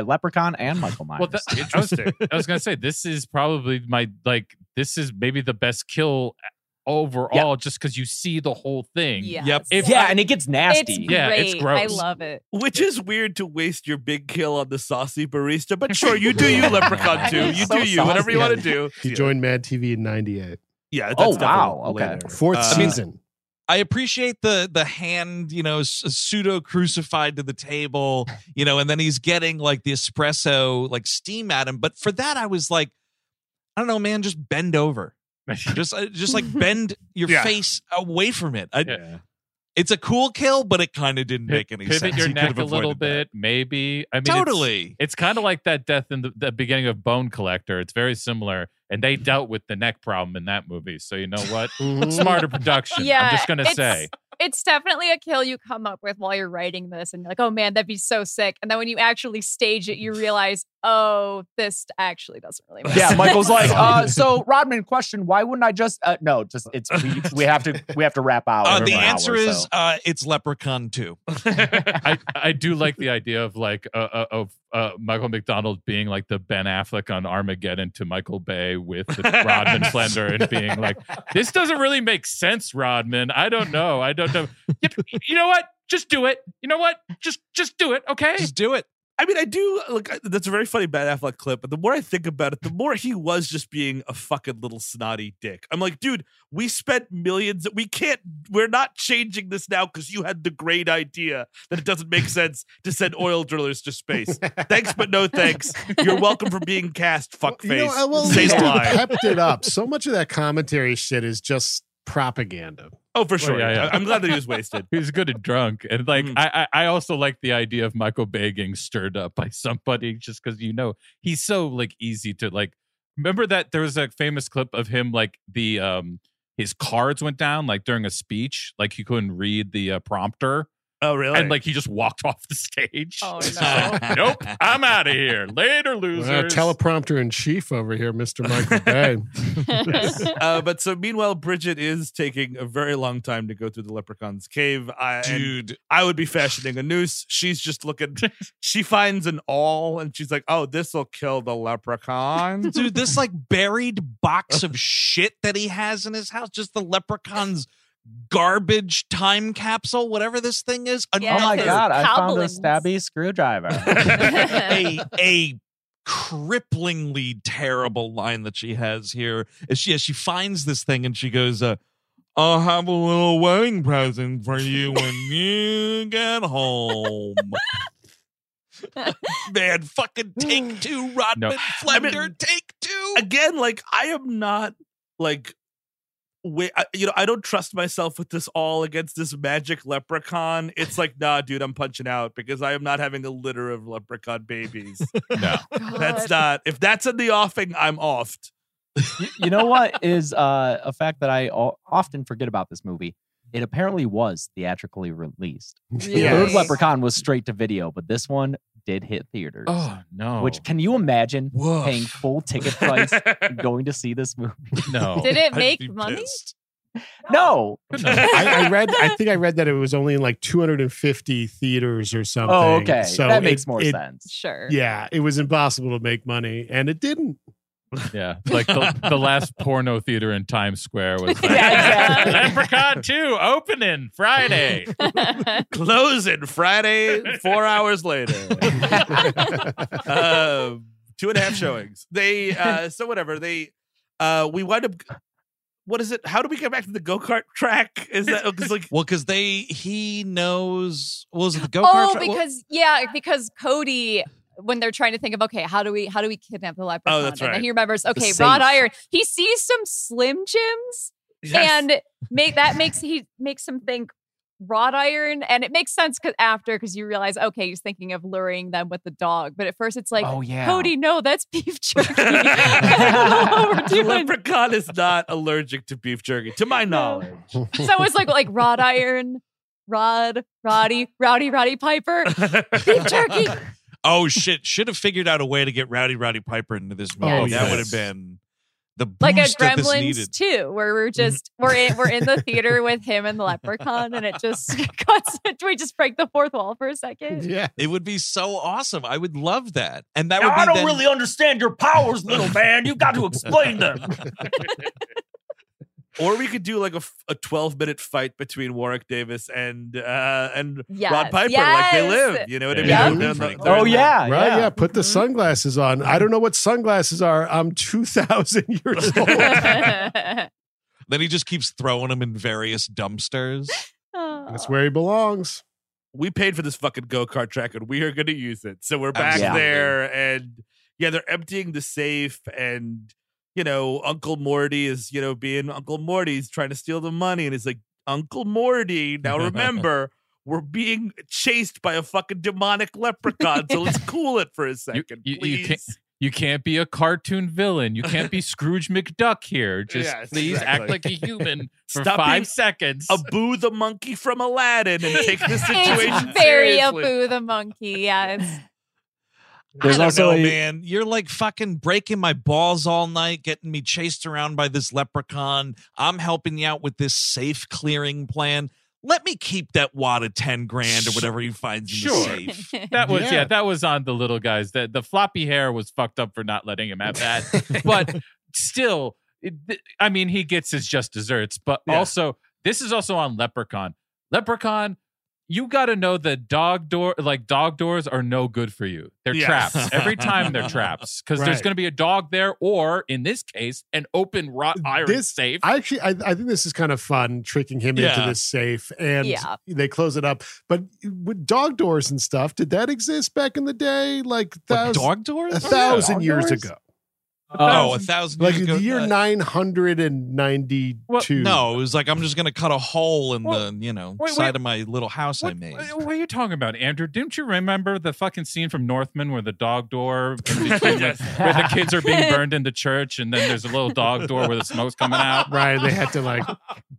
B: (laughs)
E: Leprechaun and Michael Myers.
B: Well, that,
D: (laughs)
B: I was, I was gonna say this is probably my like this is maybe the best kill uh, overall, just because you see the whole thing.
F: Yes.
D: Yep.
B: If
E: yeah,
B: I-
E: and it gets
F: It's
E: nasty.
F: great.
E: (laughs)
B: Yeah, it's
F: I
B: gross.
F: love it.
A: Which is weird to waste your big kill on the saucy barista, but sure,
B: (laughs)
A: you do you, Leprechaun
F: That
A: too.
F: is
A: You
E: so
A: do you, whatever you
C: saucy.
A: want to do.
C: He joined Mad TV in '98,
A: Yeah. That's
E: Oh,
A: definitely
E: wow, okay.
A: later.
C: fourth
A: Uh,
C: season.
A: (laughs)
D: I appreciate the the hand, you know, pseudo crucified to the (laughs) table, you know, and then he's getting like the espresso like steam at him. But for that, I was like, I don't know, man, just bend over, just uh, just (laughs) like bend your
A: Yeah.
D: face away from it. I,
B: Yeah. (laughs)
D: It's a cool kill, but it kind of didn't make any
B: pivot
D: sense.
B: your
D: (laughs) He could
B: neck
D: have
B: a little
D: avoided
B: bit,
D: that.
B: maybe. I mean, it's-
D: totally.
B: It's, kind of like that death in the, the beginning of Bone Collector. It's very similar, and they dealt with the neck problem in that movie. So you know what?
C: Mhm.
B: Smarter production. I'm
F: Yeah,
B: just gonna
F: it's-
B: say.
F: It's definitely a kill you come up with while you're writing this, and you're like, oh man, that'd be so sick. And then when you actually stage it, you realize, oh, this actually doesn't really make
E: yeah,
F: sense.
B: (laughs)
E: Michael's like, uh, so Rodman, question: Why wouldn't I just? Uh, no, just it's we, we have to we have to wrap out.
D: Uh,
E: in
D: the
E: an hour,
D: answer is
E: so.
D: uh, it's Leprechaun 2.
B: (laughs) I, I do like the idea of like uh, uh, of uh, Michael McDonald being like the Ben Affleck on Armageddon to Michael Bay
A: (laughs)
B: with the Rodman Flender and being like, this doesn't really make sense, Rodman. I don't know. I don't know. Yep, you know what? Just do it. You know what? Just just do it. Okay.
D: Just do it.
A: I mean, I do look. I- That's a very funny Ben Affleck clip. But the more I think about it, the more he was just being a fucking little snotty dick. I'm like, dude, we spent millions. We can't. We're not changing this now because you had the great idea that it doesn't make sense to send oil drillers to space. thanks, but no thanks. You're welcome for being cast. Fuckface.
C: You know, I will
A: Say the
C: say (laughs)
A: line.
C: pepped it up. So much of that commentary shit is just propaganda.
A: Oh, for sure.
B: yeah, yeah.
A: I- I'm glad that he was wasted.
B: He's good at drunk. And like
E: Mm.
A: Mhm.
B: I, I I also like the idea of Michael Bay getting stirred up by somebody just because you know he's so like easy to like remember that there was a famous clip of him like the um his cards went down like during a speech like he couldn't read the uh, prompter
A: Oh, really?
B: and like he just walked (laughs) off the stage
F: Oh,
B: It's just
F: no.
B: like, nope i'm out of here later losers
C: Well, teleprompter in chief over here, Mr. Michael
A: (laughs)
C: Bay.
A: (laughs)
F: (laughs)
A: uh, but so meanwhile, Bridget is taking a very long time to go through the leprechaun's cave. I, and
D: Dude.
A: I would be fashioning a noose. She's just looking. She finds an awl and she's like, "Oh, this will kill the
D: (laughs)
A: leprechaun." (laughs)
D: Dude, this like buried box of shit that he has in his house, just the leprechaun's garbage time capsule, whatever this thing is.
F: Yeah,
E: oh my
F: it's
E: god, I found a
F: cowlings.
E: stabby screwdriver.
D: (laughs) a a cripplingly terrible line that she has here is she she finds this thing and she goes uh I'll have a little wedding present for
F: (laughs)
D: you when you get home. Man, fucking
F: (sighs)
D: take two, Rodman
B: No.
D: Flender, take two.
A: Again, like I am not like wait, I, you know, I don't trust myself with this all against this magic leprechaun. It's like, nah, dude, I'm punching out because I am not having a litter of leprechaun babies.
B: no,
A: that's not. If that's in the offing, I'm offed.
E: you know what is uh, a fact that I o- often forget about this movie? It apparently was theatrically released. The
K: Yes.
E: third Leprechaun was straight to video, but this one did hit theaters.
B: Oh no.
E: Which can you imagine
D: Woof.
E: paying
D: (laughs)
E: full ticket price and going to see this movie?
B: no.
F: Did it
D: I'd
F: make
D: be
F: money?
D: pissed.
E: No.
C: I, I read. I think I read that it was only in like 250 theaters or something.
E: Oh, okay.
C: So
E: that
C: it-
E: makes more
C: it-
E: sense.
F: Sure. (laughs)
C: Yeah, it was impossible to make money, and it
E: (laughs)
C: didn't. (laughs)
B: Yeah, like (laughs) the, the last porno theater in Times Square
F: (laughs)
B: was like,
F: Yeah, exactly.
B: Leprechaun Two opening Friday.
F: Oh,
A: Closing Friday,
E: (laughs)
A: four hours later. um, two and a half showings. They uh, so whatever they uh, we wind up. What is it? How do we get back to the go kart track? Is that because like
D: Well, because they he knows what was it the go kart?
F: Oh, because yeah, because Cody. When they're trying to think of okay, how do we how do we kidnap the leprechaun?
A: that's
F: And
A: right.
F: then he remembers okay,
E: safe.
F: wrought iron. He sees some Slim Jims, (laughs) and make that makes he makes him think wrought iron, and it makes sense because after because you realize okay, he's thinking of luring them with the dog, but at first it's like
E: oh yeah.
F: Cody, no, that's
A: (laughs)
F: beef jerky. (laughs) I don't know what we're
A: the
F: (laughs) doing.
A: (laughs) leprechaun is not allergic to beef jerky, to my knowledge.
F: So it's like like wrought iron, Rod, Roddy, Rowdy, Roddy Piper, beef jerky.
D: oh shit, should have figured out a way to get Rowdy Roddy Piper into this movie.
F: Oh, Yes.
D: That
B: Yes.
D: would have been the boost
F: like a
D: that this
F: Gremlins
D: needed.
F: too, where we're
A: Mm-hmm.
F: just we're in we're in the theater with him and the leprechaun, and it just (laughs) cuts. We just break the fourth wall for a second.
C: Yeah.
D: It would be so awesome. I would love that, and that
N: Now,
D: would be
N: I don't
D: then-
N: really understand your powers, little man. You
E: Oh,
N: got to explain them.
A: (laughs) Or we could do like a, f- a 12 minute fight between Warwick Davis and uh, and
F: Yes,
A: Rod Piper, like they
F: yes.
A: live. You know what
D: Yeah.
A: I mean?
D: Yeah.
A: They're in the-
E: Oh yeah.
C: Right? Yeah.
E: yeah. Mm-hmm.
C: put the
F: Mhm.
C: sunglasses on. I don't know what sunglasses are. I'm 2,000 (laughs) years old.
D: Then he just keeps throwing them in various dumpsters.
C: That's where he belongs.
A: we paid for this fucking go kart track and we are going to use it. So we're back
E: Absolutely.
A: there and yeah, they're emptying the safe and you know Uncle Morty is you know being Uncle Morty's trying to steal the money and he's like Uncle Morty.
B: (laughs)
A: Now remember. We're being chased by a fucking demonic leprechaun, so
B: (laughs)
A: let's cool it for a second,
B: you- you
A: please.
B: can't- You can't be a cartoon villain. You
A: (laughs)
B: can't be Scrooge McDuck here. Just
A: Yes,
B: please act
A: exactly.
B: like a human for
A: Stop
B: five
A: being
B: (laughs) seconds.
A: Abu the monkey from Aladdin and take
B: (laughs)
A: this situation
F: (laughs) It's very
A: seriously.
F: Abu the monkey. Yes.
D: I
E: There's
D: don't
E: also
D: know,
E: a-
D: man. You're like fucking breaking my balls all night, getting me chased around by this leprechaun. I'm helping you out with this safe clearing plan. Let me keep that wad of ten grand or whatever he finds in the
B: Sure.
F: (laughs)
D: safe.
B: That was yeah.
C: Yeah.
B: that was on the little guys. That the floppy hair was fucked up for not letting him have that.
C: (laughs)
B: but still, it, th- I mean, he gets his just desserts. But
A: Yeah.
B: also, this is also on Leprechaun. Leprechaun, you got to know that dog door, like dog doors, are no good for you. They're
A: Yes.
B: traps every time. They're traps because there's
C: Right.
B: going to be a dog there, or in this case, an open wrought iron
C: This-
B: safe.
C: I actually, I, I think this is kind of fun tricking him
D: Yeah.
C: into this safe, and
F: Yeah.
C: they close it up. But with dog doors and stuff, did that exist back in the day? Like
D: What,
C: thousand,
D: dog doors?
C: a thousand
E: Dog
C: years
E: doors?
C: ago,
D: Oh, a thousand
C: like
D: years ago.
C: the year
D: uh,
C: nine hundred and ninety-two.
D: No, it was like I'm just gonna cut a hole in
B: What-
D: the you know
B: wait,
D: side
B: wait.
D: of my little house I made.
B: What, what are you talking about, Andrew? Didn't you remember the fucking scene from Northman where the dog door, in between, like, where the kids are being burned in the church, and then there's a little dog door where the smoke's coming out?
C: right? They had to
D: (laughs)
C: like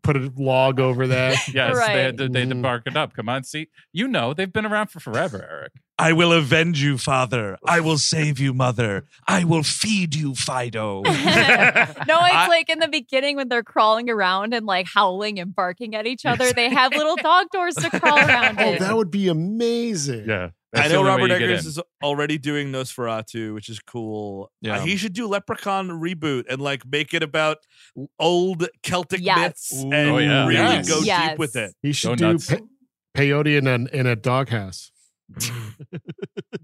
C: put a log over that.
B: Yes,
F: Right.
B: they had to, they had to
E: Mm-hmm.
C: Mhm.
B: bark it up. Come on, see, you know they've been around for forever, Eric.
D: I will avenge you, father. I will save you, mother. I will feed you, Fido. (laughs)
F: no, it's
D: I-
F: like in the beginning when they're crawling around and like howling and barking at each other. They have little dog doors to crawl around
C: Oh,
F: in. (laughs)
C: that would be amazing.
B: That's
A: I
B: the
A: know
B: only way
A: Robert
B: you get
A: Eggers
B: in.
A: is already doing Nosferatu, which is cool.
D: Yeah.
A: Uh, he should do Leprechaun reboot and like make it about old Celtic
F: Yes.
A: myths
D: Ooh.
A: and
B: Oh, yeah.
A: really
C: Yes.
A: go
F: Yes.
A: deep with it.
C: He should
B: Go
C: do
B: nuts.
C: pe- peyote in a, in a doghouse.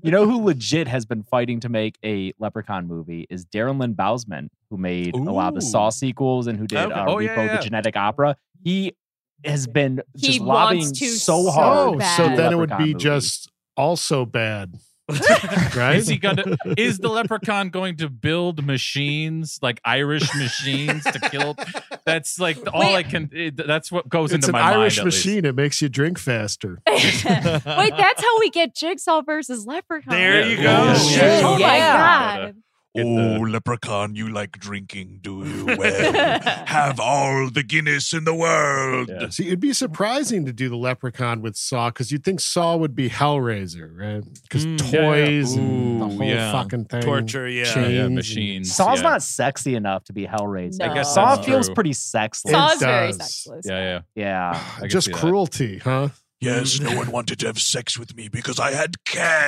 E: You know who legit has been fighting to make a Leprechaun movie is Darren Lynn Bousman, who made a lot of the
D: Ooh.
E: Saw sequels and who did
A: Okay.
E: uh,
B: Oh,
E: Repo
B: yeah, yeah.
E: the Genetic Opera. He has been
F: He
E: just
F: wants
E: lobbying
F: to
E: so
F: so
E: hard.
C: Oh, so
F: bad.
C: then it would
E: Leprechaun
C: be
F: (laughs)
E: movie.
C: just also bad. Right?
B: Is he gonna?
C: (laughs)
B: Is the leprechaun going to build machines like Irish machines to kill?
A: (laughs)
B: That's like all I can. it- eh, that's what goes
C: it's
B: into
C: an
B: my
C: Irish
B: mind. at least.
C: machine. It makes you drink faster.
F: Wait, that's how we get Jigsaw versus Leprechaun.
A: There you go.
D: Yeah.
F: Oh my god.
D: Oh, leprechaun, you like drinking, do you? (laughs) Well, have all the Guinness in the world.
C: See, it'd be surprising to do the leprechaun with Saw because you'd think Saw would be Hellraiser, right? Because toys and the
B: Mm, Ooh,
C: whole
B: yeah.
C: fucking
A: (laughs)
C: thing. (sighs)
A: Torture, yeah.
C: chains
B: Yeah,
C: and-
B: uh, machines.
E: Saw's
B: yeah.
E: not sexy enough to be Hellraiser.
F: I guess
E: Saw
B: that's
E: feels
B: true.
E: pretty sexless.
F: Saw's very
C: does.
F: sexless.
B: Yeah, yeah.
E: yeah.
F: (laughs)
B: Ah, I can
C: Just
B: see that.
C: cruelty,
B: (laughs)
C: huh?
D: Yes, no one wanted to have sex with me because I had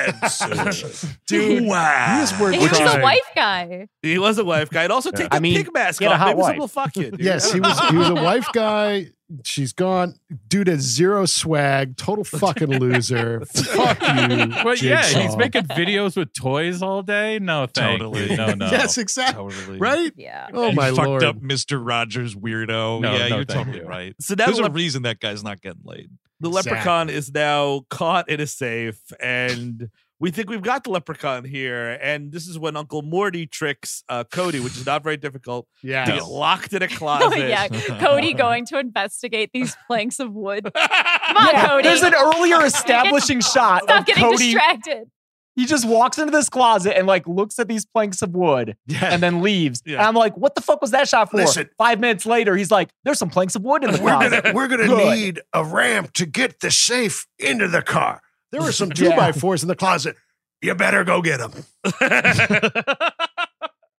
D: (laughs) cancer.
C: Dude,
D: wow.
C: These were
F: He was the
C: trying.
F: wife guy.
A: He was a wife guy. He'd also take the
E: I mean,
A: pig mask
E: he had a
A: off.
E: hot
A: Maybe
E: wife.
A: someone will fuck you. dude. (laughs)
C: Yes, he was. He was a wife guy. She's gone. Dude has zero swag. Total fucking
B: (laughs)
C: loser. Fuck you.
B: Well, yeah, he's
C: Jigsaw.
B: making videos with toys all day. No, thank
D: Totally.
B: you. No, no.
C: Yes, exactly.
D: Totally.
C: Right?
F: Yeah.
C: Oh
D: You
C: my
D: fucked
C: lord.
D: up Mr. Rogers weirdo.
B: No,
D: yeah,
B: no,
D: you're
B: thank
D: totally
B: you.
D: right.
A: So that
D: There's a
A: lep-
D: reason that guy's not getting laid.
A: the
C: Exactly.
A: leprechaun is now caught in a safe, and we think we've got the leprechaun here. And this is when Uncle Morty tricks uh, Cody, which is not very difficult,
C: Yeah.
A: to get locked
C: (laughs)
A: in a
F: (laughs) Oh
A: closet. (laughs)
F: yeah. Cody going to investigate these planks of wood. Come on,
E: Yeah,
F: Cody.
E: There's
F: (laughs)
E: an earlier establishing shot
F: Stop
E: of
F: getting
E: Cody.
F: distracted.
E: He just walks into this closet and like looks at these planks of wood and then leaves.
A: Yeah.
E: And I'm like, what the fuck was that shot for?
D: Listen.
E: Five minutes later, he's like, there's some planks of wood in the closet.
D: we're gonna
E: Good.
D: need a ramp to get the safe into the car.
C: There were some two
E: Yeah.
C: by fours in the closet.
D: You better go get him.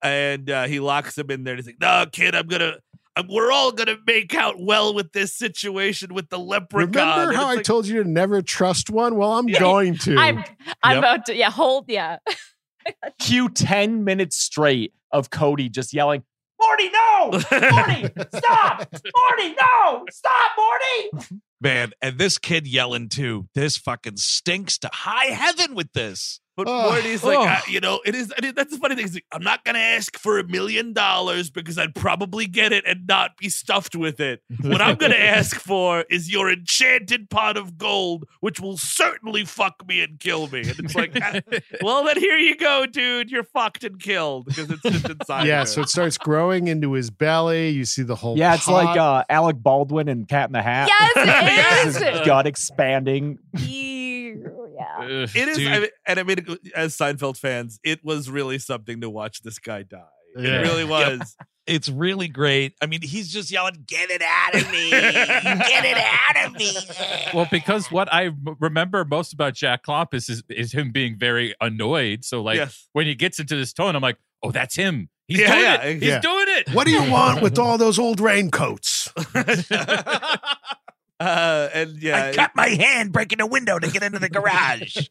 A: and uh, he locks him in there. And he's like, "No, kid, I'm gonna, I'm, we're all gonna make out well with this situation with the leprechaun."
C: Remember
A: And
C: how
A: it's
C: I
A: like,
C: told you to never trust one? Well, I'm
F: Yeah.
C: going to.
F: I'm I'm
D: Yep.
F: about to yeah, hold
E: (laughs)
F: yeah.
E: Cue 10 minutes straight of Cody just yelling,
N: Morty, no! Morty, stop! Morty, no! Stop, Morty!
D: Man, and this kid yelling too. This fucking stinks to high heaven with this.
A: But
C: Oh,
A: Morty's like,
C: oh.
A: I, you know, it is, it is. That's the funny thing. He's like, I'm not gonna ask for a million dollars because I'd probably get it and not be stuffed with it. What I'm
C: (laughs)
A: gonna ask for is your enchanted pot of gold, which will certainly fuck me and kill me. And it's like,
C: (laughs)
A: "Ah, well, then here you go, dude. You're fucked and killed because it's just inside.
C: yeah,
A: of
C: so
A: her.
C: it starts growing into his belly. You see the whole.
E: yeah, it's
C: pot.
E: like uh, Alec Baldwin and Cat in the Hat. (laughs)
F: Yes,
E: His
F: it is.
E: gut expanding.
F: Ew, yeah.
B: Ugh.
A: It is, I
D: Dude.
A: mean, and I mean, as Seinfeld fans, it was really something to watch this guy die.
C: Yeah.
A: It really was.
D: It's really great. I mean, he's just yelling, "Get it out of me! Get it out of me!"
B: Well, because what I m- remember most about Jack Klomp is, is is him being very annoyed. So
A: (laughs)
B: like
A: Yes.
B: when he gets into this tone, I'm like, oh, that's him. He's
A: Yeah,
B: doing
A: yeah,
B: it. He's
C: yeah.
B: doing it.
C: What do you (laughs) want with all those old raincoats?
A: (laughs) Uh, and yeah,
D: I cut my hand breaking a window to get into the garage.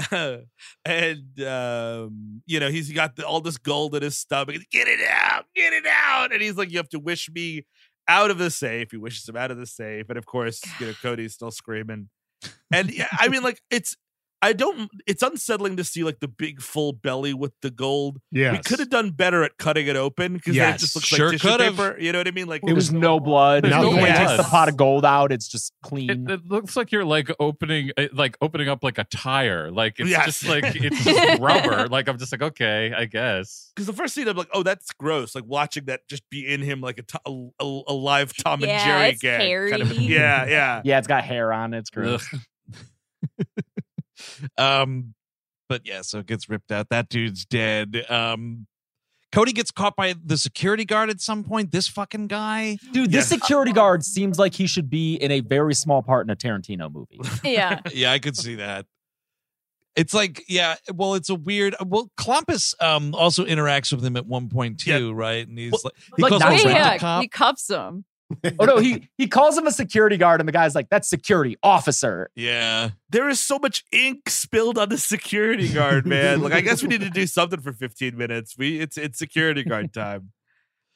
A: (laughs) and um, you know he's got the, all this gold in his stomach. He's, Get it out, get it out! And he's like, "You have to wish me out of the safe." He wishes him out of the safe, and of course, you know Cody's still screaming. And yeah, I mean, like it's I don't. It's unsettling to see like the big full belly with the gold.
C: Yeah,
A: We could have done better at cutting it open because it
C: Yes,
A: just looks
D: sure
A: like tissue
D: could've.
A: paper. You know what I mean? Like
E: It was no blood.
C: There's
E: Nothing.
C: no
E: When he takes
B: blood.
E: the pot of gold out, it's just
B: It,
E: clean.
B: it looks like you're like opening it- like opening up like a tire. Like it's
A: Yes.
B: just
D: (laughs)
B: like it's just rubber. Like I'm just like, okay, I guess.
A: because the first scene I'm like, oh, that's gross. Like watching that just be in him like a to- a- a- a live Tom and
F: Yeah,
A: Jerry
F: it's
A: gag. kind of-
F: hairy.
A: yeah, yeah.
E: yeah, it's got hair on it. It's gross.
D: (laughs) um, but yeah, so it gets ripped out. That dude's dead. Um, Cody gets caught by the security guard at some point. This fucking guy.
E: Dude, this security guard seems like he should be in a very small part in a Tarantino movie.
F: Yeah.
D: yeah, I could see that. It's like, yeah, well, it's a weird. uh, Well, Clumpus um also interacts with him at one point too, right? And he's
A: Well,
D: like, he
E: like,
D: calls
E: not
D: him
F: Yeah,
D: a
E: even-
D: rent-a-cop.
F: yeah, he cuffs him.
E: oh (laughs) no, he he calls him a security guard, and the guy's like, "That's security officer."
D: Yeah.
A: There is so much ink spilled on the security guard, man. Like, I guess we need to do something for 15 minutes. We it's it's security guard time.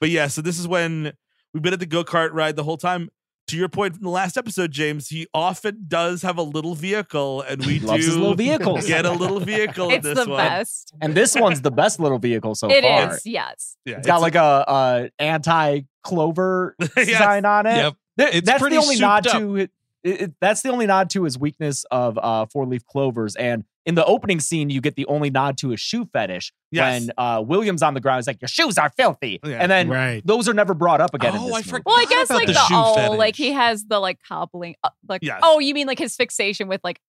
A: But yeah, so this is when we've been at the go kart ride the whole time. To your point from the last episode, James, he often does have a little vehicle, and we
E: He loves his little
A: do (laughs)
E: vehicles.
A: get a little vehicle in
F: It's
A: this
F: the
A: one.
F: best.
E: And this one's the best little vehicle so
F: It
E: far.
F: is, yes.
A: Yeah,
E: It's got like a, a anti clover
A: Yes.
E: sign on
B: (laughs)
E: it.
D: Yep.
E: Th-
D: It's
E: That's
D: pretty
E: the only nod
D: souped
E: to it. it, it- that's the only nod to his weakness of uh, four leaf clovers. And in the opening scene, you get the only nod to his shoe fetish
D: Yes.
E: when uh, William's on the ground. He's like, "Your shoes are filthy," and then (laughs)
C: Right.
E: those are never brought up again. in
D: Oh,
E: this
D: I
E: movie.
D: forgot
F: Well, I guess
D: about
F: like
D: the
F: the,
D: shoe
F: oh,
D: fetish.
F: like he has the like cobbling, uh, like
A: Yes.
F: oh, you mean like his fixation with like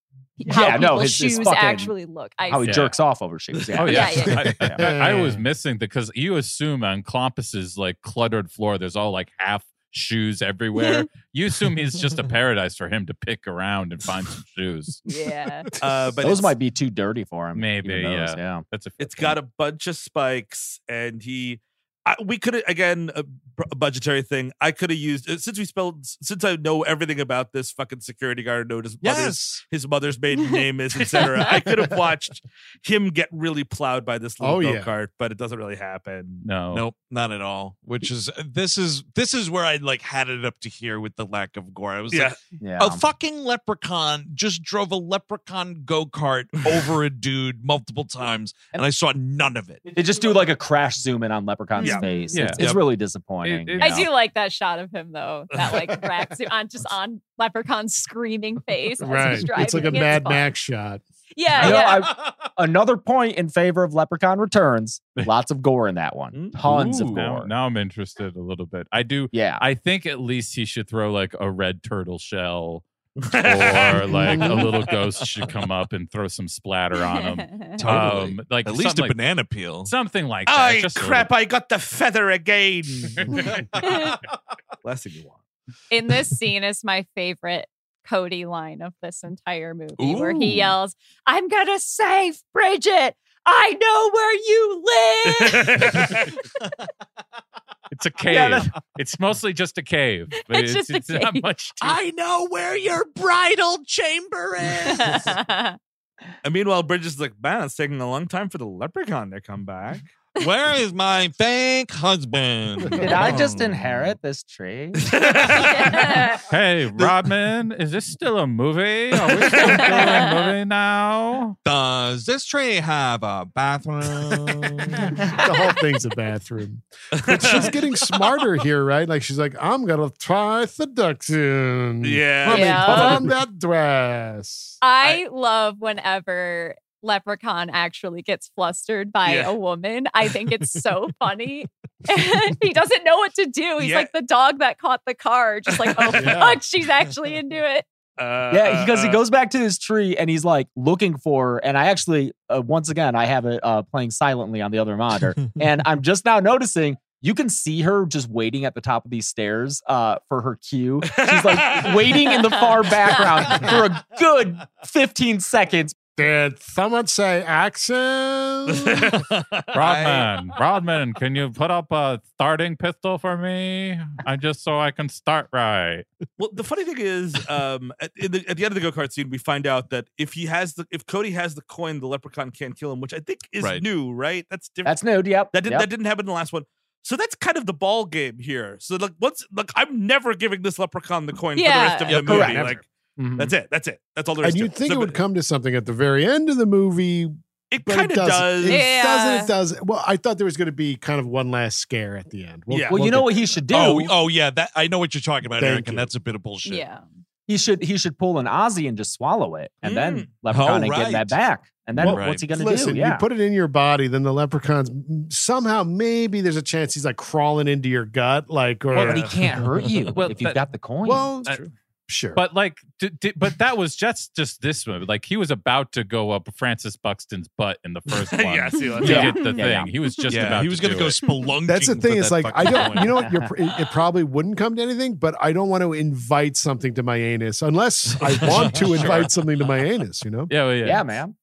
F: how
E: Yeah, no,
F: people's
E: his- his
F: shoes
E: fucking-
F: actually look. I
E: How he
F: see.
B: Yeah.
E: jerks off over shoes. (laughs) Yeah.
B: Oh
F: (laughs)
B: yeah,
F: Yeah, yeah.
B: I, I- I was missing because you assume on Clompus's like cluttered floor, there's all like half shoes
K: (laughs)
B: everywhere. you assume he's just a paradise for him to pick around and find some shoes.
E: (laughs)
F: yeah.
A: Uh, but
E: those
A: it's-
E: might be too dirty for him.
B: Maybe,
E: even those,
B: yeah.
E: yeah.
B: That's a fair
A: It's
B: point.
A: got a bunch of spikes, and he. I, we could have again a, bu- a budgetary thing. I could have used uh, since we spelled since I know everything about this fucking security guard knows his mother's
D: Yes.
A: his mother's maiden
B: (laughs)
D: (laughs)
A: name is, etc. I could have watched him get really plowed by this little
C: Oh,
A: go
C: yeah.
A: kart, but it doesn't really happen.
B: no.
D: Nope, not at all. Which is uh, this is this is where I like had it up to here with the lack of gore. I was
A: Yeah.
D: like,
E: Yeah.
D: a fucking leprechaun just drove a leprechaun go kart over a dude multiple times, and I saw none of it.
E: they just do like a crash zoom in on Leprechaun's
A: Yeah.
E: face.
B: Yeah.
E: It's, it's
D: Yep.
E: really
B: It-
E: disappointing. you
B: it-
F: I
E: know?
F: do like that shot of him though. That
E: (laughs)
F: like rack suit on just on Leprechaun's screaming face. as he's
C: Right. It's like a
F: driving.
C: Mad
F: fun.
C: Max shot.
F: Yeah,
E: You know,
F: (laughs) yeah.
E: Another point in favor of
B: (laughs)
E: Leprechaun Returns. Lots of gore in that one.
A: Mm.
E: Tons of
B: Ooh.
E: gore.
B: Now, now I'm interested a little bit. I do.
E: Yeah.
B: I think at least he should throw like a red turtle shell. or like
A: (laughs)
B: a little ghost should come up and throw some splatter on him.
F: (laughs)
D: Totally.
B: Um, like
D: At least a
B: something like-
D: banana peel. (laughs)
B: something like that.
A: I
B: just a little
A: crap! I got the feather again. (laughs) Last thing you want.
F: In this scene is my favorite Cody line of this entire movie where he yells, I'm gonna save Bridget. I know where you live.
D: (laughs)
F: (laughs)
B: It's a cave.
E: Yeah,
B: it's mostly just a cave. But
F: It's just
B: it's,
F: a
B: it's not
F: cave.
B: much. To
D: I know where your bridal chamber is.
F: (laughs)
A: And meanwhile, Bridget's like, man, it's taking a long time for the leprechaun to come back.
D: (laughs) where is my fake husband?
B: (laughs)
E: Did I just
A: Um,
E: inherit this tree?
D: (laughs)
B: Hey, Rodman, is this still a movie? Are we
D: (laughs)
B: still doing a movie now?
D: Does this tree have a
B: (laughs)
D: bathroom?
B: Uh,
C: the whole
E: (laughs)
C: thing's a bathroom.
A: (laughs)
C: But she's getting smarter here, right? Like she's like, I'm gonna try seduction.
A: Yeah.
C: Let me
F: Yeah.
C: put on that dress.
F: I love whenever Leprechaun actually gets flustered by
A: Yeah.
F: a woman. I think it's so funny. (laughs) he doesn't know what to do. He's
A: Yeah.
F: like the dog that caught the car, just like, oh
C: Yeah.
F: fuck, she's actually into it.
A: Uh,
E: yeah, because he
A: uh,
E: goes back to his tree and he's like looking for her. And I actually, uh, once again, I have it uh, playing silently on the
B: (laughs)
E: other monitor. and I'm just now noticing you can see her just waiting at the top of these stairs uh, for her cue.
B: uh, (laughs)
E: She's like waiting in the far background for a good 15 seconds.
C: Did
D: (laughs)
C: someone say
A: (laughs)
C: action?
B: Rodman, Rodman, can you put up a starting pistol for me? I just so I can start right.
A: (laughs) Well, the funny thing is, um, at, in the, at the end of the go kart scene, we find out that if he has the, if Cody has the coin, the leprechaun can't kill him, which I think is
D: Right.
A: new, right? That's different.
E: That's nude. Yep.
A: that didn't
E: yep.
A: that didn't happen in the last one. So that's kind of the ball game here. So like, once like I'm never giving this leprechaun the coin for the rest
F: Yeah.
A: of
D: Yeah,
A: the movie.
E: correct.
A: Like
E: Mhm.
A: that's it. That's it. That's all there is.
C: and
A: to
C: you'd think
A: So,
C: it would
A: but
C: come to something at the very end of the movie,
A: It
C: but
A: kind
C: it
A: of
C: doesn't.
A: does.
C: It
F: Yeah.
C: doesn't. It doesn't. Well, I thought there was going to be kind of one last scare at the end.
A: Yeah.
E: Well,
C: get
E: you know what he should do?
D: Oh, oh yeah, that I know what you're talking about,
C: Thank
D: Eric, and
C: you.
D: that's a bit of bullshit.
F: Yeah.
E: he should he should pull an Aussie and just swallow it, and
A: Mm.
E: then Leprechaun
D: Oh,
E: and get
D: right.
E: that back. And then
D: Well,
E: what's he gonna
C: Listen,
E: do? Yeah,
C: you put it in your body, then the leprechauns somehow maybe there's a chance he's like crawling into your gut, like or
E: well, but he can't hurt you
B: Well,
E: if you've
B: that-
E: got the coin.
C: well,
B: That's
C: true. sure,
B: But like, d- d- but that was just just this movie. Like he was about to go up Francis Buxton's butt in the
C: (laughs)
B: first one.
A: yeah, see,
B: To
A: like,
E: Yeah.
B: get the
E: Yeah,
B: thing,
E: yeah.
B: he was just
D: yeah,
B: about.
D: he was
B: to
D: gonna
B: do
D: go
B: it.
D: spelunking.
C: That's the
D: for
C: thing.
D: that
C: It's like I
D: fucking
C: don't.
D: coin.
C: You know what? You're, pr- it, it probably wouldn't come to anything, but I don't want to invite something to my anus unless I want to
D: Sure.
C: invite something to my anus. You
D: (laughs)
C: know.
B: (laughs) Yeah, well, yeah,
E: yeah, man.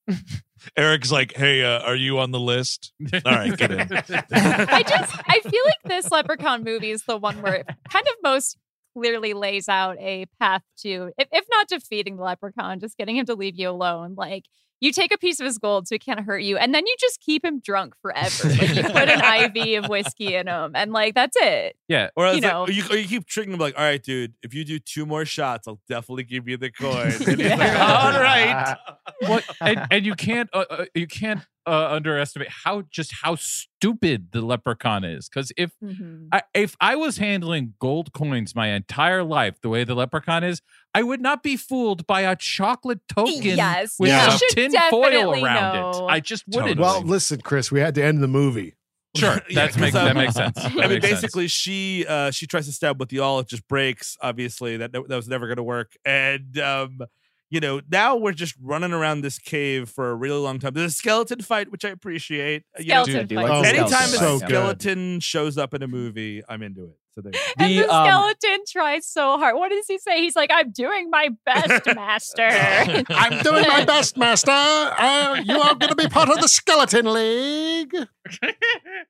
D: Eric's like, hey, uh, are you on
B: (laughs)
D: the list? All right, get in.
F: I just
E: (laughs)
F: I feel like this Leprechaun movie is the one where it kind of most clearly lays out a path to, if, if not defeating the Leprechaun, just getting him to leave you alone. Like you take a piece of his gold so he can't hurt you, and then you just keep him drunk forever. Like you put an IV of whiskey in him, and like that's it.
B: yeah.
A: Or, you,
F: you
A: like,
F: know.
A: or you, or you keep tricking him, like, all right, dude, if you do two more shots, I'll definitely give
F: (laughs)
A: you the coin. And he's like,
F: Yeah.
A: all right.
B: Well, and, and you can't uh, uh, you can't uh, underestimate how just how stupid the leprechaun is. Because if
D: Mm-hmm.
B: I, if I was handling gold coins my entire life the way the leprechaun is, I would not be fooled by a chocolate token
F: Yes,
B: with
F: Yeah. you
B: some
F: should
B: tin foil
F: definitely
B: around
F: know.
B: it. I just wouldn't.
C: Well,
B: (laughs)
C: listen, Chris, we had to end the movie.
B: (laughs)
A: (laughs)
B: Sure, that's make, that makes sense. That
A: um, I mean,
B: makes sense.
A: basically, she uh, she tries to stab with the all. It just breaks. Obviously, that that was never going to work. And um, you know, now we're just running around this cave for a really long time. There's a skeleton fight, which I appreciate. uh, You know,
F: Skeleton Dude, I do
B: oh,
C: like fight. the
A: anytime
C: skeleton
A: a
C: fight, yeah.
A: skeleton shows up in a movie, I'm into it. So there. You
F: and
E: The,
F: the
E: um,
F: skeleton tries so hard. What does he say? He's like, "I'm doing my best, master."
C: I'm doing my best, Master. Uh, you are going to be part of the Skeleton League.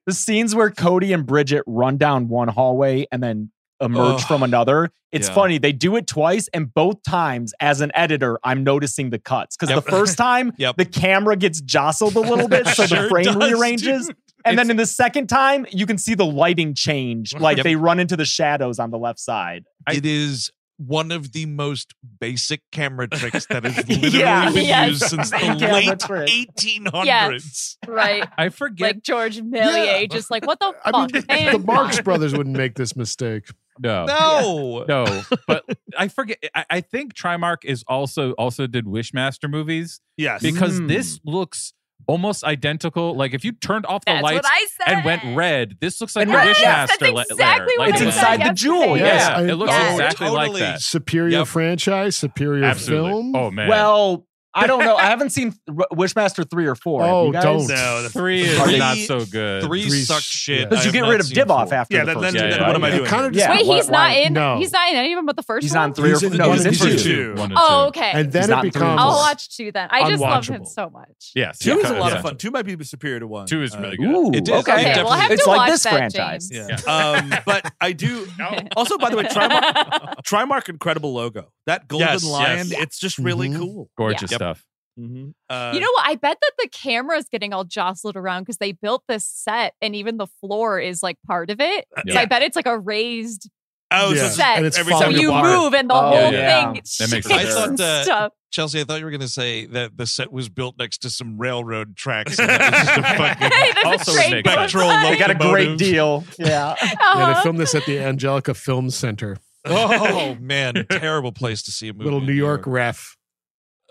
E: the scenes where Cody and Bridget run down one hallway and then emerge
A: Ugh.
E: from another. It's
A: Yeah.
E: funny. They do it twice, and both times, as an editor, I'm notice noticing the cuts because
D: Yep.
E: the first time
D: (laughs) Yep.
E: the camera gets jostled a little bit, so
D: Sure
E: the frame
D: does,
E: rearranges.
D: dude.
E: And then in the second time, you can see the lighting
D: (laughs)
E: change. Like
D: Yep.
E: they run into the shadows on the
A: (laughs)
E: left side.
D: it is one of the most basic camera tricks
B: (laughs)
D: that has literally
E: Yeah.
D: been
F: Yes.
D: used since the
E: Camera
D: late
E: trick.
D: 1800s.
F: (laughs) right.
B: I forget.
F: Like George Millier, just like what the
C: I
F: fuck?
C: mean,
F: man?
C: the Marx Brothers wouldn't make this mistake.
B: no.
D: No.
B: No, but I forget. I, I think Trimark is also also did Wishmaster movies
A: Yes.
B: because
E: Hmm.
B: this looks almost identical. Like if you turned off the
F: That's what
B: lights
F: I said.
B: and went red, this looks like
E: And
B: a
E: red.
B: Wishmaster
F: Yes, that's
B: le-
F: exactly
B: letter.
F: what
B: Like
F: I
E: It's
B: that.
E: inside the
F: yesterday.
E: jewel.
C: Yeah.
E: Yeah.
C: Yes, I-
B: it looks
F: Yes.
B: exactly
D: Totally.
B: like that.
C: Superior
D: Yep.
C: franchise, superior
B: Absolutely.
C: film.
B: Oh man.
E: Well, I don't
D: (laughs)
E: know. I haven't seen R- Wishmaster three or four. Have
C: Oh,
E: you guys?
C: don't.
A: No, that's-
B: three is
D: Three-
B: not so good.
D: Three,
C: Three
D: sucks
C: s-
D: shit.
C: yeah.
D: I
E: Because you
D: have
E: get
D: not
E: rid of
D: seen
E: Divoff
D: four.
E: after
A: Yeah,
E: the
A: that-
E: first
A: then-
E: one.
B: yeah,
A: then
B: yeah.
A: what am I
B: It
A: doing?
C: kinda
A: here?
C: just-
E: Yeah,
F: Wait,
E: what-
F: he's not
E: why-
F: in.
C: no.
F: He's not in any of them but the first
E: He's
F: one.
E: on three or
C: He's
E: four.
C: in
E: No,
C: one
E: he's in
C: and
E: two.
C: two.
B: One and
F: Oh,
B: two.
F: okay.
C: And then
E: He's
C: it
E: not three.
C: becomes
F: I'll watch two then. Oh, I just love him
C: Unwatchable.
F: so much.
B: Yes.
A: Two
B: yeah,
A: is a lot of
B: yeah.
A: fun. Two might be superior to one.
B: Two is
A: Uh,
B: really good.
E: Ooh,
D: It is.
E: okay.
D: I
F: Okay, well, I have
E: it's
F: to
E: like
F: watch
E: this
F: that,
E: franchise.
F: James.
A: Yeah. um, but I
F: (laughs)
A: do. Also, by the way, Trimark Trimark incredible logo. That golden
D: Yes, yes.
A: lion, it's just really
E: Mm-hmm.
C: Mhm.
A: cool.
B: Gorgeous stuff.
A: Mm-hmm. Uh,
F: You know what? I bet that the camera's getting all jostled around because they built this set and even the floor is like part of it. So
B: Yeah.
F: I bet it's like a raised.
A: oh, so
C: Yeah.
F: set.
C: And it's
A: Every
F: So
A: time
C: falling
F: you
C: apart.
F: move and the
E: Oh,
F: whole
E: yeah.
F: thing
B: That makes
F: shakes
B: sense.
D: I
F: and
D: thought, uh,
F: stuff.
D: Chelsea, I thought you were going to say that the set was built next to some railroad tracks. And it was just
A: (laughs)
B: (laughs)
F: (laughs)
D: a fucking
F: Hey, that's a
B: also
F: great
B: makes
F: point.
B: sense.
D: spectral
E: They got a
D: locomotive.
E: great deal. Yeah.
C: Yeah, they
F: Uh-huh.
C: filmed this at the Angelica Film Center,
D: (laughs) Oh man, terrible place to see a movie.
C: little
D: in
C: New York ref.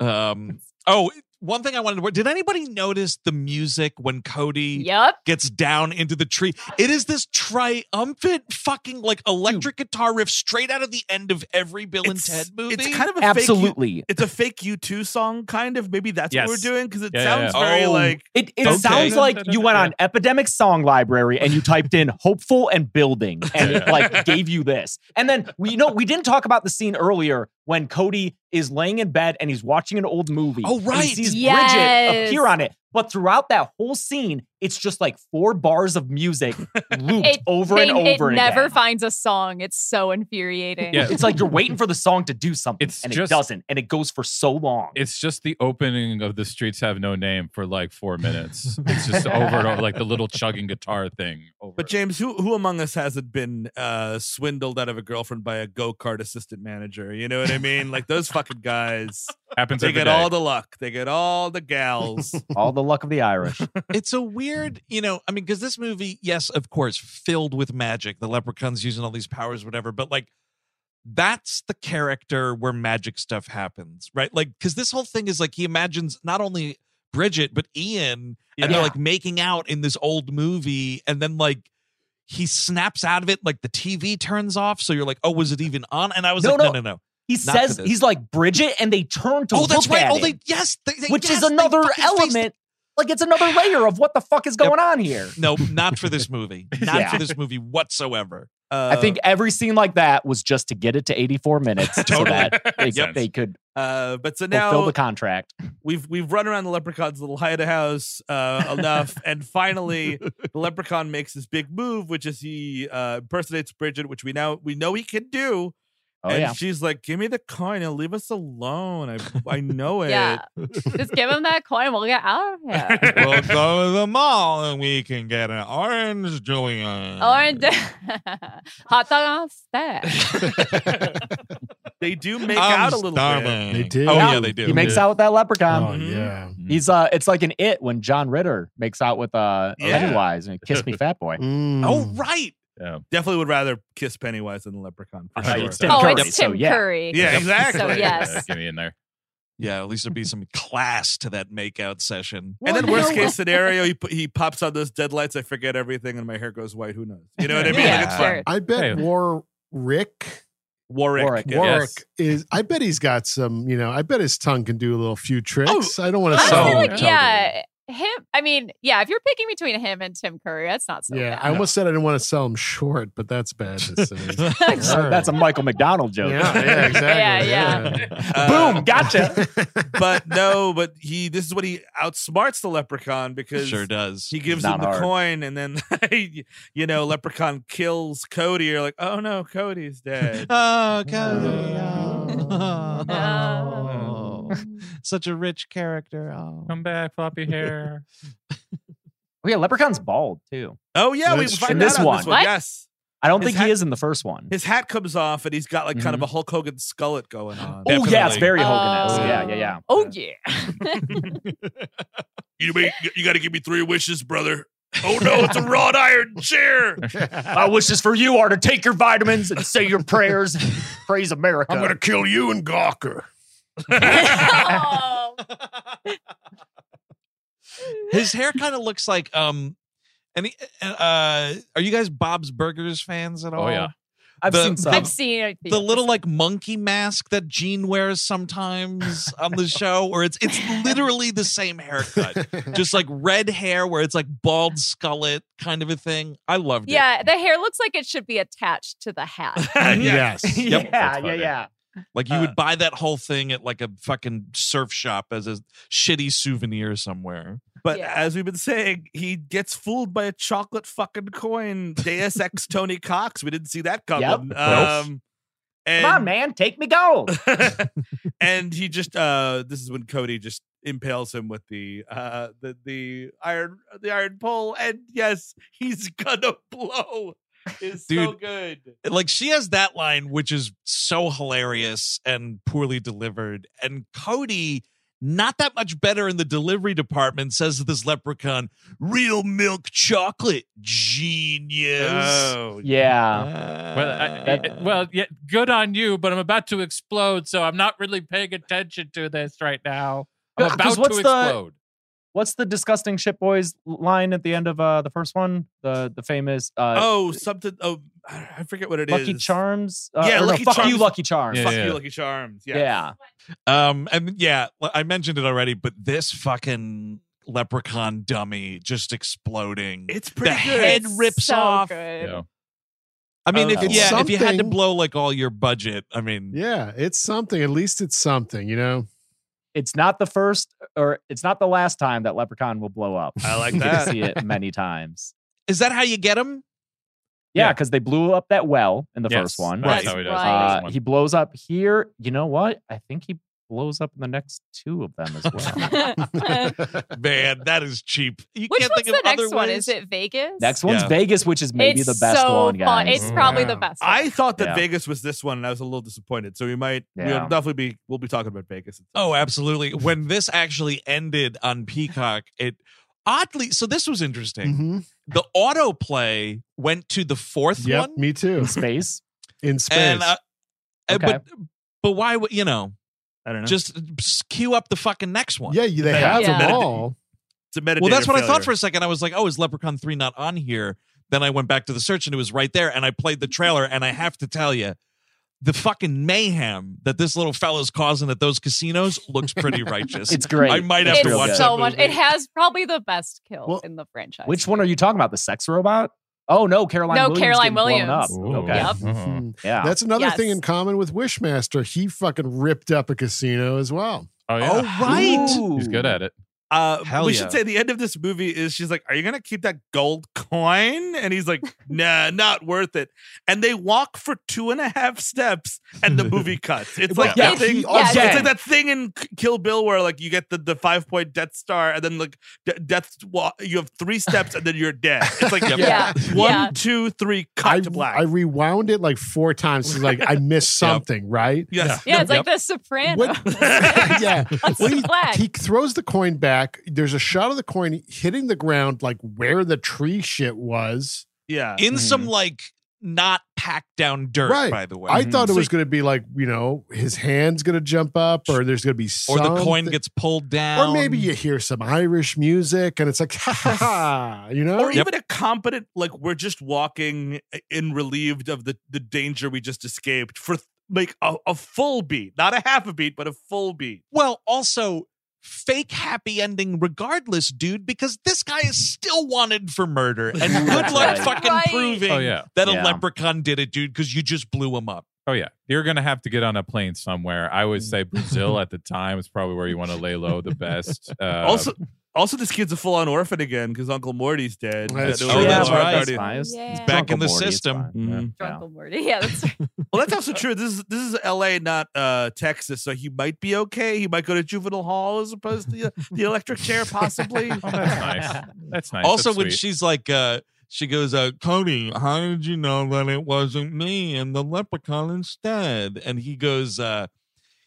D: York. Um. Oh, one thing I wanted to. Did anybody notice the music when Cody
F: Yep.
D: gets down into the tree? It is this triumphant fucking like electric guitar riff straight out of the end of every Bill and
A: it's-
D: Ted movie.
A: It's kind of a Fake U-
E: Absolutely.
A: it's a fake U2 song, kind of. Maybe that's
B: Yes.
A: what we're doing because it
B: Yeah, yeah,
A: sounds
D: yeah.
A: very
D: Oh.
A: like.
E: It, it
D: Okay.
E: sounds like you went on Epidemic Song Library and you typed in (laughs) hopeful and building and it
B: Yeah.
E: like gave you this. And then we you know we didn't talk about the scene earlier when Cody is laying in bed and he's watching an old movie.
D: Oh,
E: and
D: right.
E: he sees Bridget
F: Yes.
E: appear on it. But throughout that whole scene, it's just like four bars
F: (laughs)
E: of music looped
F: It-
E: over
F: They-
E: and over
F: it
E: again.
F: never finds a song. It's so infuriating.
E: (laughs)
B: Yeah.
E: It's like you're waiting for the song to do something
B: It's
E: and
B: just-
E: it doesn't, and it goes for so long.
B: It's just the opening of the streets have no name for like four minutes. It's
E: (laughs)
B: just over and over, like the little chugging guitar thing. Over
A: But James, who who among us hasn't been uh, swindled out of a girlfriend by a go kart assistant manager? You know what I mean? Like those fucking
D: (laughs)
A: guys,
B: happens
A: they
B: every
A: get
B: day.
A: all the luck, they get all the gals.
E: All the luck of the Irish.
D: it's a weird, you know, I mean, because this movie, yes, of course, filled with magic. The leprechaun's using all these powers, whatever, but like that's the character where magic stuff happens, right? Like, because this whole thing is like he imagines not only Bridget, but Ian, and they're
E: Yeah.
D: like making out in this old movie, and then like he snaps out of it, like the TV turns off. So you're like, oh, was it even on? And I was
E: No,
D: like, no,
E: no.
D: no, no.
E: (laughs) He
D: Not for
E: says
D: this.
E: he's like Bridget, and they turn to
D: oh, that's
E: look
D: right.
E: at
D: Oh,
E: him.
D: they, yes. They, they-
E: which
D: yes,
E: is
D: they
E: another
D: fucking faced
E: element. Like it's (sighs) another layer of what the fuck is going on here.
D: No, not for this
E: (laughs)
D: movie. Not
E: Yeah.
D: for this movie whatsoever.
A: Uh,
E: (laughs) I think every scene like that was just to get it to 84 minutes so
D: Totally.
E: (laughs) that they,
D: Yep.
E: they could
A: Uh, but so
E: fulfill
A: now
E: the contract.
A: we've we've run around the leprechaun's little hideout uh, enough, and finally
E: (laughs)
A: the leprechaun makes his big move, which is he uh, impersonates Bridget, which we now we know he can do.
E: Oh
A: and
E: yeah.
A: she's like, "Give me the coin and leave us alone. I I know it."
F: (laughs) Yeah. Just give him that coin. We'll get out of
D: (laughs)
F: here.
D: we'll go to the mall and we can get an
F: (laughs)
D: orange Julian.
F: Orange hot dog on a stack.
A: They do make
D: I'm
A: out a little
D: starving.
A: bit.
D: They do. Oh, yeah, they do.
E: He makes
D: Yeah.
E: out with that
F: Um,
E: leprechaun.
C: Oh, yeah.
E: He's uh, it's like an it when John Ritter makes out with uh
A: Yeah.
E: Pennywise and kiss me, fat (laughs) boy.
C: Mm.
A: Oh right.
B: Yeah.
A: Definitely would rather kiss Pennywise than the leprechaun. For
E: Uh,
A: sure.
E: it's
F: (laughs)
E: Tim Oh, Curry, it's so Tim yeah.
F: Curry.
A: Yeah,
F: Yep.
A: exactly.
F: So, yes.
B: Get me in there.
D: Yeah, at least there'd be some class to that
B: (laughs)
D: makeout session.
A: And then worst
F: (laughs)
A: case scenario, he put, he pops on those deadlights. I forget everything, and my hair goes white. Who knows? You know what I mean?
D: Yeah,
A: like, it's
D: sure.
A: fun.
C: I bet
B: Hey.
C: War Rick
A: Warwick.
E: Warwick,
A: yeah.
C: Warwick
B: Yes.
C: is. I bet he's got some. You know, I bet his tongue can do a little few tricks. I don't want to
F: I
C: sell
F: feel
C: him.
F: like, Oh, yeah, him. I mean, yeah, if you're picking between him and Tim Curry, that's not so
C: Yeah,
F: bad.
C: I almost said I didn't want to sell him short, but that's bad.
A: (laughs)
C: To say.
E: So that's a Michael McDonald
C: yeah,
E: joke.
C: yeah, exactly.
F: Yeah,
A: Uh,
E: Boom, gotcha.
A: (laughs) but no, but he. This is what he outsmarts the leprechaun because
D: Sure does. (laughs)
A: he gives
E: Not
A: him the
E: hard.
A: coin, and then (laughs) you know, leprechaun kills Cody. You're like, oh no,
E: (laughs)
A: Cody's dead. (laughs)
D: Oh, Cody. Oh.
B: (laughs)
D: Such a rich character. Oh.
B: Come back, floppy hair.
E: Oh yeah, Leprechaun's bald too.
A: oh yeah, we
C: That's
A: find
E: true.
A: that
E: This
A: on
E: one.
A: this one.
F: What?
A: Yes.
E: I don't
A: His
E: think
A: hat-
E: he is in the first one.
A: His hat comes off and he's got like kind of a Hulk Hogan skullet going on.
E: Mm-hmm. Oh yeah, it's
D: Definitely.
E: very Hogan-esque.
F: Oh.
E: yeah, yeah, yeah.
F: Oh yeah. (laughs)
E: (laughs)
A: You make, you got to give me three wishes, brother. Oh no, it's a wrought iron (laughs) chair.
C: (laughs)
E: My wishes for you are to take your vitamins and say your prayers. (laughs) Praise America.
C: kill you and Gawker.
F: oh.
D: (laughs) His hair kind of looks like um. Any uh, are you guys Bob's Burgers fans at all?
A: Oh,
B: yeah.
E: I've
D: the-
B: (laughs)
E: seen some.
F: I've seen it.
D: the little like monkey mask that Gene wears sometimes on the show, or it's it's literally the same haircut, just like red hair where it's like bald skullet kind of a thing. I loved it.
F: Yeah, the hair looks like it should be attached to the hat.
C: (laughs) yes.
D: Yep.
E: yeah,
B: That's
E: yeah,
B: funny.
E: yeah.
D: Like you
A: Uh,
D: would buy that whole thing at like a fucking surf shop as a shitty souvenir somewhere.
A: But
F: Yeah.
A: as we've been saying, he gets fooled by a chocolate fucking coin. Deus
E: (laughs)
A: Ex Tony Cox. We didn't see that coming.
E: Yep.
A: Um, and,
E: Come on, man, take me gold. (laughs)
A: (laughs)
B: (laughs)
A: and he just uh, this is when Cody just impales him with the uh, the the iron the iron pole, and yes, he's gonna (laughs) blow. Is so
D: Dude.
A: good.
D: Like she has that line, which is so hilarious and poorly delivered. And Cody, not that much better in the delivery department, says to this leprechaun, real milk chocolate genius.
A: Oh,
E: Yeah.
B: Well, I,
A: Uh,
B: I- well, yeah, good on you, but I'm about to explode, so I'm not really paying attention to this right now. I'm
E: Yeah, 'cause
B: about to
E: what's the-
B: explode.
E: What's the disgusting shit boys line at the end of uh, the first one? The the famous uh,
A: oh, something. Oh, I forget what it is.
E: Lucky Charms. Uh,
A: Yeah,
E: or no,
A: Lucky
E: fuck you,
A: Charms.
E: Lucky Charms.
B: Yeah,
A: Fuck
B: yeah.
A: you, Lucky Charms.
E: yeah.
A: Yeah.
D: Um, and yeah, l- I mentioned it already, but this fucking leprechaun dummy just exploding.
A: It's pretty
D: the
A: good.
D: head
F: It's
D: rips
F: so
D: off.
F: good.
B: Yeah.
D: I
A: Oh,
D: mean, if
C: It's
D: yeah, if you had to
C: something.
D: blow like all your budget, I mean,
C: Yeah, it's something. At least it's something, you
F: (laughs)
C: know. (laughs)
E: It's not the first or it's not the last time that Leprechaun will blow up.
A: I
E: (laughs)
A: like
E: You can
A: that.
E: see it many times.
D: is that how you get him?
E: Yeah,
B: Yeah.
E: because they blew up that well in the
B: Yes,
E: first one.
B: That's
F: Right.
B: how he does
F: Right.
B: the
E: Uh,
B: first one.
E: he blows up here. You know what? I think he blows up in the next two of them as
D: (laughs)
E: well.
F: (laughs)
D: Man, that is cheap. You
F: Which
D: can't
F: one's
D: think of
F: the next
D: other
F: one?
D: ways.
F: Is it Vegas?
E: next one's
D: Yeah.
E: Vegas, which is maybe
F: it's
E: the best
F: so
E: one,
F: Fun.
E: guys.
F: It's probably the
C: Wow.
F: best. One.
A: I thought that
E: Yeah.
A: Vegas was this one, and I was a little disappointed. So we might,
E: Yeah.
A: we'll definitely be, we'll be talking about Vegas.
D: Oh, absolutely. When this actually ended on Peacock, it oddly so this was interesting.
C: Mhm.
D: The autoplay went to the fourth
C: Yep,
D: one.
C: me too.
D: (laughs)
E: In space.
C: In space.
D: And uh, uh,
E: Okay.
D: but but why would you know?
A: I don't know.
D: Just s- queue up the fucking next one.
C: yeah, you- they have
F: Yeah.
C: them all.
A: it's a metadata.
D: Well, that's what I thought for
A: failure.
D: a second. I was like, oh, is Leprechaun 3 not on here? Then I went back to the search and it was right there. And I played the trailer. And I have to tell you, the fucking mayhem that this little fella's causing at those casinos
C: (laughs)
D: looks pretty righteous.
E: It's great.
D: I might have
E: It's
D: to
E: real
D: watch
E: good.
F: so
D: that
F: much.
D: movie.
F: It has probably the best kill
C: Well,
F: in the franchise.
E: Which one are you talking about? The sex robot? Oh no, Caroline.
F: No,
E: Williams
F: Caroline
E: getting blown
F: Williams.
E: Up. Okay.
F: Yep. Mm-hmm.
B: Uh-huh.
C: Mhm.
E: Yeah.
C: That's another
F: Yes.
C: thing in common with Wishmaster. He fucking ripped up a casino as well.
B: Oh, yeah.
D: Oh, right.
B: He's good at it.
A: Uh,
D: Hell
A: we
D: yeah.
A: should say the end of this movie is she's like, "Are you gonna keep that gold coin? And he's
D: (laughs)
A: like, nah, not worth it. And they walk for two and a half steps and the movie cuts. It's
N: Well,
A: like
N: yeah,
A: that thing,
N: he also-
A: it's like that thing in K- Kill Bill where like you get the, the five point Death Star and then like de- Death Walk, you have three steps and then you're dead. It's like
C: Yep.
A: yeah.
C: Yeah.
A: one,
C: Yeah.
A: two, three, cut to black.
C: I rewound it like four times. 'cause, Like I missed something,
D: (laughs)
C: right?
A: Yes.
F: Yeah, it's like the Sopranos. (laughs)
C: yeah. Well, he, (laughs)
F: flag.
C: he throws the coin back. There's a shot of the coin hitting the ground, like where the tree shit was.
A: Yeah.
D: In some like not packed down dirt,
C: Mm-hmm. right.
D: by the way.
F: Mm-hmm.
C: I thought it
D: Mm-hmm. So-
C: was going to be like you know his hand's going to jump up, or there's going to be
D: or the coin
C: something-
D: gets pulled down.
F: Um,
C: or maybe you hear some Irish music, and it's like ha ha
F: (laughs)
C: ha, you know,
F: e
A: or even a competent like we're just walking uh, in relieved of the the danger we just escaped for like a, a full beat not a half a beat but a full beat
D: Well, also fake happy ending regardless, dude, because this guy is still wanted for murder. And good
B: That's
D: luck
B: right.
D: fucking
F: Right.
D: proving
B: Oh, yeah.
D: that a
B: Yeah.
D: leprechaun did it, dude, because you just blew him up.
B: Oh yeah, you're gonna have to get on a plane somewhere. I would say Brazil at the time is probably where you want to lay low the best. Uh,
A: also also this kid's a full-on orphan again because uncle morty's dead
B: That's
A: Uh,
B: true. Oh,
A: no,
B: Yeah, that's
A: Uncle
B: right.
A: Morty.
E: It's
F: Yeah.
D: He's back in the
E: Uncle Morty, it's
D: system. Mm.
E: fine.
A: Mhm.
E: Yeah.
F: Uncle Morty. Yeah, that's right.
A: well that's also true this is this is la not uh texas so he might be okay he might go to juvenile hall as opposed to the, the electric chair
B: (laughs)
A: possibly
B: Oh,
E: (laughs)
B: that's nice.
D: (laughs)
B: That's nice.
D: also,
B: That's
D: when
B: sweet.
D: she's like, uh, she goes, uh, Cody, how did you know that it wasn't me and the leprechaun instead? And he goes, uh,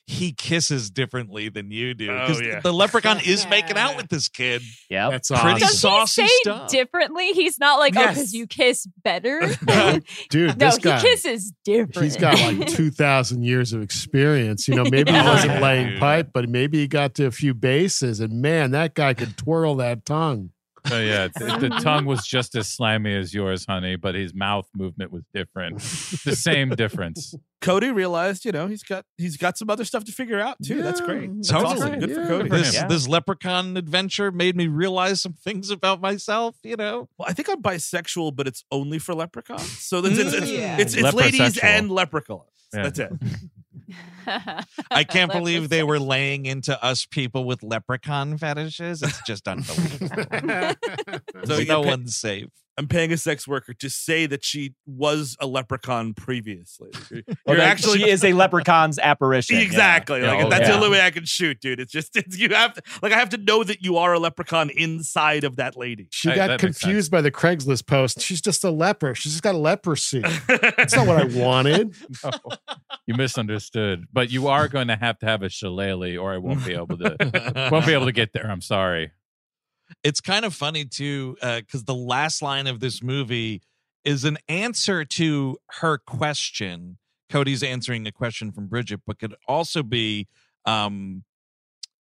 D: he kisses differently than you do.
A: Oh,
D: 'Cause
A: yeah.
D: the leprechaun is
F: (laughs)
D: making out with this kid.
E: Yeah.
C: that's
D: Pretty
C: awesome,
D: Does
F: Does he
D: saucy
F: say
D: stuff.
F: differently? He's not like, oh,
A: Yes.
F: because you kiss better. (laughs)
C: dude.
F: no,
C: this
F: he
C: guy,
F: kisses different.
C: he's got like (laughs) two thousand years of experience. You know, maybe
F: (laughs) Yeah.
C: he wasn't
D: Dude.
C: laying pipe, but maybe he got to a few bases, and man, that guy could twirl that tongue.
F: (laughs)
B: So, yeah, th-
K: (laughs)
B: the tongue was just as slimy as yours, honey, but his mouth movement was different. the same difference.
A: Cody realized, you know, he's got he's got some other stuff to figure out too. That's
C: Yeah.
A: great. That's
D: Totally.
A: awesome. Good for
C: Yeah.
A: Cody.
D: This
E: Yeah.
D: this leprechaun adventure made me realize some things about myself, you know.
A: Well, I think I'm bisexual, but it's only for leprechauns. So that's it's it's,
F: Yeah.
A: it's, it's ladies
B: Leprosexual.
A: and leprechauns.
B: Yeah.
A: That's it.
F: (laughs)
D: I can't believe they were laying into us people with leprechaun fetishes. It's
B: (laughs)
D: just unbelievable.
A: So
D: no
A: you pay-
D: one's safe.
A: I'm paying a sex worker to say that she was a leprechaun previously. You're
E: Well, like,
A: actually
E: Oh, she is a leprechaun's apparition. yeah.
A: exactly
B: Yeah.
A: like
B: Oh,
A: that's the
E: yeah.
A: only way I can shoot, dude. It's just it's, you have to like I have to know that you are a leprechaun inside of that lady. (laughs)
C: She
B: Hey,
C: got
B: that makes sense.
C: confused by the Craigslist post. She's just a leper. She's just got leprosy. That's not what I
B: (laughs)
C: wanted.
B: No, you misunderstood. But you
D: (laughs)
B: are going to have to have a shillelagh, or I won't be able to won't be able to get there. I'm sorry.
D: It's kind of funny too, because the last line of this movie is an answer to her question. Cody's answering a question from Bridget, but could also be um,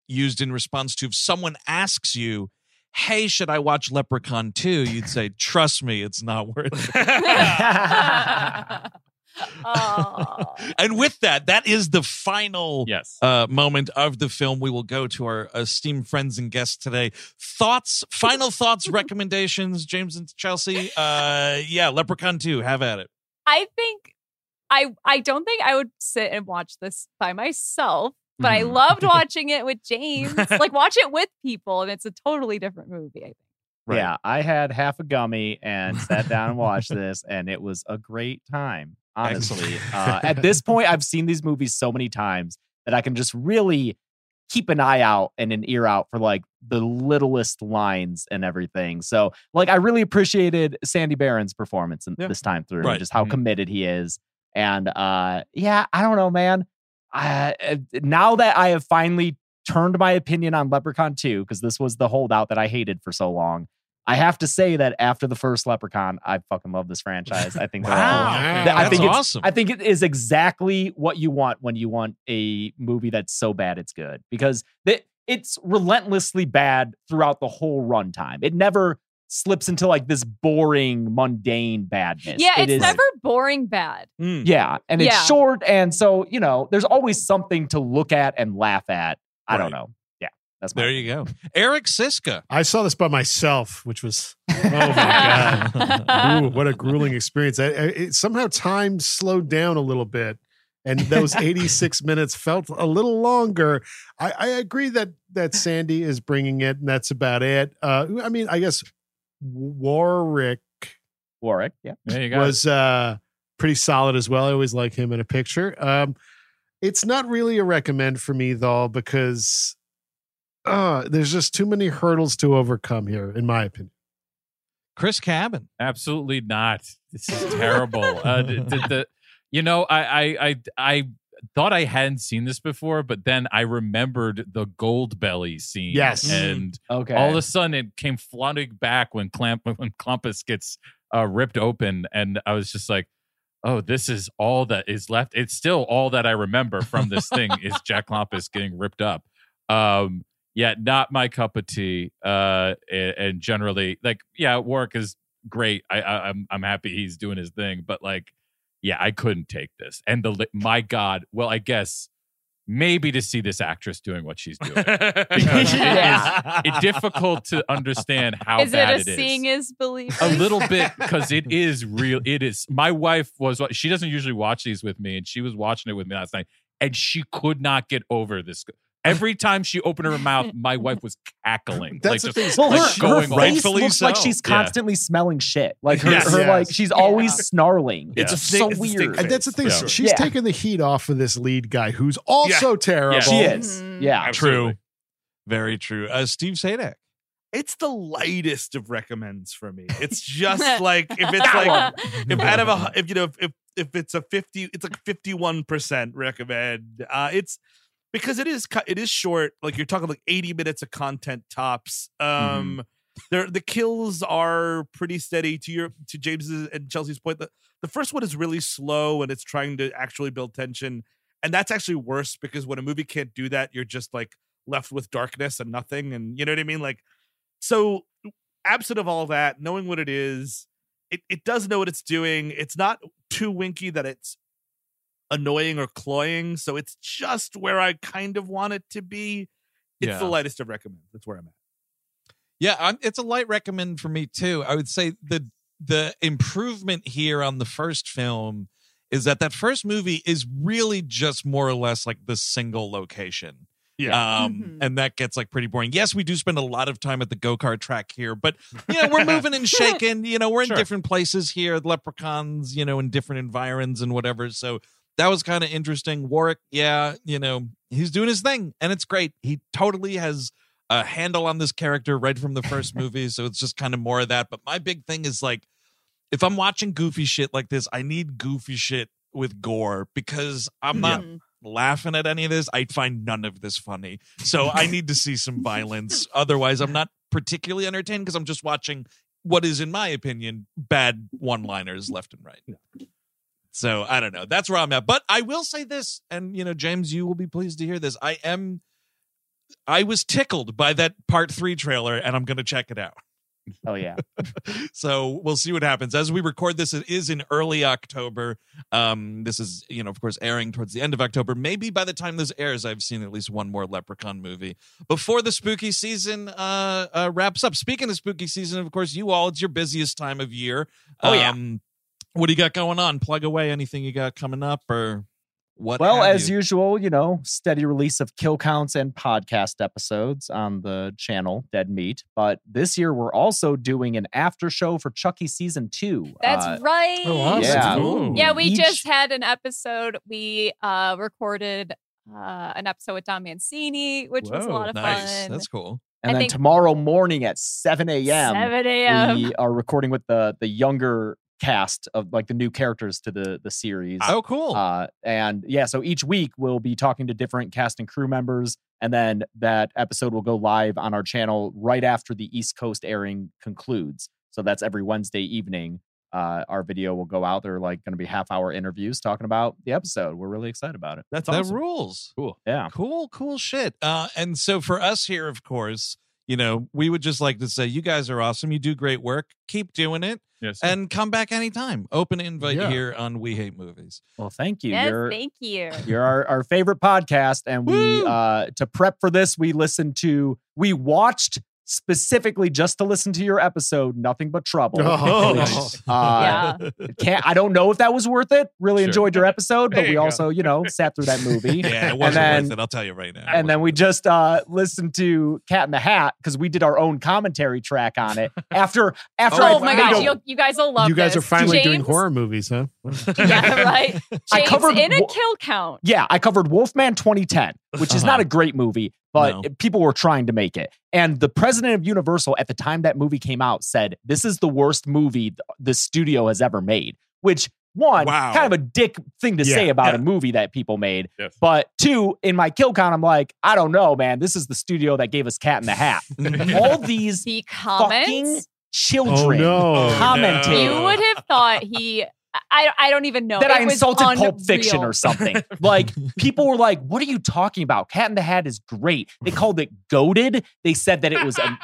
D: used in response to if someone asks you, "Hey, should I watch Leprechaun 2? You'd say, "Trust me, it's not worth it."
F: (laughs) oh.
D: and with that, that is the final
B: Yes.
D: uh, moment of the film. We will go to our esteemed friends and guests today. Thoughts, final thoughts, recommendations, James and Chelsea. Uh, yeah, Leprechaun 2, have at it.
F: I think I I don't think I would sit and watch this by myself, but I
E: Mm-hmm.
B: Mhm.
F: loved watching it with James. like watch it with people, and it's a totally different movie. I think.
B: Right.
E: Yeah, I had half a gummy and sat down and watched this, and it was a great time. Honestly, uh, at this point, I've seen these movies so many times that I can just really keep an eye out and an ear out for like the littlest lines and everything. So, like, I really appreciated Sandy Barron's performance in,
A: Yeah.
E: this time through,
D: Right.
E: just how
B: Mhm.
E: committed he is. And uh, yeah, I don't know, man. I, uh, now that I have finally turned my opinion on Leprechaun 2, because this was the holdout that I hated for so long. I have to say that after the first Leprechaun, I fucking love this franchise. I think they're all-
C: Wow.
E: That- I
D: That's
E: think it's-
D: awesome.
E: I think it is exactly what you want when you want a movie that's so bad it's good because th- it's relentlessly bad throughout the whole runtime. It never slips into like this boring, mundane badness.
F: yeah,
E: It
F: it's
E: is-
F: never boring bad.
B: Hmm.
A: Mm.
E: Yeah, and it's
F: Yeah.
E: short, and so you know, there's always something to look at and laugh at. I don't
D: Right.
E: know. Yeah, that's my
D: There you go. Eric Siska.
C: (laughs) I saw this by myself, which
B: (laughs)
C: was oh my
F: (laughs)
C: god, Ooh, what a grueling experience! I, I, it, somehow time slowed down a little bit, and those eighty-six minutes felt a little longer. I, I agree that that Sandy is bringing it, and that's about it. Uh, I mean, I guess Warwick
E: Warwick. Yeah.
B: There you go.
C: was uh, pretty solid as well. I always like him in a picture. Um, it's not really a recommend for me though because uh, there's just too many hurdles to overcome here, in my opinion.
D: Chris Cabin.
B: Absolutely not. This
A: (laughs)
B: is terrible. uh, the, the, the- you know, I, I, I, I thought I hadn't seen this before, but then I remembered the gold belly scene.
C: Yes.
B: And
E: Okay.
B: all of a sudden it came flooding back when Clamp, when Clampus gets uh, ripped open. And I was just like, oh, this is all that is left. It's still all that I remember from this thing is Jack Clampus getting ripped up. Um, yeah, not my cup of tea. Uh, and, and generally, like, yeah, Warwick is great. I, I, I'm I'm happy he's doing his thing, but like, yeah, I couldn't take this. And the li- my God, well, I guess maybe to see this actress doing what she's doing, because
F: Yeah.
D: (laughs)
B: it is it difficult to understand how
F: is it
B: bad
F: a
B: it is
F: seeing is believing?
E: Oh,
B: a little bit because it is real. It is. My wife was. She doesn't usually watch these with me, and she was watching it with me last night, and she could not get over this. Every time she opened her
D: (laughs)
B: mouth, my wife was cackling.
C: That's the thing.
E: Well,
B: like,
E: her, her
B: going
E: face
B: off.
D: Rightfully
E: looks like
D: so.
E: she's
B: Yeah.
E: constantly smelling shit. Like her,
B: Yes.
E: her
C: Yes.
E: like she's always snarling.
B: Yeah.
E: It's
B: It's
A: a
E: so
A: stink- it's a stink
E: weird.
A: face.
C: And that's the thing.
B: Yeah.
C: She's
E: Yeah.
C: taking the heat off of this lead guy who's also terrible.
F: (laughs)
E: She is.
F: Mm.
E: Yeah.
B: Absolutely.
D: True. Very true. Uh, Steve Sadak.
A: It's the lightest of recommends for me. It's just like if it's like if out of a hu- if you know if if, if it's a 50 it's like 51% recommend uh it's because it is cu- it is short like you're talking like 80 minutes of content tops um there the kills are pretty steady to your to James's and Chelsea's point the, the first one is really slow and it's trying to actually build tension and that's actually worse because when a movie can't do that you're just like left with darkness and nothing and you know what I mean like so absent of all that knowing what it is it, it does know what it's doing. It's not too winky that it's annoying or cloying. So it's just where I kind of want it to be. It's the
D: Yeah.
A: lightest of recommend. That's where I'm at.
D: Yeah, I'm, it's a light recommend for me too. I would say the the improvement here on the first film is that that first movie is really just more or less like the single location.
A: Yeah.
D: Um,
F: Mhm.
D: and that gets like pretty boring. Yes, we do spend a lot of time at the go kart track here, but you know we're moving and shaking. You know we're in
B: Sure.
D: different places here. The leprechauns, you know, in different environs and whatever. So that was kind of interesting. Warwick, yeah, you know, he's doing his thing and it's great. He totally has a handle on this character right from the first movie. So it's just kind of more of that. But my big thing is like, if I'm watching goofy shit like this, I need goofy shit with gore because I'm not
F: Mhm.
D: laughing at any of this. I find none of this funny. So I need to see some violence. Otherwise, I'm not particularly entertained because I'm just watching what is, in my opinion, bad one liners left and right. So I don't know. That's where I'm at. But I will say this, and you know, James, you will be pleased to hear this. I am I was tickled by that part three trailer, and I'm gonna check it out.
E: Oh yeah.
D: So we'll see what happens. As we record this, it is in early October. Um, this is, you know, of course, airing towards the end of October. Maybe by the time this airs, I've seen at least one more Leprechaun movie before the spooky season uh, uh, wraps up. Speaking of spooky season, of course, you all, it's your busiest time of year.
E: Oh, yeah.
D: Um, what do you got going on? Plug away anything you got coming up or what?
E: well,
D: have
E: as usual, you know, steady release of kill counts and podcast episodes on the channel Dead Meat. But this year, we're also doing an after show for Chucky season two.
F: That's
E: Uh,
F: right.
C: Oh, awesome.
E: Yeah.
C: Ooh.
F: Yeah, we
E: Each-
F: just had an episode. We uh, recorded uh, an episode with Don Mancini, which was a
B: Whoa,
F: lot of
D: nice.
F: fun.
D: That's cool.
E: and
F: I
E: then
F: think-
E: tomorrow morning at seven a.m.
F: 7 a.m.
E: we are recording with the the younger cast of like the new characters to the the series.
F: Ah,
D: Oh, cool.
E: Uh, and yeah, so each week we'll be talking to different cast and crew members, and then that episode will go live on our channel right after the East Coast airing concludes. So that's every Wednesday evening. Uh, our video will go out. They're like going to be half hour interviews talking about the episode. We're really excited about it.
A: That's
D: that
A: awesome.
D: rules.
B: Cool.
E: Yeah.
D: Cool, cool shit. Uh, and so for us here, of course, you know, we would just like to say, you guys are awesome. You do great work. Keep doing it
B: Yes.
D: and come back anytime. Open invite
C: Yeah.
D: here on We Hate Movies.
E: Well, thank you.
F: yes,
E: You're-
F: thank you.
E: You're our, our favorite podcast. And we
D: Woo!
E: uh to prep for this, we listened to we watched specifically just to listen to your episode, Nothing But Trouble.
D: Oh,
E: which,
D: nice.
E: uh, can't, I don't know if that was worth it. Really
D: Sure.
E: enjoyed your episode, but
D: There
E: we
D: you go.
E: also, you know, sat through that
D: (laughs)
E: movie.
D: Yeah, it
E: And
D: wasn't
E: then-
D: worth it. I'll tell you right now.
E: and then we just uh, listened to Cat in the Hat because we did our own commentary track
D: (laughs)
E: on it after after I
F: oh my
E: finally-
F: gosh, you'll, you guys will love
C: you guys
F: this.
C: are finally
F: James,
C: doing
E: (laughs)
C: horror movies, huh?
F: (laughs) Yeah, right. James
E: I covered
F: in a
E: wo-
F: kill count.
E: Yeah, I covered Wolfman 2010, which is
D: Uh-huh.
E: not a great movie, but people were trying to make it. And the president of Universal at the time that movie came out said, "This is the worst movie th- the studio has ever made." Which one,
D: Wow.
E: kind of a dick thing to
D: Yeah,
E: say about
D: yeah.
E: a movie that people made.
D: Yes.
E: But two, in my kill count, I'm like, I don't know, man. This is the studio that gave us Cat in the
D: (laughs)
E: Hat. All these
F: The comments
E: children
C: Oh, no.
E: commenting
F: you would have thought he. I, I don't even know
E: that I
F: It was
E: insulted Pulp Fiction
F: unreal. (laughs)
E: or something. like people were like, "What are you talking about? Cat in the Hat is great." They called it goaded. They said that it was a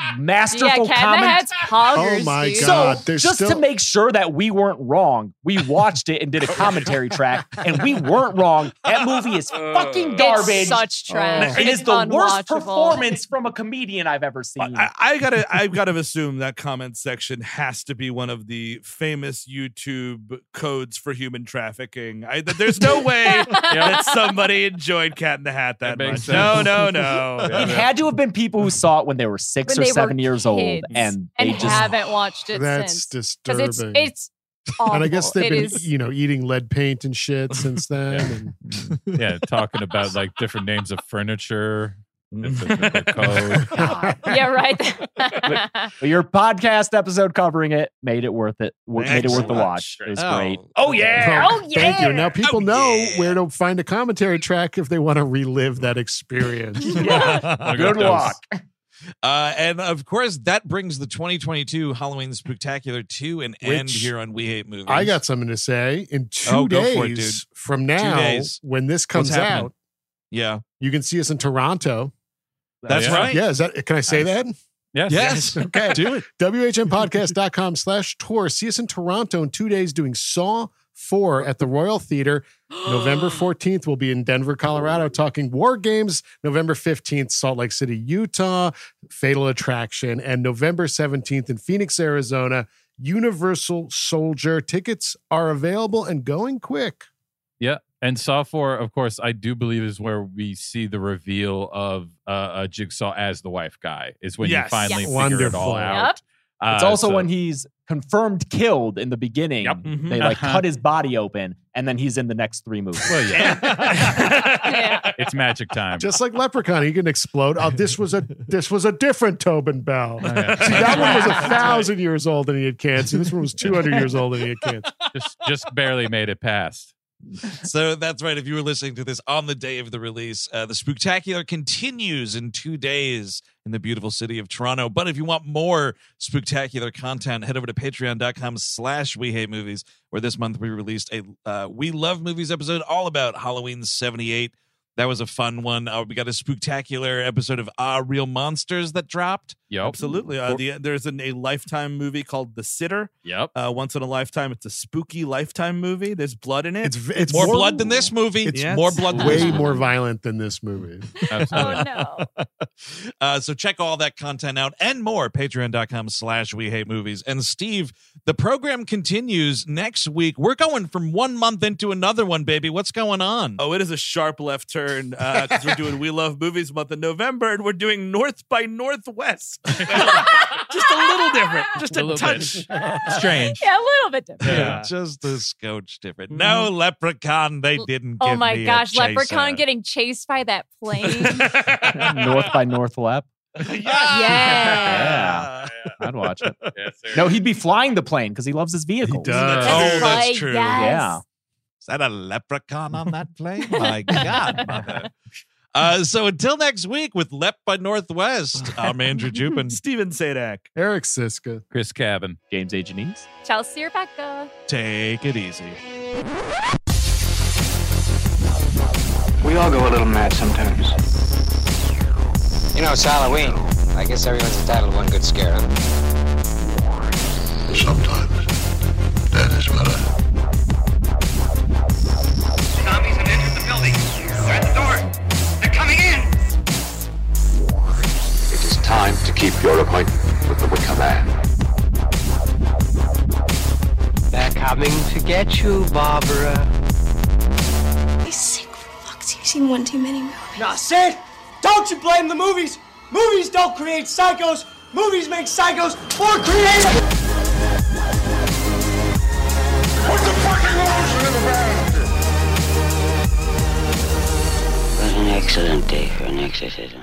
F: (laughs)
E: masterful
F: Yeah, Cat in the
E: comment.
F: Hat's poggers.
C: Oh my
F: dude.
C: God,
E: so
C: there's
E: just to
C: still-
E: make sure that we weren't wrong, we watched it
C: (laughs)
E: and did a commentary track, and we weren't wrong. That
F: (laughs)
E: movie is fucking
F: It's
E: garbage.
F: such trash.
E: It is
F: It's
E: the worst
F: unwatchable.
E: performance from a comedian I've
C: Uh,
E: ever seen.
A: I, I gotta, I've got to assume that comment section has to be one of the famous YouTube codes for human trafficking. I, that there's
B: (laughs)
A: no way that somebody enjoyed Cat in the Hat that much.
B: makes
A: No,
B: sense.
A: no,
B: (laughs)
A: no.
E: it had to have been people who saw it when they were
F: (laughs)
E: six
F: When
E: or
F: they were
E: seven years old,
F: kids
E: and they
F: and
E: just
F: haven't watched it
C: That's
F: since. Because it's
C: disturbing.
F: it's. Awful.
C: and I guess they've
F: It
C: been, (laughs)
F: is-
C: you know, eating lead paint and shit
D: (laughs)
C: since then.
F: (laughs)
C: And
B: yeah, talking about like different names of furniture. It's a- it's a code.
F: Oh,
C: (laughs) Oh,
F: yeah, right.
D: (laughs)
E: But your podcast episode covering it made it worth it. wo- Made it worth the (laughs)
D: Excellent.
E: watch. It was
D: Oh.
E: great.
A: (laughs) Oh yeah.
F: oh yeah.
C: Thank you. Now people know where to find a commentary track if they want to relive that experience.
F: (laughs)
E: (laughs)
B: Look
E: Good
B: at those.
E: luck.
D: Uh, and of course, that brings the 2022 Halloween Spectacular to an end
C: Which
D: here on We Hate Movies.
C: I got something to say. In two
D: Oh, go
C: days
D: for it, dude.
C: from now,
D: days.
C: when this comes
D: happening?
C: out,
D: Yeah,
C: you can see us in Toronto.
D: that's
B: yeah.
D: right.
C: Yeah, is that can I say that?
B: Yes.
D: Yes.
C: Okay.
D: Do it.
C: WHMPodcast.com slash tour. See us in Toronto in two days doing Saw 4 at the Royal
B: (gasps)
C: Theater. November 14th, we'll be in Denver, Colorado talking war games. November 15th, Salt Lake City, Utah, Fatal Attraction. And November 17th in Phoenix, Arizona, Universal Soldier. Tickets are available and going quick.
B: Yeah. And Saw 4, of course, I do believe is where we see the reveal of uh, a Jigsaw as the wife guy, is when
A: Yes.
B: you finally
F: Yes.
B: figure it all
C: Wonderful.
B: out. Uh,
E: It's also
B: so-
E: when he's confirmed killed in the beginning.
B: Yep.
A: Mhm.
E: They like
B: Uh-huh.
E: cut his body open, and then he's in the next three movies.
B: Well,
A: (laughs)
B: (laughs) yeah.
F: Yeah.
B: it's magic time.
C: Just like Leprechaun, he can explode. Oh, this was a this was a different Tobin
B: (laughs)
C: Bell.
B: Oh, yeah.
C: See, that one was a thousand years old and he had cancer. This one was 200 years old and he had cancer.
B: just, just barely made it past.
D: So that's right. If you were listening to this on the day of the release, uh, the spectacular continues in two days in the beautiful city of Toronto. But if you want more spectacular content, head over to patreon.com slash we hate movies, where this month we released a uh, We Love Movies episode all about Halloween 78. That was a fun one. Uh, we got a spectacular episode of Ah Real Monsters that dropped.
B: Yep.
A: Absolutely. Uh, the, there's an, a Lifetime movie called The Sitter.
B: Yep.
A: Uh, once in a lifetime. It's a spooky Lifetime movie. There's blood in it.
C: It's v- it's
D: More blood than this movie.
C: It's
D: It's more blood than this
C: way
D: movie.
C: more violent than this movie.
B: Absolutely.
F: Oh no.
D: uh, so check all that content out and more patreon.com slash we hate movies and steve the program continues next week we're going from one month into another one baby what's going on
A: Oh, it is a sharp left turn because we're doing We Love Movies month in November, and we're doing North by Northwest. just a little different, just a,
B: little
A: touch. (laughs)
B: Strange.
F: Yeah, a little bit different.
B: Yeah.
D: just a scotch different no leprechaun they
F: Mm-hmm.
D: didn't
F: Oh
D: give
F: my
D: me a
F: gosh,
D: chaser. Oh,
F: Leprechaun getting chased by that
D: (laughs)
F: plane.
E: (laughs) North by North Lap.
F: Yeah.
E: I'd
B: (laughs)
E: watch it. No, he'd be flying the plane because he loves his vehicle.
C: does. That's
F: right,
D: oh that's true
F: yes.
E: Yeah.
D: Is that a leprechaun on that
F: (laughs)
D: plane? My God, mother. Uh, so until next week with Lep by Northwest, I'm
F: (laughs)
D: Andrew Jupin.
A: Steven Sadak.
C: Eric Siska.
B: Chris Cabin.
E: James A. Janice.
F: Chelsea Rebecca.
D: Take it easy.
I: We all go a little mad sometimes.
H: You know, it's Halloween. I guess everyone's entitled to one good scare, huh?
I: Sometimes that is better.
J: Zombies have entered the building. They're at the door. They're coming in.
I: It is time to keep your appointment.
B: coming to get you, Barbara.
K: He's sick for fucks. You've seen one too many movies.
O: Now, Sid, don't you blame the movies. Movies don't create psychos. Movies make psychos more creative.
P: What an excellent day for an exorcism.